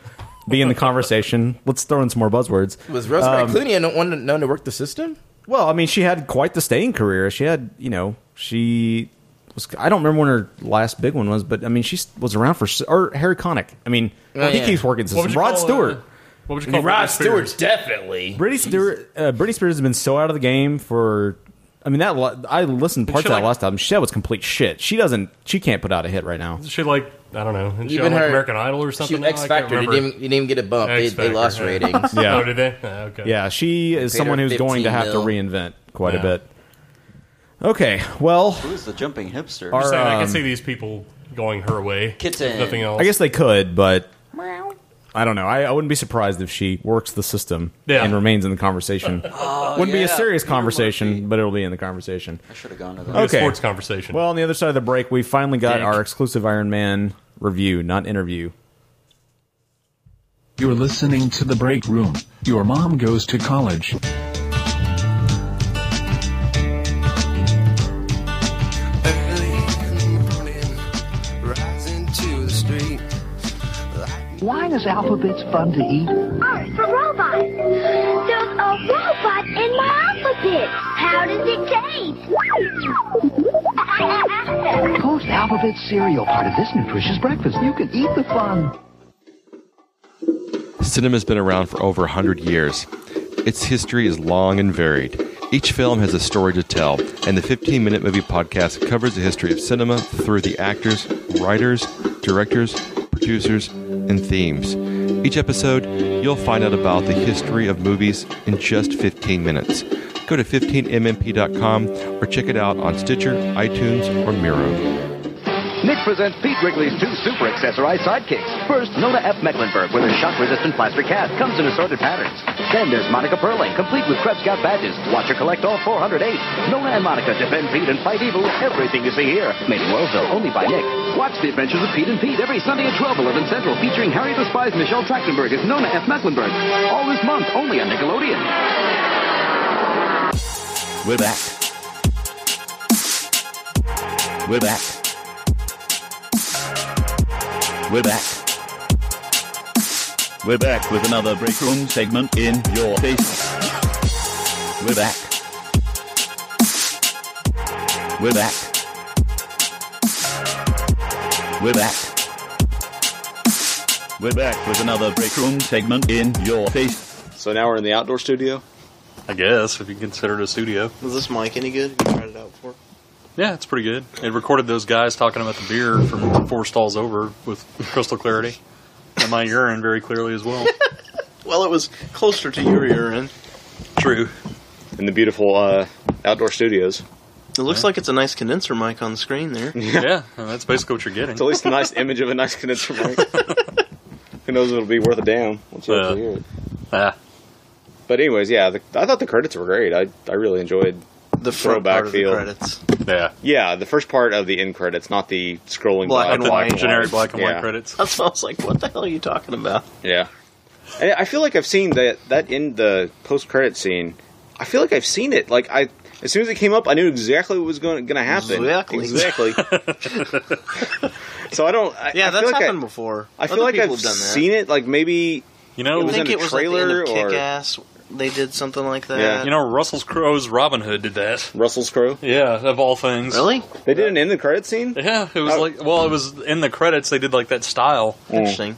Speaker 1: be in the conversation. Let's throw in some more buzzwords.
Speaker 12: Was Rosemary
Speaker 1: Um,
Speaker 12: Clooney and one known to work the system?
Speaker 1: Well, I mean, she had quite the staying career. She had, you know, she was. I don't remember when her last big one was, but I mean, she was around for. s- Or Harry Connick. I mean,
Speaker 12: Oh,
Speaker 1: he
Speaker 12: yeah.
Speaker 1: keeps working.
Speaker 12: What
Speaker 1: System.
Speaker 12: would you
Speaker 1: Rod
Speaker 12: call,
Speaker 1: Stewart.
Speaker 12: uh, what would you call Rod Britney Spears? Stewart's definitely.
Speaker 1: Britney Spears. Uh, Britney Spears has been so out of the game for. I mean that. lo- I listened parts
Speaker 6: she,
Speaker 1: of that
Speaker 6: like-
Speaker 1: last album. She that was complete shit. She doesn't. She can't put out a hit right now.
Speaker 6: She like I don't know. She
Speaker 12: Even
Speaker 6: on, like
Speaker 12: her-
Speaker 6: American Idol or
Speaker 12: she
Speaker 6: something.
Speaker 12: was
Speaker 6: now? I
Speaker 12: X
Speaker 6: can't
Speaker 12: Factor. They
Speaker 6: remember.
Speaker 12: didn't- they didn't get a bump. They-
Speaker 6: X
Speaker 12: they lost
Speaker 6: Factor, huh?
Speaker 12: ratings.
Speaker 14: Yeah.
Speaker 6: Oh, did they? Oh, okay.
Speaker 14: Yeah, she is
Speaker 6: Paid
Speaker 14: someone
Speaker 6: her
Speaker 14: who's going to
Speaker 6: 15
Speaker 14: have
Speaker 6: mil.
Speaker 14: to reinvent quite
Speaker 6: Yeah.
Speaker 14: a bit. Okay, well,
Speaker 25: Who's the jumping hipster?
Speaker 6: I'm just
Speaker 14: Our,
Speaker 6: saying, I can
Speaker 14: um,
Speaker 6: see these people going her way.
Speaker 25: Kitten.
Speaker 6: if Nothing else.
Speaker 14: I guess they could, but I don't know. I, I wouldn't be surprised if she works the system
Speaker 6: Yeah.
Speaker 14: and remains in the conversation.
Speaker 25: Oh,
Speaker 14: wouldn't be a
Speaker 25: yeah.
Speaker 14: serious conversation, but it'll be in the conversation.
Speaker 25: I should have gone to that.
Speaker 14: Okay.
Speaker 6: Sports conversation.
Speaker 14: Well, on the other side of the break, we finally got
Speaker 6: Dick.
Speaker 14: our exclusive Iron Man review, not interview.
Speaker 4: You're listening to the break room. Your mom goes to college.
Speaker 3: Why is alphabet's fun to eat?
Speaker 18: R for robot. There's a robot in my alphabet. How does it taste?
Speaker 3: Post alphabet cereal, part of this nutritious breakfast. You can eat the fun.
Speaker 1: Cinema's been around for over 100 years. Its history is long and varied. Each film has a story to tell, and the 15 Minute Movie Podcast covers the history of cinema through the actors, writers, directors, producers, and themes. Each episode, you'll find out about the history of movies in just 15 minutes. Go to 15mmp.com or check it out on Stitcher, iTunes, or Miro.
Speaker 20: Nick presents Pete Wrigley's two super accessorized sidekicks. First, Nona F. Mecklenburg with her shock-resistant plaster cast comes in assorted patterns. Then there's Monica Perling, complete with Krebs Scout badges. Watch her collect all 408. Nona and Monica defend Pete and fight evil. Everything you see here, made in Wellsville, only by Nick. Watch the adventures of Pete and Pete every Sunday at 12, 11 Central, featuring Harry the Spy's Michelle Trachtenberg as Nona F. Mecklenburg. All this month, only on Nickelodeon. We're back. We're back. We're back. We're back with another break room segment in your face. We're back. We're back. We're back. We're back with another break room segment in your face. So now we're in the outdoor studio?
Speaker 6: I guess if you consider it a studio.
Speaker 20: Was this mic any good? Have you tried it out before?
Speaker 6: Yeah, it's pretty good. It recorded those guys talking about the beer from four stalls over with crystal clarity, and my urine very clearly as well.
Speaker 20: Well, it was closer to your urine.
Speaker 1: True. In the beautiful uh, outdoor studios.
Speaker 20: It looks like it's a nice condenser mic on the screen there.
Speaker 1: Yeah,
Speaker 20: that's basically what you're getting.
Speaker 1: It's at least a nice image of a nice condenser mic. Who knows if it'll be worth a damn once you actually hear it. But anyways, yeah, the, I thought the credits were great. I I really enjoyed
Speaker 20: the front
Speaker 1: throwback
Speaker 20: part of the
Speaker 1: feel.
Speaker 20: credits.
Speaker 1: Yeah, yeah, the first part of the end credits, not the scrolling
Speaker 20: Black
Speaker 1: by
Speaker 20: and white. Generic
Speaker 6: black and white
Speaker 1: Yeah.
Speaker 6: credits.
Speaker 20: That's what I was like, what the hell are you talking about?
Speaker 1: Yeah, and I feel like I've seen that that in the post credit scene. I feel like I've seen it. Like I, as soon as it came up, I knew exactly what was going to happen.
Speaker 20: Exactly.
Speaker 1: Exactly. so I don't. I,
Speaker 20: Yeah,
Speaker 1: I feel
Speaker 20: that's
Speaker 1: like I-
Speaker 20: happened before.
Speaker 1: I feel
Speaker 20: Other
Speaker 1: like
Speaker 20: people
Speaker 1: I've
Speaker 20: have done that.
Speaker 1: seen it. Like maybe you
Speaker 20: I
Speaker 1: know, it was
Speaker 20: think
Speaker 1: in a
Speaker 20: it was
Speaker 1: trailer
Speaker 20: like the end
Speaker 1: or
Speaker 20: of Kick-Ass. They did something like that.
Speaker 1: Yeah.
Speaker 6: You know, Russell's Crowe's Robin Hood did that.
Speaker 1: Russell's Crowe?
Speaker 6: Yeah, of all things.
Speaker 20: Really?
Speaker 1: They did an in the credit scene? Oh.
Speaker 6: Yeah, it was like, well, it was in the credits, they did like that style.
Speaker 1: Interesting.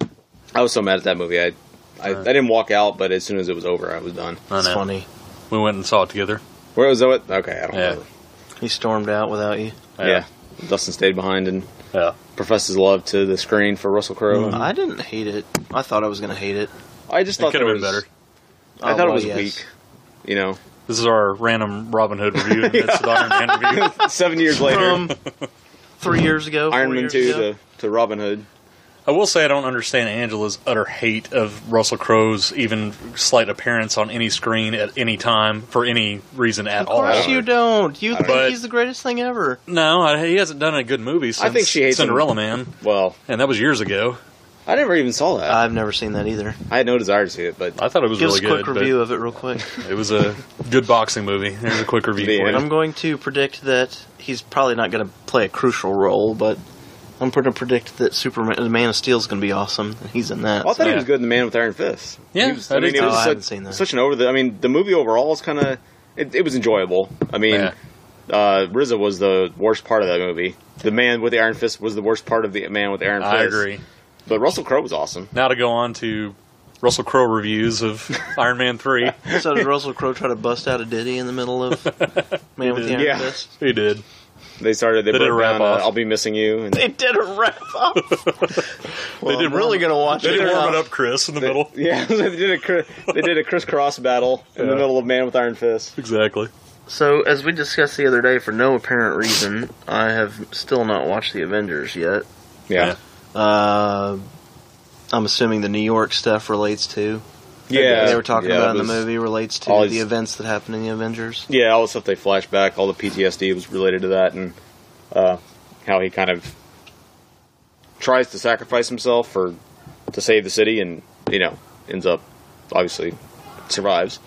Speaker 1: Mm. I was so mad at that movie. I, I, I didn't walk out, but as soon as it was over, I was done.
Speaker 20: That's funny.
Speaker 6: We went and saw it together.
Speaker 1: Where was it? Okay, I don't know.
Speaker 20: He stormed out without you.
Speaker 1: Yeah. Dustin stayed behind and professed his love to the screen for Russell Crowe.
Speaker 20: I didn't hate it. I thought I was going to hate Mm-hmm. it.
Speaker 1: I just thought there was- I
Speaker 20: Oh,
Speaker 1: thought it
Speaker 20: well,
Speaker 1: was
Speaker 20: yes.
Speaker 1: weak. You know,
Speaker 6: This is our random Robin Hood review. and it's the Iron Man review.
Speaker 1: seven years later,
Speaker 20: From three years ago,
Speaker 1: Iron
Speaker 20: four
Speaker 1: Man
Speaker 20: years
Speaker 1: two
Speaker 20: ago.
Speaker 1: to to Robin Hood.
Speaker 6: I will say I don't understand Angela's utter hate of Russell Crowe's even slight appearance on any screen at any time for any reason at
Speaker 20: Of course
Speaker 6: all.
Speaker 20: you don't. You
Speaker 6: I
Speaker 20: think
Speaker 6: don't know.
Speaker 20: he's the greatest thing ever.
Speaker 6: No, I, he hasn't done a good movie since
Speaker 20: I think she hates him.
Speaker 6: Cinderella Man.
Speaker 1: Well,
Speaker 6: and that was years ago.
Speaker 1: I never even saw that.
Speaker 20: I've never seen that either.
Speaker 1: I had no desire to see it, but
Speaker 6: I thought it was
Speaker 20: Give
Speaker 6: really
Speaker 20: us a
Speaker 6: good.
Speaker 20: quick review of it real quick.
Speaker 6: it. It was a good boxing movie. There's a quick review for
Speaker 20: I'm
Speaker 6: you.
Speaker 20: going to predict that he's probably not going to play a crucial role, but I'm going to predict that Superman, the Man of Steel, is going to be awesome, and he's in that.
Speaker 1: Well, I thought he was good in The Man with Iron Fist.
Speaker 20: Yeah,
Speaker 1: He was-
Speaker 20: I
Speaker 1: I mean,
Speaker 20: did
Speaker 1: it
Speaker 20: too.
Speaker 1: was
Speaker 20: Oh, I
Speaker 1: such,
Speaker 20: haven't seen that.
Speaker 1: such an over the. I mean, the movie overall is kind of it, it was enjoyable. I mean, uh, RZA was the worst part of that movie. The Man with the Iron Fist was the worst part of the Man with the Iron Fist.
Speaker 6: I agree.
Speaker 1: But Russell Crowe was awesome.
Speaker 6: Now to go on to Russell Crowe reviews of Iron Man three.
Speaker 20: So did Russell Crowe try to bust out a ditty in the middle of Man with the Iron
Speaker 6: yeah,
Speaker 20: Fist?
Speaker 6: he did.
Speaker 1: They started. They,
Speaker 6: They did
Speaker 1: broke
Speaker 6: a
Speaker 1: down,
Speaker 6: rap
Speaker 1: uh,
Speaker 6: off.
Speaker 1: I'll be missing you. And
Speaker 6: They did a wrap up.
Speaker 1: they did really gonna watch
Speaker 6: They
Speaker 1: it.
Speaker 6: did warm
Speaker 1: Yeah.
Speaker 6: it up, Chris, in the middle.
Speaker 1: Yeah, they did a cri- they did a crisscross battle in the
Speaker 6: Yeah.
Speaker 1: middle of Man with Iron Fist.
Speaker 6: Exactly.
Speaker 20: So, as we discussed the other day, for no apparent reason, I have still not watched the Avengers yet.
Speaker 1: Yeah.
Speaker 20: Uh, I'm assuming the New York stuff relates to.
Speaker 1: Yeah,
Speaker 20: they were talking
Speaker 1: yeah,
Speaker 20: about in
Speaker 1: it
Speaker 20: the
Speaker 1: was
Speaker 20: movie relates to
Speaker 1: all
Speaker 20: the
Speaker 1: these-
Speaker 20: events that happened in the Avengers.
Speaker 1: Yeah, all the stuff they flash back, all the PTSD was related to that, and uh, how he kind of tries to sacrifice himself for to save the city, and you know ends up obviously survives.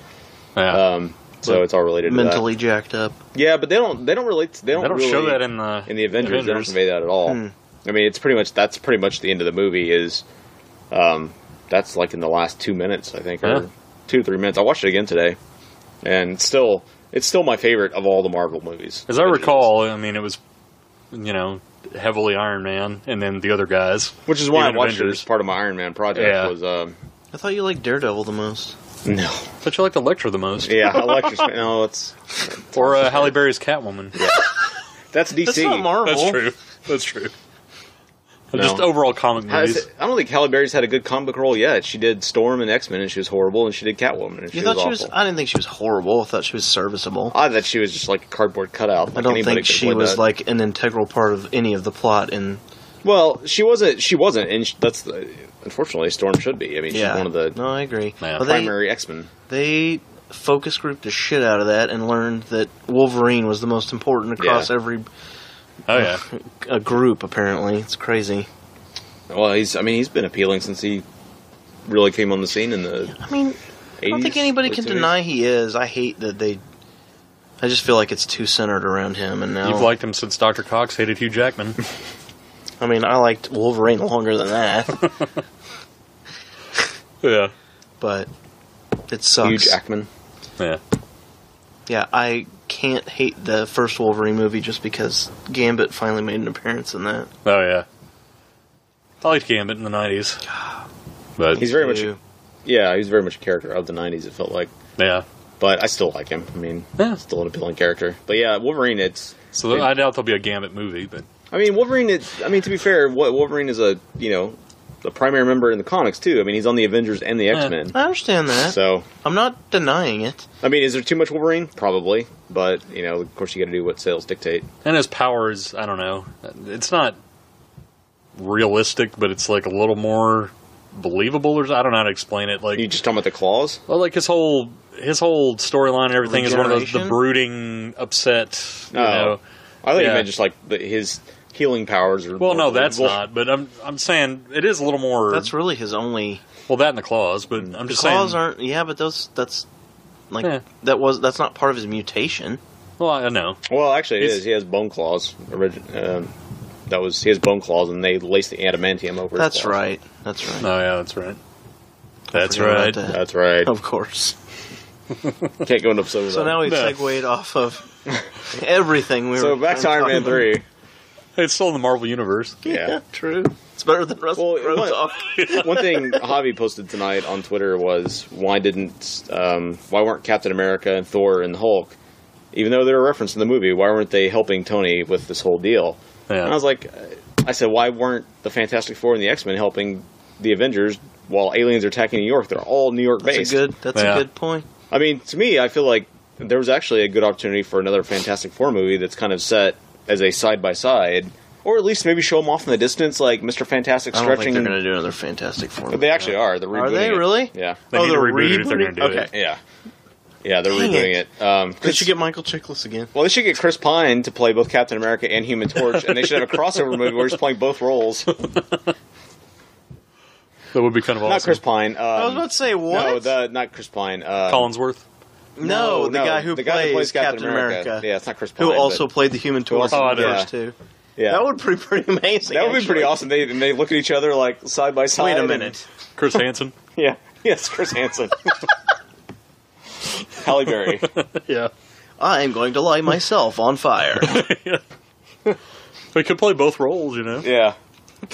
Speaker 1: Um, so
Speaker 20: But
Speaker 1: it's all related to that.
Speaker 20: mentally jacked up.
Speaker 1: Yeah, but they don't. They don't relate. They don't,
Speaker 20: They don't
Speaker 1: really-
Speaker 20: show that
Speaker 1: in the Avengers. They don't
Speaker 6: Avengers.
Speaker 1: convey that at all.
Speaker 6: Hmm.
Speaker 1: I mean, it's pretty much that's pretty much the end of the movie. Is um, that's like in the last two minutes, I think,
Speaker 6: Yeah.
Speaker 1: or two to three minutes. I watched it again today, and it's still it's still my favorite of all the Marvel movies.
Speaker 6: As I recall, I mean, it was, you know, heavily Iron Man and then the other guys.
Speaker 1: Which is why I
Speaker 6: Even
Speaker 1: watched it
Speaker 6: Avengers.
Speaker 1: as part of my Iron Man project.
Speaker 6: Yeah.
Speaker 1: Was um,
Speaker 20: I thought you liked Daredevil the most.
Speaker 1: No.
Speaker 6: But you liked Electra the most.
Speaker 1: yeah, Electra's no, it's
Speaker 6: Or uh, Halle Berry's Catwoman.
Speaker 1: That's DC.
Speaker 6: That's not Marvel. That's true. That's true. Just overall comic
Speaker 1: Has-
Speaker 6: movies.
Speaker 1: I don't think Halle Berry's had a good comic book role yet. She did Storm and X Men, and she was horrible, and she did Catwoman, and she
Speaker 20: You thought
Speaker 1: was
Speaker 20: she
Speaker 1: awful.
Speaker 20: was? I didn't think she was horrible. I thought she was serviceable.
Speaker 1: I thought she was just like a cardboard cutout.
Speaker 20: I
Speaker 1: Like
Speaker 20: don't
Speaker 1: anybody
Speaker 20: think
Speaker 1: could
Speaker 20: she
Speaker 1: play
Speaker 20: was
Speaker 1: that.
Speaker 20: like an integral part of any of the plot in
Speaker 1: Well, she wasn't. She wasn't, and sh that's the, unfortunately Storm should be. I mean,
Speaker 20: Yeah.
Speaker 1: she's one of the
Speaker 20: no, I agree. But they-
Speaker 1: primary X Men.
Speaker 20: They focus grouped the shit out of that and learned that Wolverine was the most important across
Speaker 1: Yeah.
Speaker 20: every
Speaker 1: Oh, yeah.
Speaker 20: a group apparently. It's crazy.
Speaker 1: Well, he's. I mean, he's been appealing since he really came on the scene in the.
Speaker 20: I mean, I don't think anybody can deny he is. I hate that they I just feel like it's too centered around him and now
Speaker 6: You've liked him since Dr. Cox hated Hugh Jackman.
Speaker 20: I mean, I liked Wolverine longer than that.
Speaker 6: yeah.
Speaker 20: But it sucks.
Speaker 1: Hugh Jackman.
Speaker 6: Yeah.
Speaker 20: Yeah, I can't hate the first Wolverine movie just because Gambit finally made an appearance in that.
Speaker 6: Oh yeah. I liked Gambit in the nineties. But
Speaker 1: he's very much. Yeah, he's very much a character of the '90s. It felt like.
Speaker 6: Yeah.
Speaker 1: But I still like him. I mean, still an appealing character. But yeah, Wolverine. It's
Speaker 6: So
Speaker 1: it-
Speaker 6: I doubt there'll be a Gambit movie, but
Speaker 1: I mean, Wolverine. It's, I mean, to be fair, Wo- Wolverine is a you know a primary member in the comics too. I mean, he's on the Avengers and the
Speaker 20: Yeah.
Speaker 1: X Men.
Speaker 20: I understand that.
Speaker 1: So
Speaker 20: I'm not denying it.
Speaker 1: I mean, is there too much Wolverine? Probably, but you know, of course, you got to do what sales dictate.
Speaker 6: and his power is I don't know. It's not realistic, but it's like a little more believable or I don't know how to explain it. Like
Speaker 1: you just talking about the claws?
Speaker 6: Well like his whole his whole storyline and everything is one of those the
Speaker 1: Regeneration?
Speaker 6: brooding upset you
Speaker 1: Oh.
Speaker 6: know.
Speaker 1: I thought you
Speaker 6: Yeah.
Speaker 1: meant just like the, his healing powers. Are
Speaker 6: Well,
Speaker 1: more
Speaker 6: no, that's
Speaker 1: believable.
Speaker 6: not. But I'm I'm saying it is a little more.
Speaker 1: That's
Speaker 20: really his only.
Speaker 6: Well, that and the claws, but I'm just
Speaker 20: claws
Speaker 6: saying.
Speaker 20: aren't. Yeah, but those. That's like
Speaker 6: Yeah.
Speaker 20: that was. That's not part of his mutation.
Speaker 6: Well, I know.
Speaker 1: Well, actually, it is.
Speaker 20: It's-
Speaker 1: He has bone claws. Origi- um, that was he has bone claws, and they lace the adamantium over.
Speaker 20: That's
Speaker 1: his claws.
Speaker 20: right. That's right.
Speaker 6: Oh yeah, that's right.
Speaker 1: That's
Speaker 20: forgot right. about that.
Speaker 1: That's right.
Speaker 20: Of course.
Speaker 1: Can't go into episode.
Speaker 20: So now we've segued off of everything we
Speaker 1: So
Speaker 20: were.
Speaker 1: back to Iron Man three.
Speaker 6: It's still in the Marvel universe.
Speaker 1: Yeah.
Speaker 20: true. It's better than Russell Crowe talk.
Speaker 1: One thing Javi posted tonight on Twitter was why didn't um, why weren't Captain America and Thor and Hulk, even though they're referenced in the movie, why weren't they helping Tony with this whole deal? And I was like, I said, why weren't the Fantastic Four and the X Men helping the Avengers while aliens are attacking New York? They're all New York
Speaker 20: That's a
Speaker 1: based.
Speaker 20: good. That's a good point.
Speaker 1: I mean, to me, I feel like there was actually a good opportunity for another Fantastic Four movie that's kind of set as a side by side, or at least maybe show them off in the distance, like Mister Fantastic
Speaker 20: I don't
Speaker 1: stretching.
Speaker 20: think they're going to do another Fantastic Four.
Speaker 1: But they actually are. They're
Speaker 20: Are they
Speaker 1: rebooting it.
Speaker 20: really?
Speaker 1: Yeah.
Speaker 20: They Oh, need to they're reboot it if they're gonna do rebooting? it.
Speaker 1: Okay. Yeah. Yeah, they're
Speaker 20: Dang
Speaker 1: redoing it. Um,
Speaker 20: They should get Michael Chiklis again.
Speaker 1: well, they should get Chris Pine to play both Captain America and Human Torch, and they should have a crossover movie where he's playing both roles.
Speaker 6: That would be kind of
Speaker 1: Not
Speaker 6: awesome.
Speaker 1: Chris Pine. Um,
Speaker 20: I was about to say what?
Speaker 1: No, the, not Chris Pine. Um,
Speaker 6: Collinsworth.
Speaker 20: No, the guy who
Speaker 1: the guy
Speaker 20: plays
Speaker 1: who plays Captain,
Speaker 20: Captain
Speaker 1: America.
Speaker 20: America.
Speaker 1: Yeah, it's not Chris Pine.
Speaker 20: Who also
Speaker 1: but-
Speaker 20: played the Human
Speaker 1: who
Speaker 20: Torch
Speaker 1: also-
Speaker 20: in the
Speaker 6: Oh,
Speaker 1: yeah.
Speaker 20: first two.
Speaker 1: Yeah.
Speaker 20: That would be pretty amazing.
Speaker 1: That would be
Speaker 20: actually.
Speaker 1: pretty awesome. They and they look at each other like side by side.
Speaker 20: Wait a
Speaker 1: and-
Speaker 20: minute.
Speaker 6: Chris Hansen.
Speaker 1: yeah. Yes, Chris Hansen. Halle Berry.
Speaker 6: yeah.
Speaker 20: I am going to light myself on fire.
Speaker 6: They could play both roles, you know.
Speaker 1: Yeah.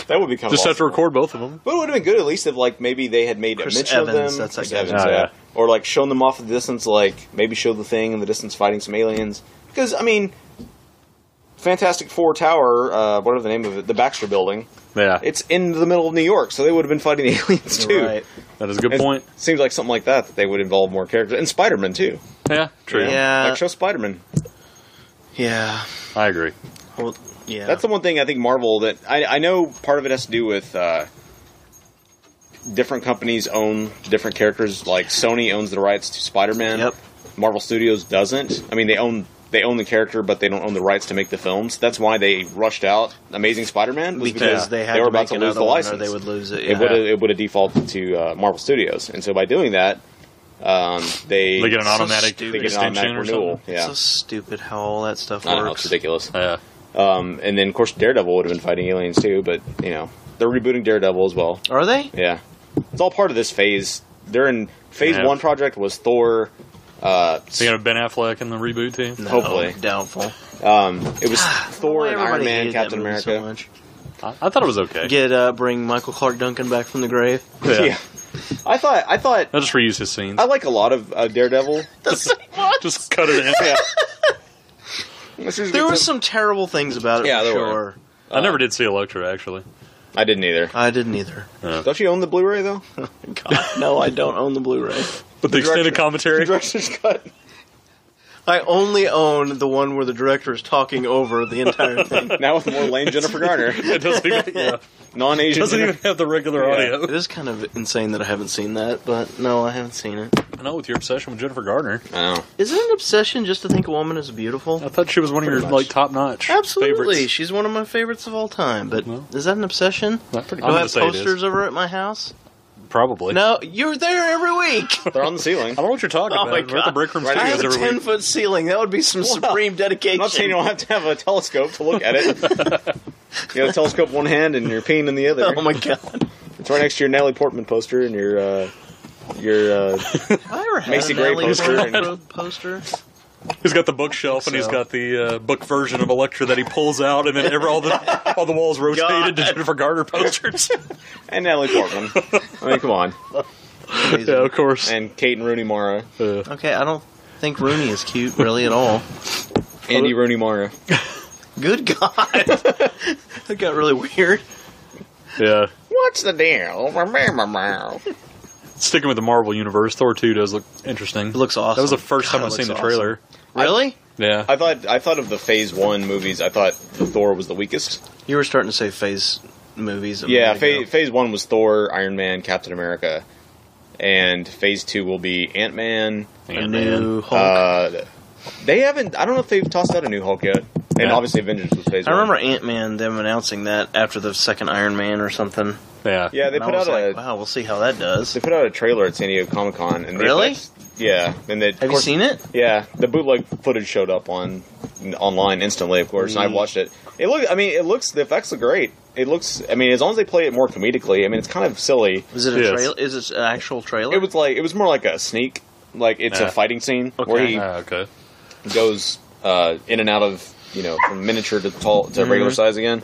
Speaker 1: That would be kind of
Speaker 6: Just have to
Speaker 1: awesome.
Speaker 6: record both of them.
Speaker 1: But it would have been good at least if like maybe they had made
Speaker 6: Chris
Speaker 1: a mention of
Speaker 6: Evans,
Speaker 1: them.
Speaker 6: that's that
Speaker 1: Chris
Speaker 6: guy.
Speaker 1: Evans,
Speaker 6: Oh,
Speaker 1: yeah.
Speaker 6: yeah.
Speaker 1: Or like shown them off at the distance, like maybe show the thing in the distance fighting some aliens. Because I mean, Fantastic Four Tower, uh, whatever the name of it, the Baxter Building.
Speaker 6: Yeah.
Speaker 1: It's in the middle of New York, so they would have been fighting the aliens too.
Speaker 6: Right. That is a good point.
Speaker 1: Seems like something like that that they would involve more characters and Spider-Man too.
Speaker 6: Yeah, true.
Speaker 1: You know?
Speaker 6: Yeah.
Speaker 1: like show Spider-Man.
Speaker 20: Yeah.
Speaker 6: I agree.
Speaker 20: Well, yeah.
Speaker 1: That's the one thing I think Marvel that I, I know part of it has to do with uh, different companies own different characters. Like Sony owns the rights to Spider Man. Yep. Marvel Studios doesn't. I mean, they own they own the character, but they don't own the rights to make the films. That's why they rushed out Amazing Spider Man
Speaker 20: Because they had
Speaker 1: were
Speaker 20: to
Speaker 1: about
Speaker 20: make
Speaker 1: to lose
Speaker 20: another
Speaker 1: the
Speaker 20: one or
Speaker 1: license.
Speaker 20: they would lose it, yeah.
Speaker 1: It would have it would have defaulted to uh, Marvel Studios, and so by doing that. Um, they
Speaker 6: They get an automatic
Speaker 1: they get an
Speaker 6: extension
Speaker 1: automatic
Speaker 6: or
Speaker 1: renewal.
Speaker 6: something?
Speaker 1: Yeah,
Speaker 20: So stupid how all that stuff
Speaker 1: I don't know, it's
Speaker 20: works.
Speaker 1: ridiculous. Um, and then, of course, Daredevil would have been fighting aliens too, but you know they're rebooting Daredevil as well.
Speaker 20: Are they?
Speaker 1: Yeah, it's all part of this phase. They're in phase
Speaker 6: Yeah.
Speaker 1: one. Project was Thor. Uh,
Speaker 6: So you have Ben Affleck in the reboot team?
Speaker 1: No, Hopefully.
Speaker 20: doubtful.
Speaker 1: Um, it was Thor and Iron
Speaker 20: Ah, everybody
Speaker 1: Man,
Speaker 20: hated that
Speaker 1: Captain
Speaker 20: movie
Speaker 1: America.
Speaker 20: so much?
Speaker 6: I, I thought it was okay.
Speaker 20: Get uh, bring Michael Clark Duncan back from the grave.
Speaker 1: Yeah. I thought I thought
Speaker 6: I'll just reuse his scenes.
Speaker 1: I like a lot of uh, Daredevil.
Speaker 6: just cut it in.
Speaker 1: Oh,
Speaker 20: There were some terrible things about it.
Speaker 6: Yeah,
Speaker 20: for
Speaker 6: there
Speaker 20: sure.
Speaker 6: were. I never did see Electra actually.
Speaker 1: I didn't either.
Speaker 20: I didn't either.
Speaker 1: Don't you own the Blu-ray though?
Speaker 20: God, no, I don't own the Blu-ray.
Speaker 6: But the extended commentary,
Speaker 1: director's cut.
Speaker 20: I only own the one where the director is talking over the entire thing.
Speaker 1: now with more lame Jennifer Garner.
Speaker 6: it doesn't even, yeah.
Speaker 1: non-Asian.
Speaker 20: Doesn't even
Speaker 6: have the regular audio.
Speaker 20: It is kind of insane that I haven't seen that, but no, I haven't seen it.
Speaker 6: I know with your obsession with Jennifer Garner.
Speaker 1: I know.
Speaker 20: Is it an obsession just to think a woman is beautiful? I
Speaker 6: thought she was one of your like top notch.
Speaker 20: Absolutely,
Speaker 6: favorites.
Speaker 20: she's one of my favorites of all time. But is that an obsession? Do
Speaker 6: I'm
Speaker 20: I
Speaker 6: gonna
Speaker 20: have
Speaker 6: say it is.
Speaker 20: posters over at my house?
Speaker 6: Probably.
Speaker 20: No, you're there every week.
Speaker 1: They're on the ceiling. I
Speaker 6: don't know what you're talking
Speaker 20: Oh
Speaker 6: about. We're
Speaker 20: my
Speaker 6: at the
Speaker 20: God.
Speaker 6: Brick Room
Speaker 20: I have
Speaker 6: Studios
Speaker 20: a
Speaker 6: every week.
Speaker 20: ten foot ceiling. That would be some supreme dedication.
Speaker 1: I'm not saying you don't have to have a telescope to look at it. you have a telescope in one hand and your peen in the other.
Speaker 20: Oh my god!
Speaker 1: It's right next to your Natalie Portman poster and your uh, your uh, Macy Gray poster. and-
Speaker 20: poster.
Speaker 6: He's got the bookshelf and he's got the uh, book version of Electra that he pulls out, and then every, all the all the walls rotated to Jennifer Garner posters.
Speaker 1: and Natalie Portman. I mean, come on.
Speaker 20: Yeah,
Speaker 6: of course.
Speaker 1: And Kate and Rooney Mara.
Speaker 20: Okay, I don't think Rooney is cute really at all.
Speaker 1: Andy Rooney Mara.
Speaker 20: Good God, that got really weird.
Speaker 6: Yeah.
Speaker 1: What's the deal?
Speaker 6: Sticking with the Marvel universe, Thor two does look interesting. It
Speaker 20: looks awesome.
Speaker 6: That was the first time
Speaker 1: God,
Speaker 6: I've
Speaker 1: it
Speaker 6: seen the
Speaker 1: looks
Speaker 6: trailer.
Speaker 20: Really?
Speaker 6: Yeah.
Speaker 1: I thought I thought of the Phase One movies. I thought Thor was the weakest.
Speaker 20: You were starting to say Phase movies. a
Speaker 1: Yeah,
Speaker 20: minute
Speaker 1: fa-
Speaker 20: ago.
Speaker 1: Phase One was Thor, Iron Man, Captain America, and Phase Two will be Ant Man,
Speaker 20: A new Hulk.
Speaker 1: Uh, they haven't. I don't know if they've tossed out a new Hulk yet. And
Speaker 20: Yeah.
Speaker 1: obviously, Avengers was Phase
Speaker 20: I
Speaker 1: One.
Speaker 20: remember Ant Man them announcing that after the second Iron Man or something.
Speaker 6: Yeah,
Speaker 1: Yeah, they
Speaker 20: And I
Speaker 1: put out
Speaker 20: was like,
Speaker 1: a.
Speaker 20: Wow, we'll see how that does.
Speaker 1: They put out a trailer at San Diego Comic Con, and they-
Speaker 20: Really?
Speaker 1: Yeah, and they,
Speaker 20: Have you seen it?
Speaker 1: Yeah, the bootleg footage showed up on online instantly, of course, and I
Speaker 20: Neat.
Speaker 1: watched it. It look, I mean, it looks the effects look great. It looks, I mean, as long as they play it more comedically, I mean, it's kind of silly.
Speaker 20: Was it a trail? Is it an actual trailer?
Speaker 1: It was like it was more like a sneak, like it's
Speaker 6: Yeah.
Speaker 1: a fighting scene where he
Speaker 6: Ah, okay.
Speaker 1: goes uh, in and out of you know from miniature to tall to regular
Speaker 20: Mm-hmm.
Speaker 6: Mhm.
Speaker 1: size again.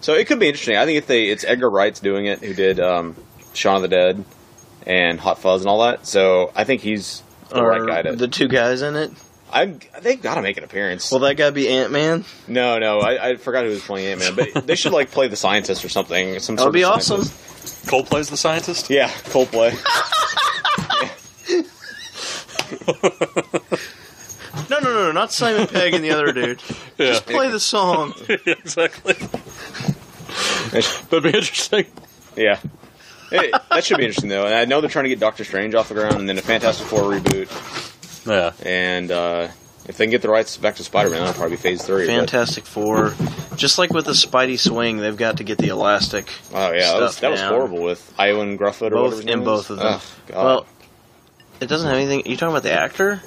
Speaker 1: So it could be interesting. I think if they, it's Edgar Wright's doing it, who did um, Shaun of the Dead and Hot Fuzz and all that. So I think he's the
Speaker 20: Are
Speaker 1: right guy to.
Speaker 20: the two guys in it?
Speaker 1: I they've got to make an appearance.
Speaker 20: Will that guy be Ant Man?
Speaker 1: No, no, I, I forgot who was playing Ant Man, but they should like play the scientist or something. Some
Speaker 20: That would
Speaker 1: sort
Speaker 20: be
Speaker 1: of
Speaker 20: awesome.
Speaker 1: scientist.
Speaker 6: Coldplay's the scientist.
Speaker 1: Yeah, Coldplay.
Speaker 20: No, no, no, no, not Simon Pegg and the other dude. Just play the song.
Speaker 6: exactly. That'd be interesting.
Speaker 1: Yeah. Hey, that should be interesting though, and I know they're trying to get Doctor Strange off the ground, and then a Fantastic Four reboot.
Speaker 6: Yeah,
Speaker 1: and uh, if they can get the rights back to Spider Man, that'll probably be Phase Three. but-
Speaker 20: Fantastic Four. Just like with the Spidey swing, they've got to get the elastic.
Speaker 1: oh yeah, that was,
Speaker 20: stuff
Speaker 1: that was
Speaker 20: down.
Speaker 1: horrible with Iwan Grufford or whatever
Speaker 20: Both
Speaker 1: his
Speaker 20: in
Speaker 1: name
Speaker 20: both
Speaker 1: is.
Speaker 20: of them.
Speaker 1: Ugh, God.
Speaker 20: well, it doesn't have anything. You talking about the actor?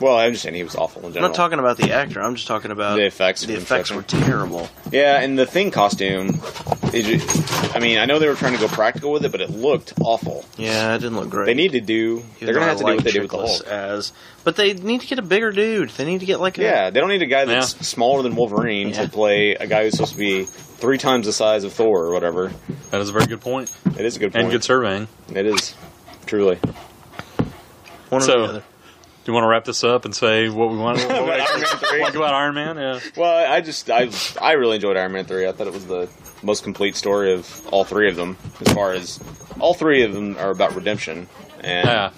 Speaker 1: Well, I understand he was awful in
Speaker 20: I'm
Speaker 1: general.
Speaker 20: not talking about the actor. I'm just talking about
Speaker 1: the effects.
Speaker 20: The
Speaker 1: from
Speaker 20: effects were
Speaker 1: Inception.
Speaker 20: terrible.
Speaker 1: Yeah, and the thing costume, it, ju- I mean, I know they were trying to go practical with it, but it looked awful.
Speaker 20: Yeah, it didn't look great.
Speaker 1: They need to do. they're
Speaker 20: though
Speaker 1: gonna
Speaker 20: I
Speaker 1: have to do what
Speaker 20: like
Speaker 1: they did with the
Speaker 20: Trickless
Speaker 1: Hulk.
Speaker 20: As, but they need to get a bigger dude. They need to get like a
Speaker 1: Yeah, they don't need a guy that's smaller than Wolverine to play a guy who's supposed to be three times the size of Thor or whatever.
Speaker 6: That is a very good point.
Speaker 1: It is a good point.
Speaker 6: And good surveying.
Speaker 1: It is truly.
Speaker 20: One or
Speaker 6: so,
Speaker 20: the other.
Speaker 6: Do you want to wrap this up and say what we want? What we
Speaker 1: About
Speaker 6: actually-
Speaker 1: Iron Man 3?
Speaker 6: like about Iron Man? Yeah.
Speaker 1: Well, I just I I really enjoyed Iron Man three. I thought it was the most complete story of all three of them. As far as all three of them are about redemption, and
Speaker 6: Yeah.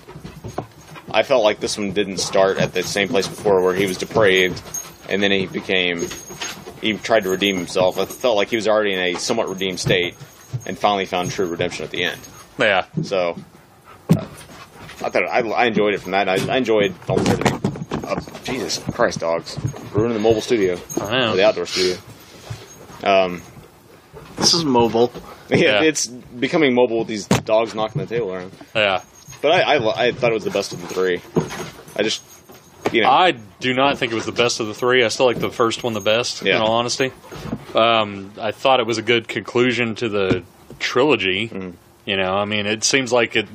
Speaker 1: I felt like this one didn't start at the same place before, where he was depraved, and then he became he tried to redeem himself. I felt like he was already in a somewhat redeemed state, and finally found true redemption at the end.
Speaker 6: Yeah.
Speaker 1: So I thought I, I enjoyed it from that. I, I enjoyed almost everything. Uh, Jesus Christ, dogs ruining the mobile studio,
Speaker 6: I know.
Speaker 1: Or the outdoor studio. Um,
Speaker 20: this is mobile.
Speaker 6: Yeah.
Speaker 1: Yeah, it's becoming mobile with these dogs knocking the table around.
Speaker 6: Yeah,
Speaker 1: but I, I, li- I thought it was the best of the three. I just you know
Speaker 6: I do not think it was the best of the three. I still like the first one the best.
Speaker 1: Yeah.
Speaker 6: In all honesty, um, I thought it was a good conclusion to the trilogy.
Speaker 1: Mm.
Speaker 6: You know, I mean, it seems like it.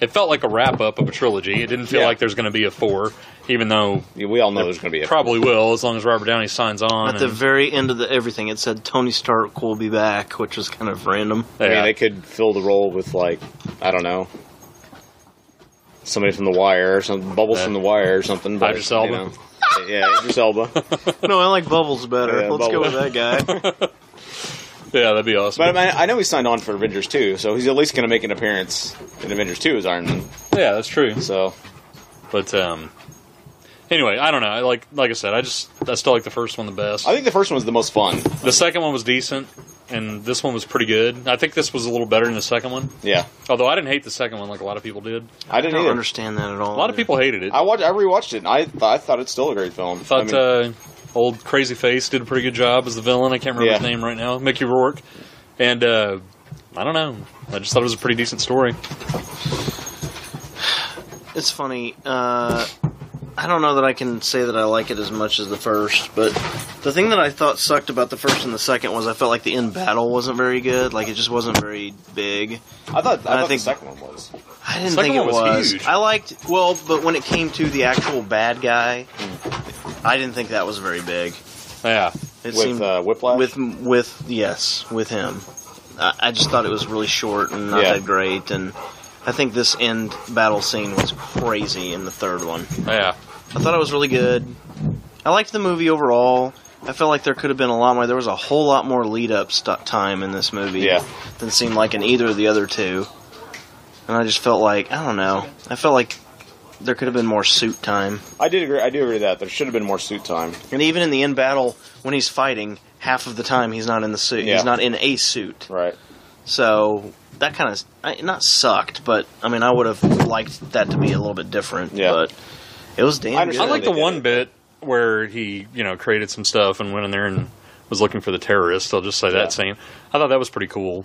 Speaker 6: It felt like a wrap up of a trilogy. It didn't feel
Speaker 1: Yeah.
Speaker 6: like there's going to be a four, even though
Speaker 1: we all know there's going to be a
Speaker 6: probably will as long as Robert Downey signs on.
Speaker 20: At the
Speaker 6: and-
Speaker 20: very end of the everything, it said Tony Stark will be back, which was kind of random.
Speaker 1: I mean, they could fill the role with like I don't know, somebody from The Wire or something, Bubbles from The Wire or something. But,
Speaker 20: Idris Elba?
Speaker 1: you know. yeah, Idris Elba.
Speaker 20: no, I like Bubbles better.
Speaker 1: Yeah,
Speaker 20: Let's go with
Speaker 1: Bubbles.
Speaker 20: that guy.
Speaker 6: yeah, that'd be awesome.
Speaker 1: But I, mean, I know he signed on for Avengers 2, so he's at least going to make an appearance in Avengers 2 as Iron Man.
Speaker 6: Yeah, that's true.
Speaker 1: So,
Speaker 6: but um, anyway, I don't know. I Like like I said, I just I still like the first one the best.
Speaker 1: I think the first one was the most fun.
Speaker 6: The second one was decent, and this one was pretty good. I think this was a little better than the second one.
Speaker 1: Yeah,
Speaker 6: Although I didn't hate the second one like a lot of people did.
Speaker 1: I didn't either.
Speaker 20: understand that at all.
Speaker 6: A lot of people hated it.
Speaker 1: I watched, I rewatched it. and I th- I thought it's still a great film.
Speaker 6: I thought
Speaker 1: I mean,
Speaker 6: uh, old Crazy Face did a pretty good job as the villain. I can't remember his
Speaker 1: Yeah.
Speaker 6: name right now. Mickey Rourke, and uh, I don't know. I just thought it was a pretty decent story.
Speaker 20: It's funny. Uh, I don't know that I can say that I like it as much as the first, but the thing that I thought sucked about the first and the second was I felt like the end battle wasn't very good. Like it just wasn't very big.
Speaker 1: I thought
Speaker 20: I
Speaker 1: I, thought
Speaker 20: think-
Speaker 1: the second one was.
Speaker 20: I didn't
Speaker 1: Second
Speaker 20: think it
Speaker 1: one
Speaker 20: was.
Speaker 1: was huge.
Speaker 20: I liked well, but when it came to the actual bad guy, I didn't think that was very big.
Speaker 6: Yeah,
Speaker 20: it
Speaker 1: With,
Speaker 20: seemed
Speaker 1: uh, Whiplash.
Speaker 20: With with yes, with him. I, I just thought it was really short and not
Speaker 1: Yeah.
Speaker 20: that great, and I think this end battle scene was crazy in the third one.
Speaker 6: Yeah,
Speaker 20: I thought it was really good. I liked the movie overall. I felt like there could have been a lot more. There was a whole lot more lead up st- time in this movie
Speaker 1: Yeah.
Speaker 20: than seemed like in either of the other two. And I just felt like I don't know. I felt like there could have been more suit time.
Speaker 1: I did agree. I do agree with that there should have been more suit time.
Speaker 20: And even in the end battle, when he's fighting, half of the time he's not in the suit.
Speaker 1: Yeah.
Speaker 20: He's not in a suit.
Speaker 1: Right.
Speaker 20: So that kind of not sucked, but I mean, I would have liked that to be a little bit different. Yeah. But it was damn.
Speaker 6: I,
Speaker 20: good.
Speaker 6: like the one bit where he, you know, created some stuff and went in there and was looking for the terrorists. I'll just say that scene. I thought that was pretty cool,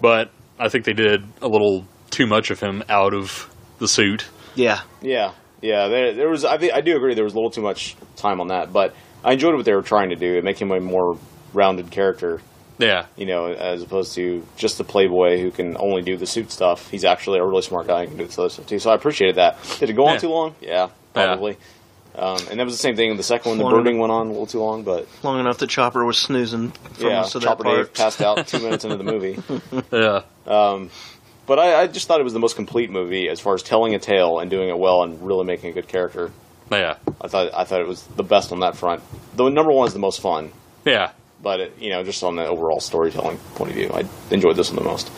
Speaker 6: but I think they did a little too much of him out of the suit.
Speaker 20: Yeah.
Speaker 1: Yeah, yeah. There, there was. I, thi- I do agree. There was a little too much time on that, but I enjoyed what they were trying to do and make him a more rounded character.
Speaker 6: Yeah.
Speaker 1: You know, as opposed to just the playboy who can only do the suit stuff. He's actually a really smart guy and can do this other stuff too. So I appreciated that. Did it go on
Speaker 20: Yeah.
Speaker 1: too long? Yeah, probably. Um, and that was the same thing with the second one. The
Speaker 20: Long enough-
Speaker 1: brooding went on a little too long, but
Speaker 20: long enough that Chopper was snoozing. For
Speaker 1: yeah,
Speaker 20: most of
Speaker 1: Chopper
Speaker 20: that part.
Speaker 1: Dave passed out two minutes into the movie.
Speaker 6: yeah.
Speaker 1: Um, but I, I just thought it was the most complete movie as far as telling a tale and doing it well and really making a good character.
Speaker 6: Yeah,
Speaker 1: I thought I thought it was the best on that front. The number one is the most fun,
Speaker 6: Yeah.
Speaker 1: but it, you know, just on the overall storytelling point of view, I enjoyed this one the most.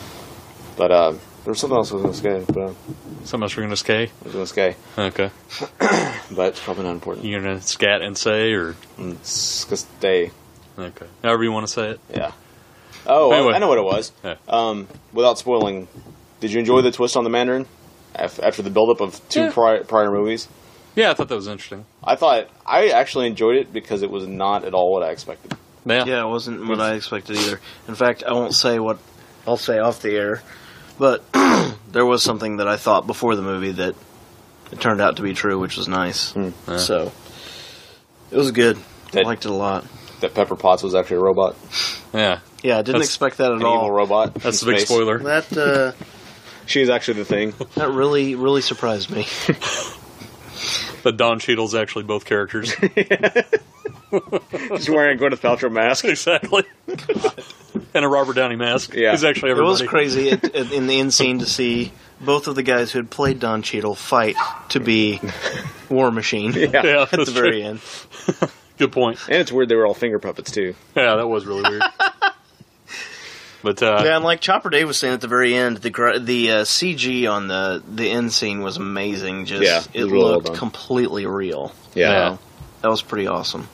Speaker 1: But uh, there was something else with this guy, but uh,
Speaker 6: Something else we're gonna skay.
Speaker 1: with this guy,
Speaker 6: Okay.
Speaker 1: but it's probably not important. Mm,
Speaker 6: You're gonna scat and say or
Speaker 1: stay.
Speaker 6: Okay. However you want to say it.
Speaker 1: Yeah. Oh,
Speaker 6: Anyway.
Speaker 1: I know what it was.
Speaker 6: Yeah.
Speaker 1: Um, without spoiling, did you enjoy the twist on the Mandarin af- after the buildup of two
Speaker 6: Yeah.
Speaker 1: prior, prior movies?
Speaker 6: Yeah, I thought that was interesting.
Speaker 1: I thought I actually enjoyed it because it was not at all what I expected.
Speaker 6: Yeah.
Speaker 20: it wasn't what I expected either. In fact, I won't say what I'll say off the air, but there was something that I thought before the movie that it turned out to be true, which was nice. So it was good. I liked it a lot.
Speaker 1: That Pepper Potts was actually a robot.
Speaker 6: Yeah.
Speaker 20: Yeah, I didn't
Speaker 1: That's
Speaker 20: expect that at
Speaker 1: an
Speaker 20: all.
Speaker 1: evil robot.
Speaker 6: That's
Speaker 1: in
Speaker 6: the big
Speaker 1: space.
Speaker 6: spoiler.
Speaker 20: That uh,
Speaker 1: She's actually the thing.
Speaker 20: that really really surprised me.
Speaker 6: That Don Cheadle's actually both characters.
Speaker 1: She's wearing a Gwyneth Paltrow mask.
Speaker 6: Exactly. and a Robert Downey mask. He's actually
Speaker 20: it was
Speaker 6: everybody.
Speaker 20: crazy it, it- in the end scene to see both of the guys who had played Don Cheadle fight to be War Machine
Speaker 18: Yeah,
Speaker 20: at the
Speaker 18: that's true.
Speaker 20: very end.
Speaker 18: Good point.
Speaker 11: And it's weird they were all finger puppets too.
Speaker 18: Yeah, that was really weird. but uh,
Speaker 20: yeah, and like Chopper Dave was saying at the very end, the gr- the uh, CG on the the end scene was amazing. Just
Speaker 11: Yeah, it
Speaker 20: it
Speaker 11: was really well
Speaker 20: looked
Speaker 11: done.
Speaker 20: completely real.
Speaker 11: Yeah.
Speaker 20: So, that was pretty awesome.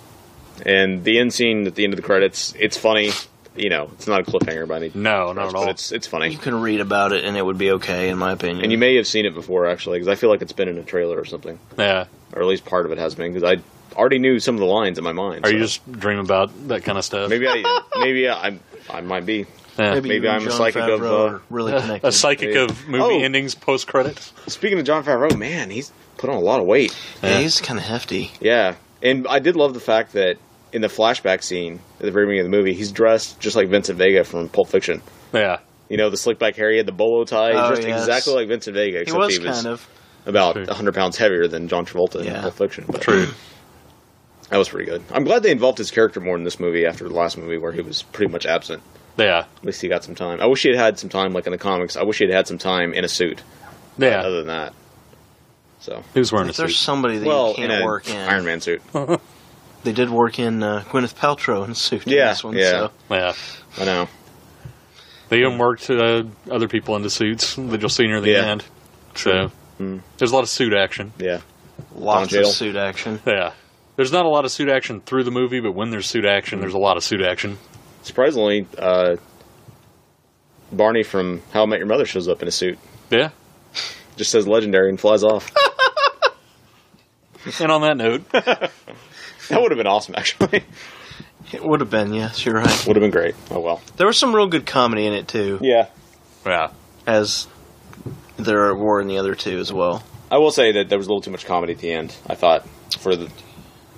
Speaker 11: And the end scene at the end of the credits, it's funny. You know, it's not a cliffhanger by any
Speaker 18: no, not at all.
Speaker 11: But it's it's funny. You
Speaker 20: can read about it, and it would be okay, in my opinion.
Speaker 11: And you may have seen it before, actually, because I feel like it's been in a trailer or something.
Speaker 18: Yeah,
Speaker 11: or at least part of it has been, because I already knew some of the lines in my mind.
Speaker 18: Are
Speaker 11: so.
Speaker 18: you just dream about that kind of stuff?
Speaker 11: Maybe I maybe I I might be.
Speaker 18: Yeah.
Speaker 11: Maybe, I'm a psychic of uh,
Speaker 18: A psychic of movie
Speaker 11: Oh,
Speaker 18: endings post credits.
Speaker 11: Speaking of John Favreau, man, he's put on a lot of weight.
Speaker 20: Yeah, he's kind of hefty.
Speaker 11: Yeah, and I did love the fact that in the flashback scene at the very beginning of the movie, he's dressed just like Vincent Vega from Pulp Fiction.
Speaker 18: Yeah,
Speaker 11: You know, the slick back hair, Uh, he had the bolo tie, he's
Speaker 20: Oh,
Speaker 11: dressed
Speaker 20: yes.
Speaker 11: exactly like Vincent Vega, except
Speaker 20: was
Speaker 11: he was
Speaker 20: kind of.
Speaker 11: about 100 pounds heavier than John Travolta in Pulp Fiction. But True. That was pretty good. I'm glad they involved his character more in this movie after the last movie where he was pretty much absent.
Speaker 18: Yeah.
Speaker 11: At least he got some time. I wish he had had some time, like in the comics. I wish he had had some time in a suit.
Speaker 18: Yeah.
Speaker 11: Other than that. So.
Speaker 18: He was wearing
Speaker 20: If there's
Speaker 11: suit.
Speaker 20: somebody that
Speaker 11: well,
Speaker 20: you can't
Speaker 11: in a
Speaker 20: work in,
Speaker 11: Iron Man suit.
Speaker 20: They did work in uh, Gwyneth Paltrow in a suit. in
Speaker 11: Yeah,
Speaker 20: this one,
Speaker 11: yeah.
Speaker 20: So.
Speaker 18: Yeah,
Speaker 11: I know.
Speaker 18: They even worked uh, other people into suits that you'll see near the
Speaker 20: Yeah.
Speaker 18: end. So there's a lot of suit action.
Speaker 11: Yeah,
Speaker 20: Mm. Lots of suit action.
Speaker 18: Yeah, there's not a lot of suit action through the movie, but when there's suit action, there's a lot of suit action.
Speaker 11: Surprisingly, uh, Barney from How I Met Your Mother shows up in a suit.
Speaker 18: Yeah.
Speaker 11: Just says legendary and flies off.
Speaker 18: and on that note,
Speaker 11: that would have been awesome, actually.
Speaker 20: It would have been, yes, you're right.
Speaker 11: Would have been great. Oh well.
Speaker 20: There was some real good comedy in it too.
Speaker 11: Yeah.
Speaker 18: Yeah.
Speaker 20: As there were in the other two as well.
Speaker 11: I will say that there was a little too much comedy at the end. I thought for the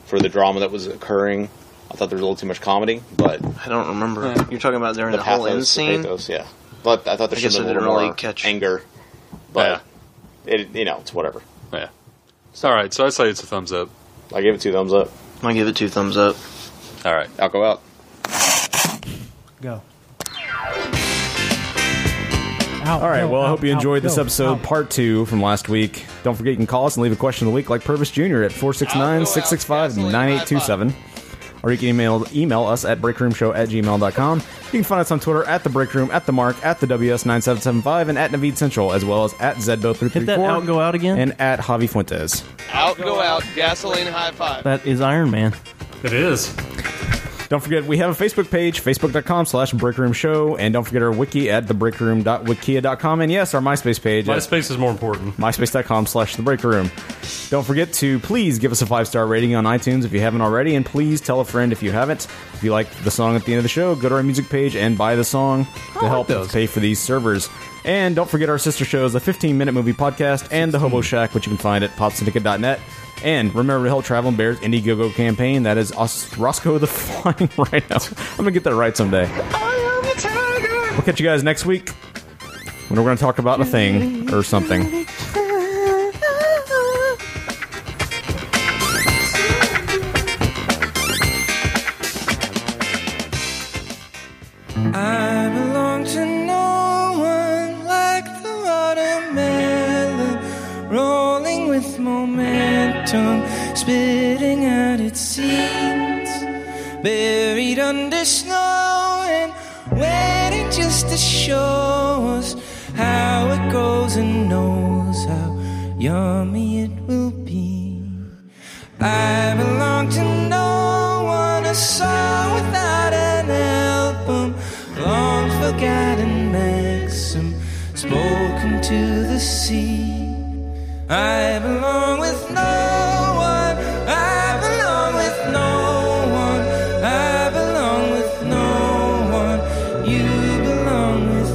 Speaker 11: for the drama that was occurring, I thought there was a little too much comedy. But
Speaker 20: I don't remember. You're talking about during the, whole
Speaker 11: pathos,
Speaker 20: end
Speaker 11: the
Speaker 20: scene.
Speaker 11: pathos, yeah. But I thought there
Speaker 20: I
Speaker 11: should
Speaker 20: guess
Speaker 11: have
Speaker 20: I
Speaker 11: been a
Speaker 20: didn't
Speaker 11: little
Speaker 20: really
Speaker 11: more anger. But it, you know, it's whatever.
Speaker 18: Yeah. All right, so I say it's a thumbs up.
Speaker 11: I gave it two thumbs up.
Speaker 20: I give it two thumbs up.
Speaker 18: All right,
Speaker 11: I'll go out.
Speaker 1: All right. well, I hope you
Speaker 2: out,
Speaker 1: enjoyed this
Speaker 2: go,
Speaker 1: episode, part two from last week. Don't forget you can call us and leave a question of the week like Purvis Jr. at 469 665 9827. Or you can email, email us at breakroomshow at gmail.com. You can find us on Twitter at the breakroom, at the mark, at the WS9775, and at Navid Central, as well as at Zedbo334.
Speaker 5: Hit that out, go out again.
Speaker 1: And at Javi Fuentes.
Speaker 17: Out, go out, gasoline high five.
Speaker 5: That is Iron Man.
Speaker 1: It is. Don't forget, we have a Facebook page, facebook.com slash breakroom show. And don't forget our wiki at thebreakroom.wikia.com. And yes, our MySpace page. at-
Speaker 6: MySpace is more important.
Speaker 1: myspace.com slash the break room don't forget to please give us a five star rating on itunes if you haven't already and please tell a friend if you haven't if you like the song at the end of the show go to our music page and buy the song to help us pay for these servers and don't forget our sister shows the 15 minute movie podcast and the hobo shack which you can find at popsyndicate.net and remember to help Traveling Bears Indiegogo campaign. That is us, Roscoe the Flying Rhino. I'm going to get that right someday. We'll catch you guys next week when we're going to talk about a thing or something.
Speaker 7: I belong to no one like the watermelon, rolling with momentum, spitting out its seeds, buried under snow and waiting just to show us how it goes and knows how yummy it will be. I belong to no one, a song without an album, long forgotten maxim, spoken to the sea. I belong with no one, I belong with no one, I belong with no one, you belong with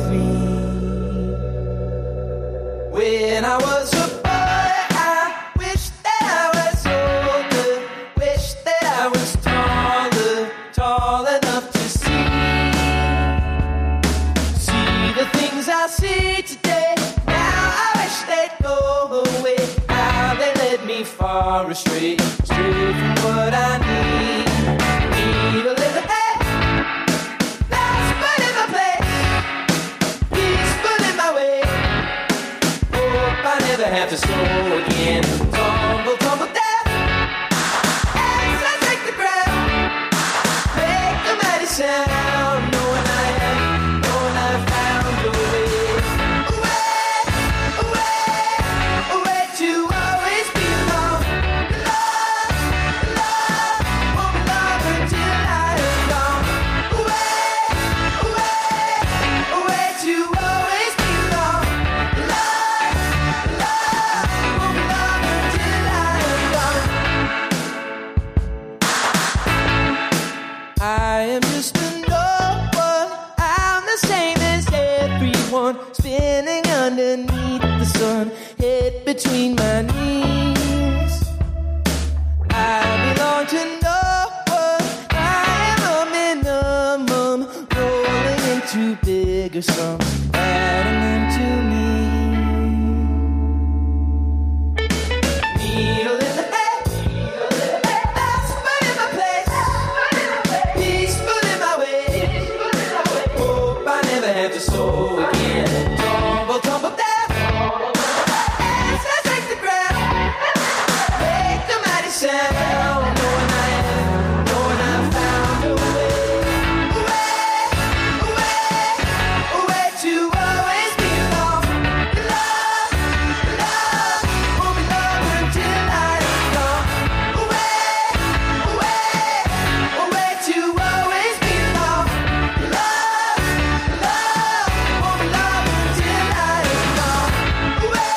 Speaker 7: me. When I was a boy, I wished that I was older. Wish that I was taller, tall enough to see. See the things I see today. Now I wish they'd go away. How they led me far astray. Stray from what I need. Need a little hey. Life's but in my place. Peaceful in my way. never have to snow again. Tumble, tumble down. As I take the ground, make a mighty sound. Knowing I am, knowing I found a way. Away, away, away to always be alone. Love, love, won't be love until I am gone. Away, away, away to always be alone. Love, love, won't be love until I am gone. I am just a no one. I'm the same as everyone, spinning underneath the sun, head between my knees. I belong to no one. I am a minimum, rolling into bigger sums, adding into me. Needle in the hay, desperate in my place, peaceful in my way. Hope I never have to sow again. Tumble, tumble down, as I take the ground, make the mighty sound. Knowing I am, knowing I found a way, way, way, way to always be alone. Love, love, won't be love until I am gone. Away, away, away to always be alone. Love, love, won't be love until I am gone. Away.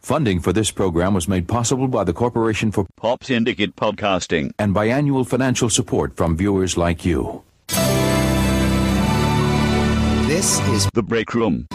Speaker 2: Funding for this program was made possible by the Corporation for Pop Syndicate Podcasting and by annual financial support from viewers like you. This is The Break Room.